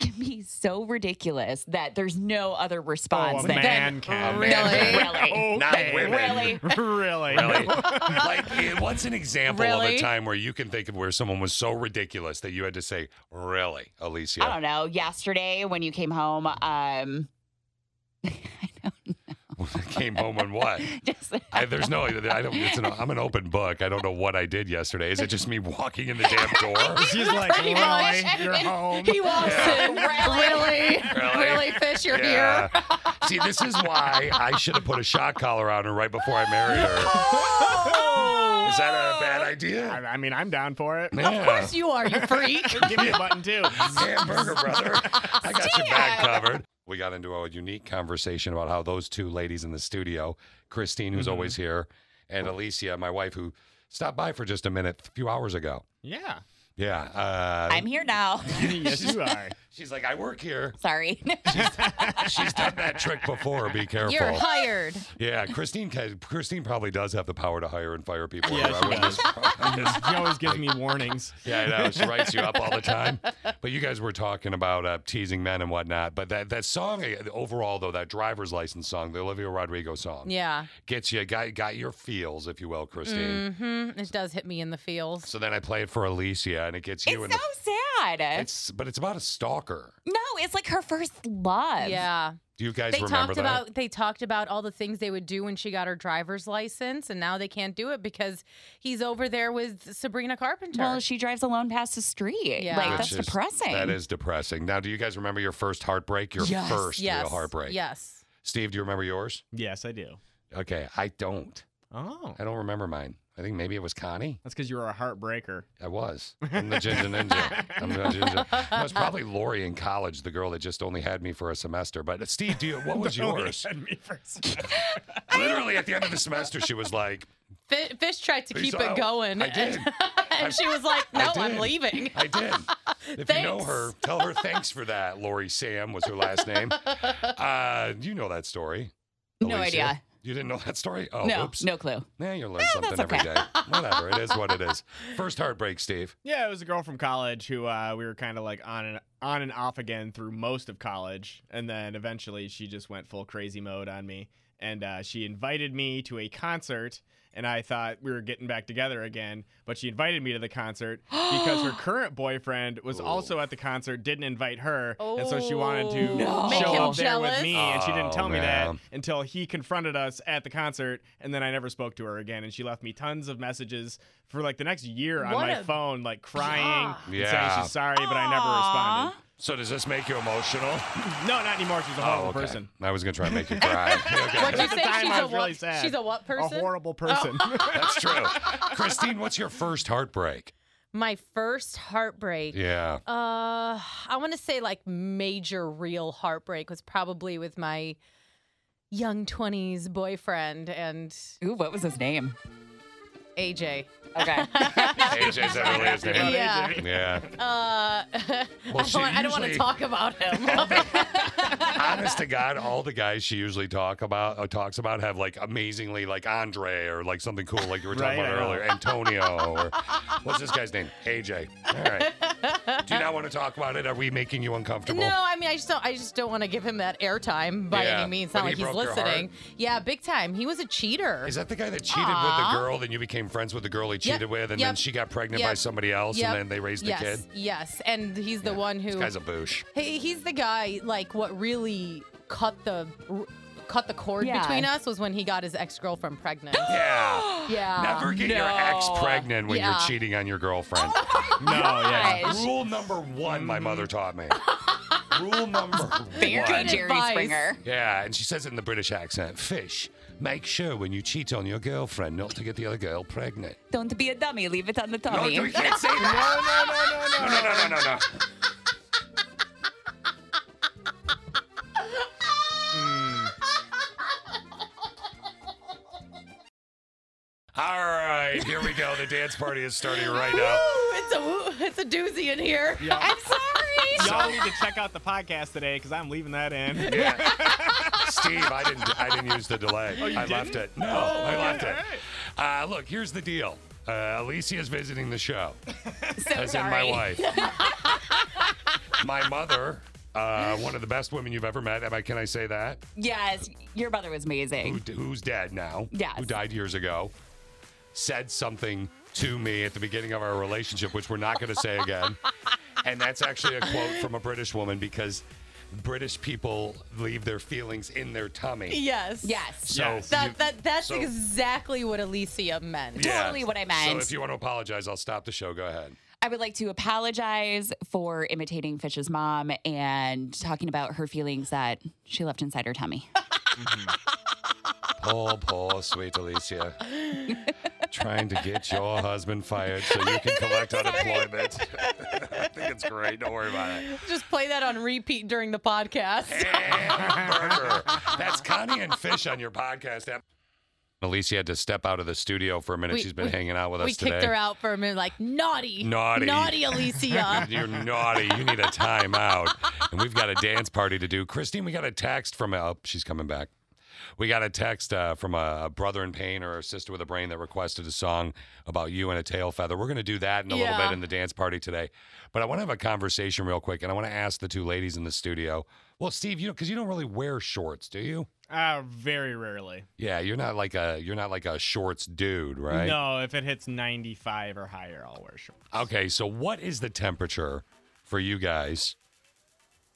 Speaker 14: can be so ridiculous that there's no other response.
Speaker 2: Oh,
Speaker 9: a
Speaker 14: than-
Speaker 9: man can. A
Speaker 14: Really,
Speaker 9: man can.
Speaker 14: really,
Speaker 2: Not women.
Speaker 14: really.
Speaker 9: really?
Speaker 2: Really? like, eh, what's an example of
Speaker 14: Really?
Speaker 2: a time where you can think of where someone was so ridiculous that you had to say, really, Alicia?
Speaker 14: I don't know. Yesterday when you came home, um,
Speaker 2: Came home and what? I, there's no, I don't, it's an, I'm an open book. I don't know what I did yesterday. Is it just me walking in the damn door?
Speaker 9: She's like,
Speaker 2: Pretty
Speaker 9: really?
Speaker 2: much.
Speaker 9: You're home.
Speaker 7: He walks
Speaker 2: Yeah.
Speaker 7: in. Really?
Speaker 2: Really?
Speaker 7: Fish, you're here?
Speaker 2: See, this is why I should have put a shock collar on her right before I married her. Is that a bad idea?
Speaker 9: I, I mean, I'm down for it.
Speaker 2: Yeah. Of course
Speaker 7: you are, you freak.
Speaker 9: Give me a button too.
Speaker 2: Hamburger, brother. I got your back covered. We got into a unique conversation about how those two ladies in the studio, Christine, who's
Speaker 9: Mhm.
Speaker 7: Mm-hmm.
Speaker 2: always here, and Alicia, my wife, who stopped by for just a minute a few hours ago.
Speaker 9: Yeah.
Speaker 2: Yeah. Uh,
Speaker 14: I'm here now.
Speaker 9: yes, you are.
Speaker 2: She's like, I work here.
Speaker 14: Sorry.
Speaker 2: She's done that trick before. Be careful.
Speaker 7: You're hired.
Speaker 2: Yeah, Christine. ca- Christine probably does have the power to hire and fire people.
Speaker 9: Yeah, she
Speaker 2: I wouldn't-
Speaker 9: She always gives me warnings.
Speaker 2: Yeah, I know. She writes you up all the time. But you guys were talking about uh, teasing men and whatnot. But that, that song, uh, overall, though, that driver's license song, the Olivia Rodrigo song,
Speaker 7: Yeah.
Speaker 2: gets you, got, got your feels, if you will, Christine.
Speaker 7: Mm-hmm. It does hit me in the feels.
Speaker 2: So then I play it for Alicia, and it gets you in the.
Speaker 14: Sad.
Speaker 2: It's, but it's about a stalker.
Speaker 14: no, it's like her first love.
Speaker 7: Yeah.
Speaker 2: Do you guys
Speaker 7: They
Speaker 2: remember
Speaker 7: talked
Speaker 2: that?
Speaker 7: about they talked about all the things they would do when she got her driver's license, and now they can't do it because he's over there with Sabrina Carpenter.
Speaker 14: Well, she drives alone past the street.
Speaker 7: Yeah.
Speaker 14: Like,
Speaker 2: Which
Speaker 14: that's
Speaker 2: is-
Speaker 14: depressing.
Speaker 2: That is depressing. Now, do you guys remember your first heartbreak? Your
Speaker 14: Yes.
Speaker 2: first
Speaker 7: yes,
Speaker 2: real heartbreak?
Speaker 7: Yes.
Speaker 2: Steve, do you remember yours?
Speaker 9: Yes, I do.
Speaker 2: Okay, I don't.
Speaker 9: Oh.
Speaker 2: I don't remember mine. I think maybe it was Connie.
Speaker 9: That's because you were a heartbreaker.
Speaker 2: I was. I'm the ginger ninja. I'm the ginger. No, it's probably Lori in college, the girl that just only had me for a semester. But uh, Steve, do you, what was
Speaker 9: Don't
Speaker 2: yours?
Speaker 9: hit me first.
Speaker 2: Literally at the end of the semester, she was like,
Speaker 7: Fi Fish tried to
Speaker 2: He's
Speaker 7: keep it
Speaker 2: out.
Speaker 7: going.
Speaker 2: I did.
Speaker 7: And, she was like,
Speaker 2: I
Speaker 7: "No, I'm
Speaker 2: did.
Speaker 7: leaving."
Speaker 2: I did. If you know
Speaker 7: Thanks.
Speaker 2: her, tell her thanks for that. Lori Sam was her last name. Uh, you know that story.
Speaker 14: No
Speaker 2: Alicia.
Speaker 14: idea.
Speaker 2: You didn't know that story? Oh,
Speaker 14: no,
Speaker 2: oops.
Speaker 14: no clue. Eh,
Speaker 2: Yeah, you learn something every
Speaker 14: okay.
Speaker 2: day. Whatever. It is what it is. First heartbreak, Steve.
Speaker 9: Yeah, it was a girl from college who uh, we were kind of like on and on and off again through most of college, and then eventually she just went full crazy mode on me, and uh, she invited me to a concert, and I thought we were getting back together again, but she invited me to the concert because her current boyfriend was also at the concert, didn't invite her, and so she wanted to
Speaker 7: No. Make
Speaker 9: show
Speaker 7: him
Speaker 9: up there with
Speaker 7: jealous?
Speaker 9: me, and she didn't
Speaker 2: Oh,
Speaker 9: tell me
Speaker 2: man.
Speaker 9: that until he confronted us at the concert, and then I never spoke to her again, and she left me tons of messages for like the next year on
Speaker 7: What
Speaker 9: my
Speaker 7: a-
Speaker 9: phone, like crying and
Speaker 2: Yeah.
Speaker 9: saying she's sorry, but I never responded.
Speaker 2: So does this make you emotional? Oh,
Speaker 9: No, not anymore. She's a horrible person.
Speaker 2: I was gonna try and make you cry. Okay.
Speaker 7: What'd you
Speaker 9: At the
Speaker 7: say?
Speaker 9: time,
Speaker 7: She's
Speaker 9: I
Speaker 7: a
Speaker 9: was
Speaker 7: what?
Speaker 9: really sad.
Speaker 7: She's a what person? Oh.
Speaker 9: A horrible person.
Speaker 2: That's true. Christine, what's your first heartbreak?
Speaker 7: My first heartbreak.
Speaker 2: Yeah.
Speaker 7: Uh, I want to say like major real heartbreak was probably with my young 20s boyfriend and
Speaker 14: Ooh, what was his name?
Speaker 7: AJ.
Speaker 14: Okay.
Speaker 2: AJ's Emily is name.
Speaker 7: Yeah.
Speaker 2: Yeah.
Speaker 7: Uh, I don't
Speaker 2: she
Speaker 7: want- I don't want to
Speaker 2: usually-
Speaker 7: talk about him.
Speaker 2: Honest to God, all the guys she usually talk about uh, talks about have like amazingly like Andre or like something cool like you were talking
Speaker 9: Right, I
Speaker 2: about
Speaker 9: know.
Speaker 2: earlier, Antonio or what's this guy's name? AJ. All right. Do you not want to talk about it? Are we making you uncomfortable?
Speaker 7: No, I mean I just don't I just don't want to give him that airtime by
Speaker 2: Yeah,
Speaker 7: any means. Not
Speaker 2: but
Speaker 7: like
Speaker 2: he
Speaker 7: he's
Speaker 2: broke your heart.
Speaker 7: listening. Yeah, big time. He was a cheater.
Speaker 2: Is that the guy that cheated
Speaker 7: Aw.
Speaker 2: with the girl, then you became friends with the girl he cheated with, and then
Speaker 7: yep,
Speaker 2: she got pregnant by
Speaker 7: yep,
Speaker 2: somebody else,
Speaker 7: Yep.
Speaker 2: and then they raised
Speaker 7: yes,
Speaker 2: the kid?
Speaker 7: Yes, and he's the one who
Speaker 2: This guy's a boosh.
Speaker 7: He, he's the guy like what really cut the r- cut the cord
Speaker 14: Yeah.
Speaker 7: between us was when he got his ex girlfriend pregnant.
Speaker 2: Yeah.
Speaker 7: yeah.
Speaker 2: Never get your ex pregnant when
Speaker 7: Yeah. Oh
Speaker 2: you're cheating on your girlfriend.
Speaker 9: no, yeah.
Speaker 14: Gosh.
Speaker 2: Rule number one, my mother taught me. Rule number
Speaker 14: Very
Speaker 2: one.
Speaker 14: Jerry
Speaker 7: advice.
Speaker 14: Springer.
Speaker 2: Yeah, and she says it in the British accent Fish, make sure when you cheat on your girlfriend not to get the other girl pregnant.
Speaker 14: Don't be a dummy. Leave it on the
Speaker 2: No,
Speaker 14: tummy.
Speaker 2: you can't say that. No, no, no, no, no, no, no, no. Hmm. All right, here we go. The dance party is starting right now.
Speaker 7: Woo, it's a woo, it's a doozy in here.
Speaker 9: Yeah.
Speaker 14: I'm sorry.
Speaker 9: Y'all need to check out the podcast today because I'm leaving that in.
Speaker 2: Yeah. Steve, I didn't I didn't use the delay.
Speaker 9: Oh, you
Speaker 2: I left it.
Speaker 9: didn't?
Speaker 2: No,
Speaker 9: Oh,
Speaker 2: I
Speaker 9: okay,
Speaker 2: left
Speaker 9: all
Speaker 2: it. Uh, look, here's the deal. Uh, Alicia is visiting the show,
Speaker 14: so
Speaker 2: as
Speaker 14: sorry.
Speaker 2: in my wife. my mother, uh, one of the best women you've ever met. Am I, can I say that?
Speaker 14: Yes, your brother was
Speaker 2: Who,
Speaker 14: amazing.
Speaker 2: who's dead now?
Speaker 14: Yes.
Speaker 2: Who died years ago? Said something to me at the beginning of our relationship, which we're not going to say again. and that's actually a quote from a British woman because British people leave their feelings in their tummy.
Speaker 7: Yes.
Speaker 14: Yes.
Speaker 2: So
Speaker 9: Yes.
Speaker 7: That,
Speaker 2: you-
Speaker 7: that that's
Speaker 2: so-
Speaker 7: exactly what Alicia meant.
Speaker 2: Yeah.
Speaker 14: Totally what I
Speaker 2: So
Speaker 14: meant.
Speaker 2: if you want to apologize, I'll stop the show. Go ahead.
Speaker 14: I would like to apologize for imitating Fish's mom and talking about her feelings that she left inside her tummy.
Speaker 2: Mm-hmm. Poor, poor, sweet Alicia. Trying to get your husband fired so you can collect unemployment. I think it's great. Don't worry about it.
Speaker 7: Just play that on repeat during the podcast.
Speaker 2: Hamburger. That's Connie and Fish on your podcast app. Alicia had to step out of the studio for a minute.
Speaker 7: We-
Speaker 2: She's been
Speaker 7: we-
Speaker 2: hanging out with us
Speaker 7: we
Speaker 2: today.
Speaker 7: kicked her out for a minute, like naughty,
Speaker 2: Naughty.
Speaker 7: naughty, Alicia.
Speaker 2: You're naughty. You need a timeout. and we've got a dance party to do. Christine, we got a text from, oh, she's coming back. We got a text uh, from a, a brother in pain or a sister with a brain that requested a song about you and a tail feather. We're going to do that in a little
Speaker 5: Yeah.
Speaker 2: bit in the dance party today. But I want to have a conversation real quick and I want to ask the two ladies in the studio. Well, Steve, you know, because you don't really wear shorts, do you?
Speaker 9: Uh, very rarely.
Speaker 2: Yeah, you're not like a you're not like a shorts dude, right?
Speaker 9: No, if it hits 95 or higher, I'll wear shorts.
Speaker 2: Okay, so what is the temperature for you guys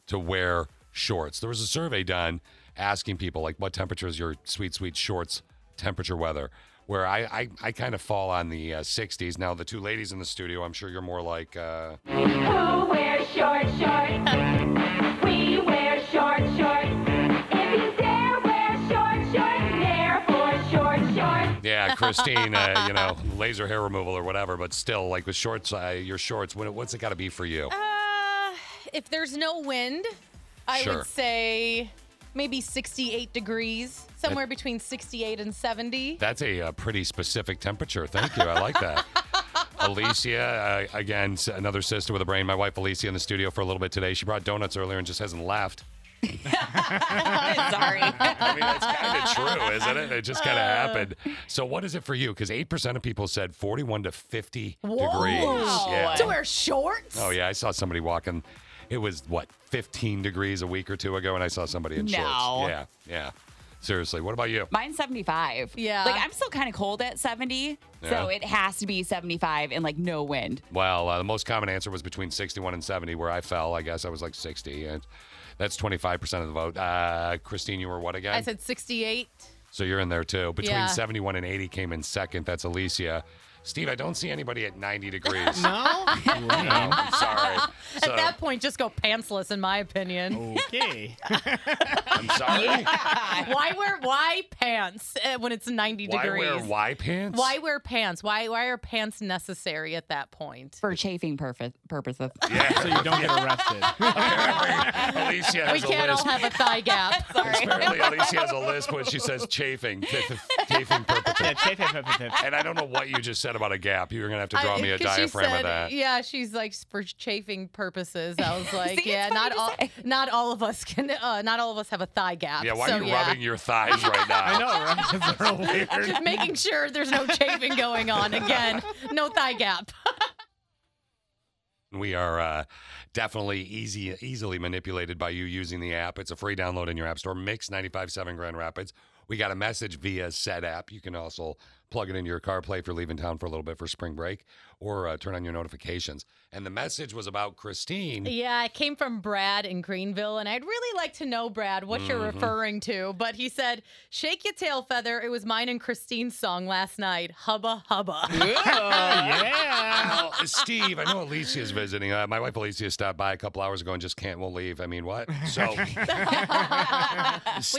Speaker 2: to wear shorts? There was a survey done asking people like what temperature is your sweet sweet shorts temperature weather. Where I I, I kind of fall on the uh, 60s. Now the two ladies in the studio, I'm sure you're more like uh,
Speaker 19: Who wears short shorts? We wear short shorts. If you dare wear short shorts, there for short shorts.
Speaker 2: yeah Christine, uh, you know laser hair removal or whatever. But still, like with shorts, uh, your shorts. What, what's it got to be for you?
Speaker 7: Uh, if there's no wind, I
Speaker 2: Sure.
Speaker 7: would say maybe 68 degrees, somewhere between 68 and 70.
Speaker 2: That's a, uh pretty specific temperature. Thank you. I like that. Alicia, uh, again, s- another sister with a brain. My wife Alicia in the studio for a little bit today. She brought donuts earlier and just hasn't left.
Speaker 14: Sorry.
Speaker 2: I mean, that's kind of true, isn't it? It just kind of happened. Uh. So, what is it for you? Because 8% of people said 41 to 50 degrees. Yeah.
Speaker 7: To wear shorts?
Speaker 2: Oh, yeah. I saw somebody walking. It was, what, 15 degrees a week or two ago, and I saw somebody in
Speaker 14: No.
Speaker 2: shorts. Yeah. Yeah. Seriously. What about you?
Speaker 14: Mine's 75.
Speaker 7: Yeah.
Speaker 14: Like I'm still kind of cold at 70.
Speaker 2: Yeah.
Speaker 14: So it has to be 75 and like no wind.
Speaker 2: Well, uh, the most common answer was between 61 and 70, where I fell. I guess I was like 60. And that's 25% of the vote. Uh, Christine, you were what again?
Speaker 7: I said 68.
Speaker 2: so you're in there too. Between
Speaker 7: Yeah.
Speaker 2: 71 and 80 came in second. That's Alicia. Steve, I don't see anybody at 90 degrees.
Speaker 7: No?
Speaker 2: No, I'm sorry. So,
Speaker 7: At that point, just go pantsless, in my opinion.
Speaker 9: Okay.
Speaker 2: I'm sorry.
Speaker 7: why wear why pants uh, when it's 90
Speaker 2: Why
Speaker 7: degrees?
Speaker 2: wear Y pants?
Speaker 7: Why wear pants? Why why are pants necessary at that point?
Speaker 14: For chafing purpose purposes.
Speaker 2: Yeah.
Speaker 9: So you don't get arrested.
Speaker 2: Alicia has
Speaker 7: we can't
Speaker 2: a
Speaker 7: all
Speaker 2: list.
Speaker 7: have a thigh gap.
Speaker 2: Apparently, Alicia has a list when she says chafing. chafing purpose. And I don't know what you just said about a gap. You're going to have to draw
Speaker 7: I-
Speaker 2: me a
Speaker 7: 'cause she
Speaker 2: diaphragm
Speaker 7: said,
Speaker 2: of that.
Speaker 7: Yeah, she's like for chafing purposes. I was like,
Speaker 14: See,
Speaker 7: yeah,
Speaker 14: it's
Speaker 7: not
Speaker 14: funny
Speaker 7: all, not all of us can, uh, not all of us have a thigh gap.
Speaker 2: Yeah, why
Speaker 7: so,
Speaker 2: are you rubbing your thighs right now?
Speaker 9: I know, right? It's real weird.
Speaker 7: Just making sure there's no chafing going on. Again, no thigh gap.
Speaker 2: We are uh, definitely easy, easily manipulated by you using the app. It's a free download in your app store. Mix 95.7 Grand Rapids. We got a message via said app. You can also plug it into your car, play if you're leaving town for a little bit for spring break, or uh, turn on your notifications. And the message was about Christine.
Speaker 7: Yeah, it came from Brad in Greenville, and I'd really like to know, Brad, what you're
Speaker 2: Mhm.
Speaker 7: referring to. But he said, "Shake your tail feather." It was mine and Christine's song last night, "Hubba Hubba."
Speaker 2: yeah. Steve, I know Alicia's visiting. Uh, my wife Alicia stopped by a couple hours ago and just can't won't leave. I mean, what? So
Speaker 7: we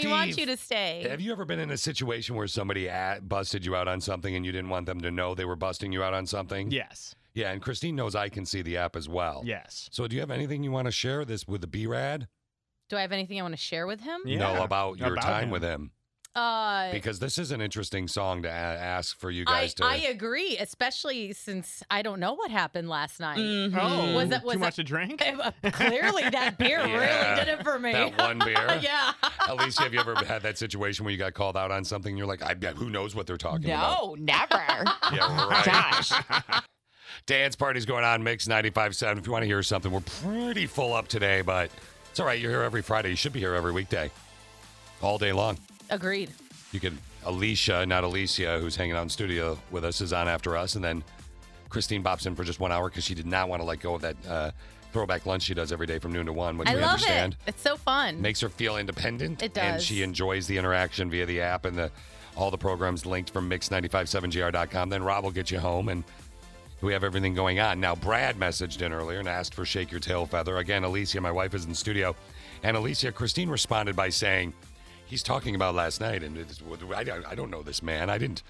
Speaker 7: want
Speaker 2: Steve,
Speaker 7: you to stay.
Speaker 2: Have you ever been in a situation where somebody at, busted you out on something and you didn't want them to know they were busting you out on something?
Speaker 9: Yes.
Speaker 2: Yeah, and Christine knows I can see the app as well.
Speaker 9: Yes.
Speaker 2: So, do you have anything you want to share this with the B-Rad?
Speaker 7: Do I have anything I want to share with him?
Speaker 2: No, about your
Speaker 9: About
Speaker 2: time
Speaker 9: him.
Speaker 2: with him.
Speaker 7: Uh,
Speaker 2: Because this is an interesting song to a- ask for you
Speaker 7: I,
Speaker 2: guys to.
Speaker 7: I agree, especially since I don't know what happened last night.
Speaker 9: Oh,
Speaker 7: was that was
Speaker 9: too
Speaker 7: that-
Speaker 9: much to drink?
Speaker 7: clearly that beer
Speaker 2: Yeah,
Speaker 7: really did it for me.
Speaker 2: That one beer.
Speaker 7: yeah.
Speaker 2: Alicia, have you ever had that situation where you got called out on something and you're like, I, who knows what they're talking about?
Speaker 14: No, never.
Speaker 2: Yeah, right. Dance party's going on, Mix 95.7. If you want to hear something, we're pretty full up today, but it's all right. You're here every Friday. You should be here every weekday, all day long.
Speaker 7: Agreed.
Speaker 2: You can, Alicia, not Alicia, who's hanging out in studio with us, is on after us. And then Christine bops in for just one hour because she did not want to let go of that uh, throwback lunch she does every day from noon to one, which
Speaker 7: I
Speaker 2: we
Speaker 7: love
Speaker 2: understand.
Speaker 7: it. It's so fun.
Speaker 2: makes her feel independent.
Speaker 7: It
Speaker 2: And
Speaker 7: does.
Speaker 2: she enjoys the interaction via the app and the all the programs linked from mix957gr.com. Then Rob will get you home and we have everything going on. Now, Brad messaged in earlier and asked for Shake Your Tail Feather. Again, Alicia, my wife, is in the studio. And Alicia, Christine responded by saying, He's talking about last night, and it's, I, don't- I don't know this man. I didn't,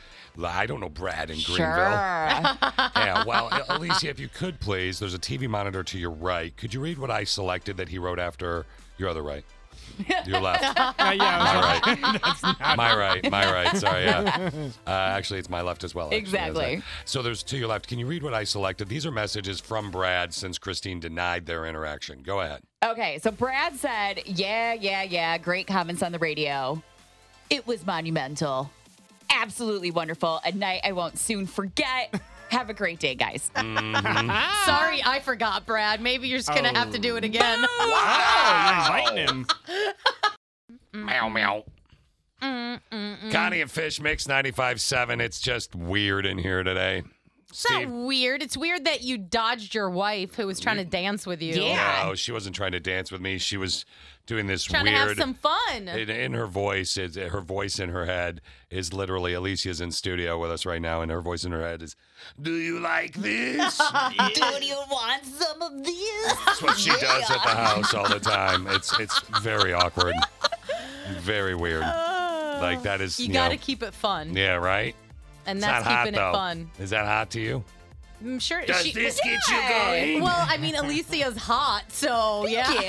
Speaker 2: I don't know Brad in Greenville. yeah, well, Alicia, if you could please, there's a TV monitor to your right. Could you read what I selected that he wrote after your other right? Your left.
Speaker 19: Yeah,
Speaker 2: yeah,
Speaker 19: I was
Speaker 2: my right. my right. My right. Sorry. Yeah. Uh, actually, it's my left as well. actually. That's
Speaker 7: Exactly.
Speaker 2: right. So there's to your left. Can you read what I selected? These are messages from Brad since Christine denied their interaction. Go ahead.
Speaker 14: Okay, so Brad said, yeah, yeah, yeah, great comments on the radio. It was monumental. Absolutely wonderful. A night I won't soon forget. Have a great day, guys.
Speaker 2: Mm-hmm.
Speaker 7: Sorry, I forgot, Brad. Maybe you're just gonna have to
Speaker 14: Oh.
Speaker 7: do it again. Oh,
Speaker 2: him. meow meow.
Speaker 7: Mm,
Speaker 2: Connie and Fish Mix 95.7. It's just weird in here today.
Speaker 7: It's not weird. It's weird that you dodged your wife who was trying to dance with you.
Speaker 2: No, she wasn't trying to dance with me. She was doing this
Speaker 7: Trying
Speaker 2: weird.
Speaker 7: to have some fun.
Speaker 2: In, in her voice, is her voice in her head is literally Alicia's in studio with us right now, and her voice in her head is Do you like this?
Speaker 19: Do
Speaker 14: you want some of these?
Speaker 19: That's
Speaker 2: what she does at the house all the time. It's it's very awkward, very weird. Like that is
Speaker 7: Oh. You,
Speaker 2: you
Speaker 7: gotta
Speaker 2: know-
Speaker 7: keeping keep it fun.
Speaker 2: Yeah, right.
Speaker 7: And
Speaker 2: It's
Speaker 7: that's
Speaker 2: not hot,
Speaker 7: keeping it
Speaker 2: though.
Speaker 7: fun.
Speaker 2: Is that hot to you?
Speaker 7: I'm sure
Speaker 19: Does
Speaker 7: she,
Speaker 19: this get you going?
Speaker 7: Well, I mean, Alicia's hot, so yeah.
Speaker 2: you.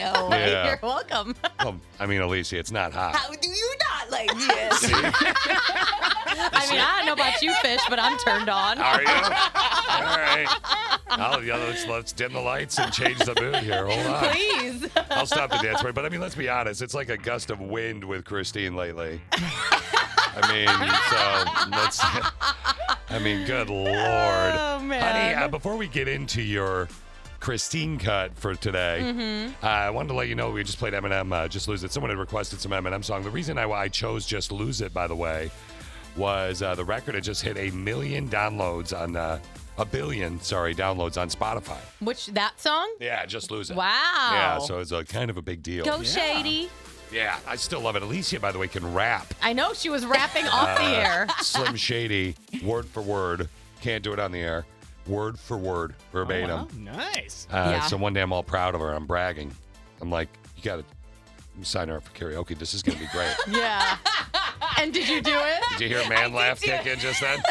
Speaker 2: Yeah.
Speaker 7: You're welcome.
Speaker 2: Well, I mean, Alicia, it's not hot.
Speaker 14: Oh,
Speaker 7: do you not like this? I mean, I don't know about you, Fish, but I'm turned on.
Speaker 2: Are you? All right. I'll, yeah, let's, let's dim the lights and change the mood here. Hold on.
Speaker 7: Please.
Speaker 2: I'll stop the dance break. But I mean, let's be honest. It's like a gust of wind with Christine lately. I mean, so let's. I mean, good lord,
Speaker 7: Oh,
Speaker 2: honey.
Speaker 19: man.
Speaker 2: Uh, before we get into your Christine cut for today,
Speaker 19: Mhm.
Speaker 7: Mm-hmm.
Speaker 2: uh, I wanted to let you know we just played Eminem, uh, "Just Lose It." Someone had requested some Eminem song. The reason I, I chose "Just Lose It," by the way, was uh, the record had just hit a million downloads on uh, a billion, sorry, downloads on Spotify.
Speaker 7: Which that song?
Speaker 2: Yeah, "Just Lose It."
Speaker 7: Wow.
Speaker 2: Yeah, so it's a kind of a big deal.
Speaker 7: Go
Speaker 2: yeah.
Speaker 7: Shady.
Speaker 2: Yeah, I still love it. Alicia, by the way, can rap.
Speaker 7: I know she was rapping off the
Speaker 2: Uh,
Speaker 7: air.
Speaker 2: Slim Shady, word for word. Can't do it on the air. Word for word, verbatim.
Speaker 9: Nice.
Speaker 2: uh, So one day I'm all proud of her. I'm bragging. I'm like, you got to sign her up for karaoke. This is going to be great.
Speaker 7: Yeah. and did you do it?
Speaker 2: Did you hear man laugh kick in just then?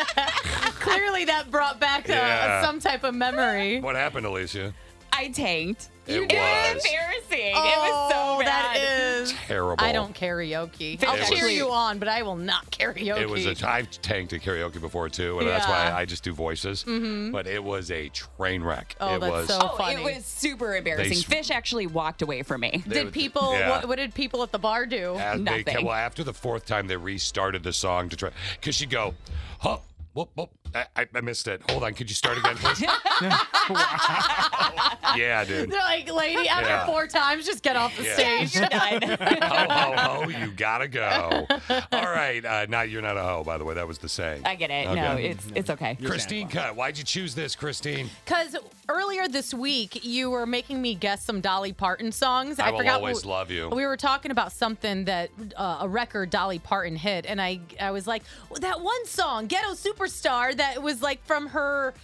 Speaker 7: Clearly, that brought back uh,
Speaker 2: Yeah.
Speaker 7: some type of memory.
Speaker 2: What happened, Alicia?
Speaker 14: I tanked.
Speaker 2: It
Speaker 14: it was
Speaker 2: was.
Speaker 14: embarrassing.
Speaker 7: Oh,
Speaker 14: it was so bad.
Speaker 7: that is
Speaker 2: Terrible.
Speaker 7: I don't karaoke.
Speaker 2: It
Speaker 7: I'll
Speaker 2: was-
Speaker 7: cheer you on, but I will not karaoke.
Speaker 2: It was a. I've tanked at karaoke before too, and that's why
Speaker 7: Yeah. Mm-hmm.
Speaker 2: I just do voices.
Speaker 14: Mhm.
Speaker 2: But it was a train wreck.
Speaker 7: Oh,
Speaker 2: it
Speaker 7: that's
Speaker 2: was
Speaker 7: so funny.
Speaker 14: It was super embarrassing.
Speaker 2: They-
Speaker 14: Fish actually walked away from me.
Speaker 2: They-
Speaker 7: did people?
Speaker 2: Yeah.
Speaker 7: What, what did people at the bar do?
Speaker 2: As they ca- well, after the fourth time, they restarted the song to try because she'd go, "Huh, whoop, whoop, I, I- I missed it. Hold on, could you start again, please?" yeah, dude.
Speaker 7: They're like, lady, after
Speaker 2: Yeah.
Speaker 7: four times, just get off the
Speaker 2: Yeah.
Speaker 7: stage.
Speaker 2: ho, ho, ho, you gotta go. All right, uh, now you're not a hoe, by the way. That was the saying.
Speaker 14: I get it. No, it's it's okay.
Speaker 2: Christine Cut. Why'd you choose this, Christine?
Speaker 7: Because earlier this week, you were making me guess some Dolly Parton songs.
Speaker 2: I
Speaker 7: I,
Speaker 2: will
Speaker 7: forgot.
Speaker 2: always
Speaker 7: we-
Speaker 2: love you.
Speaker 7: We were talking about something that uh, a record Dolly Parton hit, and I I was like, "Well, that one song, Ghetto Superstar, that was like from her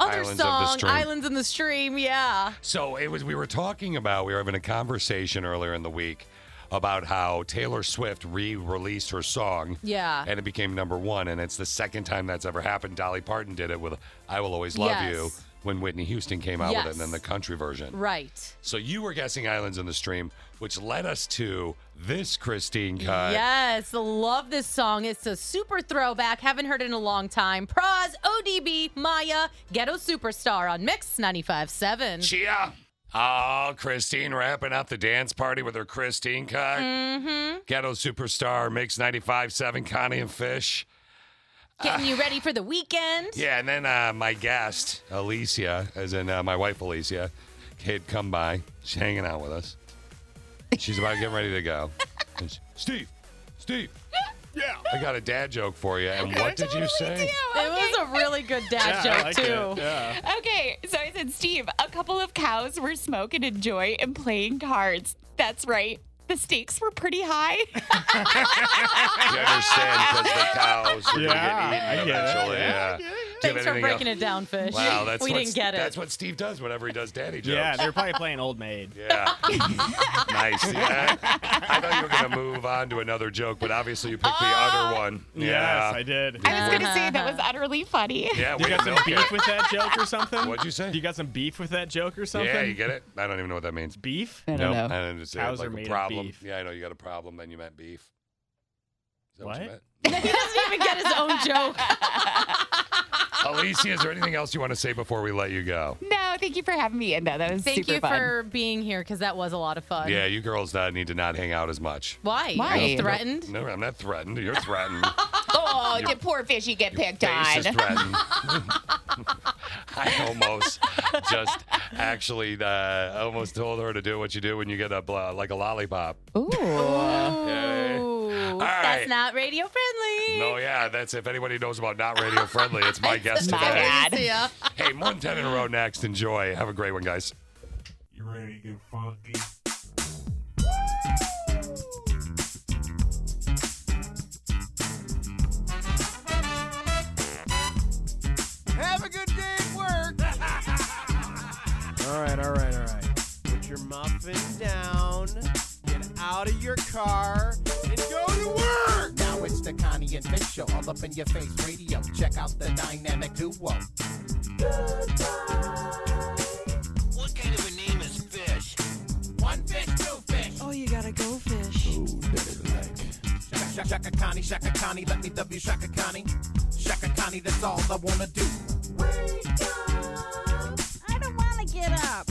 Speaker 7: other
Speaker 2: Islands of the
Speaker 7: song,
Speaker 2: Stream.
Speaker 7: Islands in the Stream. Yeah.
Speaker 2: So it was. We were talking about. We were having a conversation earlier in the week about how Taylor Swift re-released her song.
Speaker 7: Yeah.
Speaker 2: and it became number one. And it's the second time that's ever happened. Dolly Parton did it with "I Will Always Love
Speaker 7: Yes.
Speaker 2: You" when Whitney Houston came out with it, and then
Speaker 7: Yes.
Speaker 2: the country version.
Speaker 7: Right.
Speaker 2: So you were guessing "Islands in the Stream," which led us to this Christine cut.
Speaker 7: yes. Love this song. It's a super throwback. Haven't heard it in a long time. Praz, ODB, Maya, Ghetto Superstar on Mix 95.7.
Speaker 2: Chia. Oh, Christine wrapping up the dance party with her Christine cut.
Speaker 7: Mm-hmm.
Speaker 2: Ghetto superstar mix 95.7 Connie and Fish.
Speaker 7: Getting you ready for the weekend.
Speaker 2: Yeah, and then uh, my guest, Alicia, as in uh, my wife, Alicia, had come by. She's hanging out with us. She's about getting ready to go. And she- Steve, Steve. Yeah. I got a dad joke for you. And what did you say?
Speaker 7: It was a really good dad
Speaker 2: Yeah, I
Speaker 7: joke
Speaker 2: like
Speaker 7: too.
Speaker 2: it. Yeah.
Speaker 14: Okay, so I said, Steve, a couple of cows were smoking and joy and playing cards. That's right. The stakes were pretty high.
Speaker 2: You understand because the cows are
Speaker 19: Yeah,
Speaker 2: going to get
Speaker 19: I
Speaker 2: eaten
Speaker 19: get it.
Speaker 2: eventually.
Speaker 19: Yeah,
Speaker 2: Yeah.
Speaker 19: I get it.
Speaker 2: Give
Speaker 7: Thanks for
Speaker 2: anything
Speaker 7: breaking
Speaker 2: else.
Speaker 7: it down, Fish.
Speaker 2: Wow, that's
Speaker 7: we
Speaker 2: what
Speaker 7: didn't
Speaker 2: Ste-
Speaker 7: get it.
Speaker 2: That's what Steve does whenever he does daddy jokes.
Speaker 9: Yeah, they're probably playing old maid.
Speaker 2: Yeah. nice. Yeah. I thought you were going to move on to another joke, but obviously you picked the other one.
Speaker 9: Oh. Yes,
Speaker 2: yeah.
Speaker 9: I did.
Speaker 14: I was going to say that was utterly funny.
Speaker 2: Yeah,
Speaker 9: you
Speaker 2: way
Speaker 9: got
Speaker 2: to
Speaker 9: some
Speaker 2: milk
Speaker 9: beef
Speaker 2: it.
Speaker 9: with that joke or something?
Speaker 2: What'd you say?
Speaker 9: You got some beef with that joke or something?
Speaker 2: Yeah, you get it? I don't even know what that means.
Speaker 9: Beef?
Speaker 2: I don't know. I didn't understand.
Speaker 9: Cows
Speaker 2: like
Speaker 9: are
Speaker 2: a
Speaker 9: made of
Speaker 2: problem.
Speaker 9: beef.
Speaker 2: Yeah, I know. You got a problem, then you meant beef. Is that what? you meant?
Speaker 7: he doesn't even get his own joke.
Speaker 2: Alicia, is there anything else you want to say before we let you go?
Speaker 14: No, thank you for having me in, though. That was
Speaker 7: Thank
Speaker 14: super
Speaker 7: you
Speaker 14: fun.
Speaker 7: for being here because that was a lot of fun.
Speaker 2: Yeah, you girls uh, need to not hang out as much.
Speaker 7: Why?
Speaker 2: No,
Speaker 7: Are you
Speaker 2: no,
Speaker 7: threatened?
Speaker 2: No, I'm not threatened. You're threatened.
Speaker 14: oh,
Speaker 2: Your-
Speaker 14: did poor fishy get picked
Speaker 2: face
Speaker 14: on?
Speaker 2: is threatened. I almost just actually uh, almost told her to do what you do when you get a bl- like a lollipop.
Speaker 14: Ooh.
Speaker 2: All
Speaker 7: That's
Speaker 2: right.
Speaker 7: not radio friendly.
Speaker 2: No, Oh, yeah, that's if anybody knows about not radio friendly, it's my guest
Speaker 7: My
Speaker 2: today.
Speaker 7: bad. See ya.
Speaker 2: Hey, more than 10 in a row next. Enjoy. Have a great one, guys.
Speaker 29: You ready to get funky?
Speaker 13: Have a good day at work.
Speaker 5: All right, all right, all right. Put your muffin down, get out of your car, and go to work.
Speaker 33: Now it's the Connie and Fish show, all up in your face radio. Check out the dynamic duo.
Speaker 13: What kind of a name is fish? One fish, two fish. Oh, you gotta go fish. Ooh, dirty like. Shaka, shaka, shaka, Connie, shaka, Connie, let me W, shaka, Connie. Shaka, Connie, that's all I wanna do.
Speaker 34: I don't want to get up.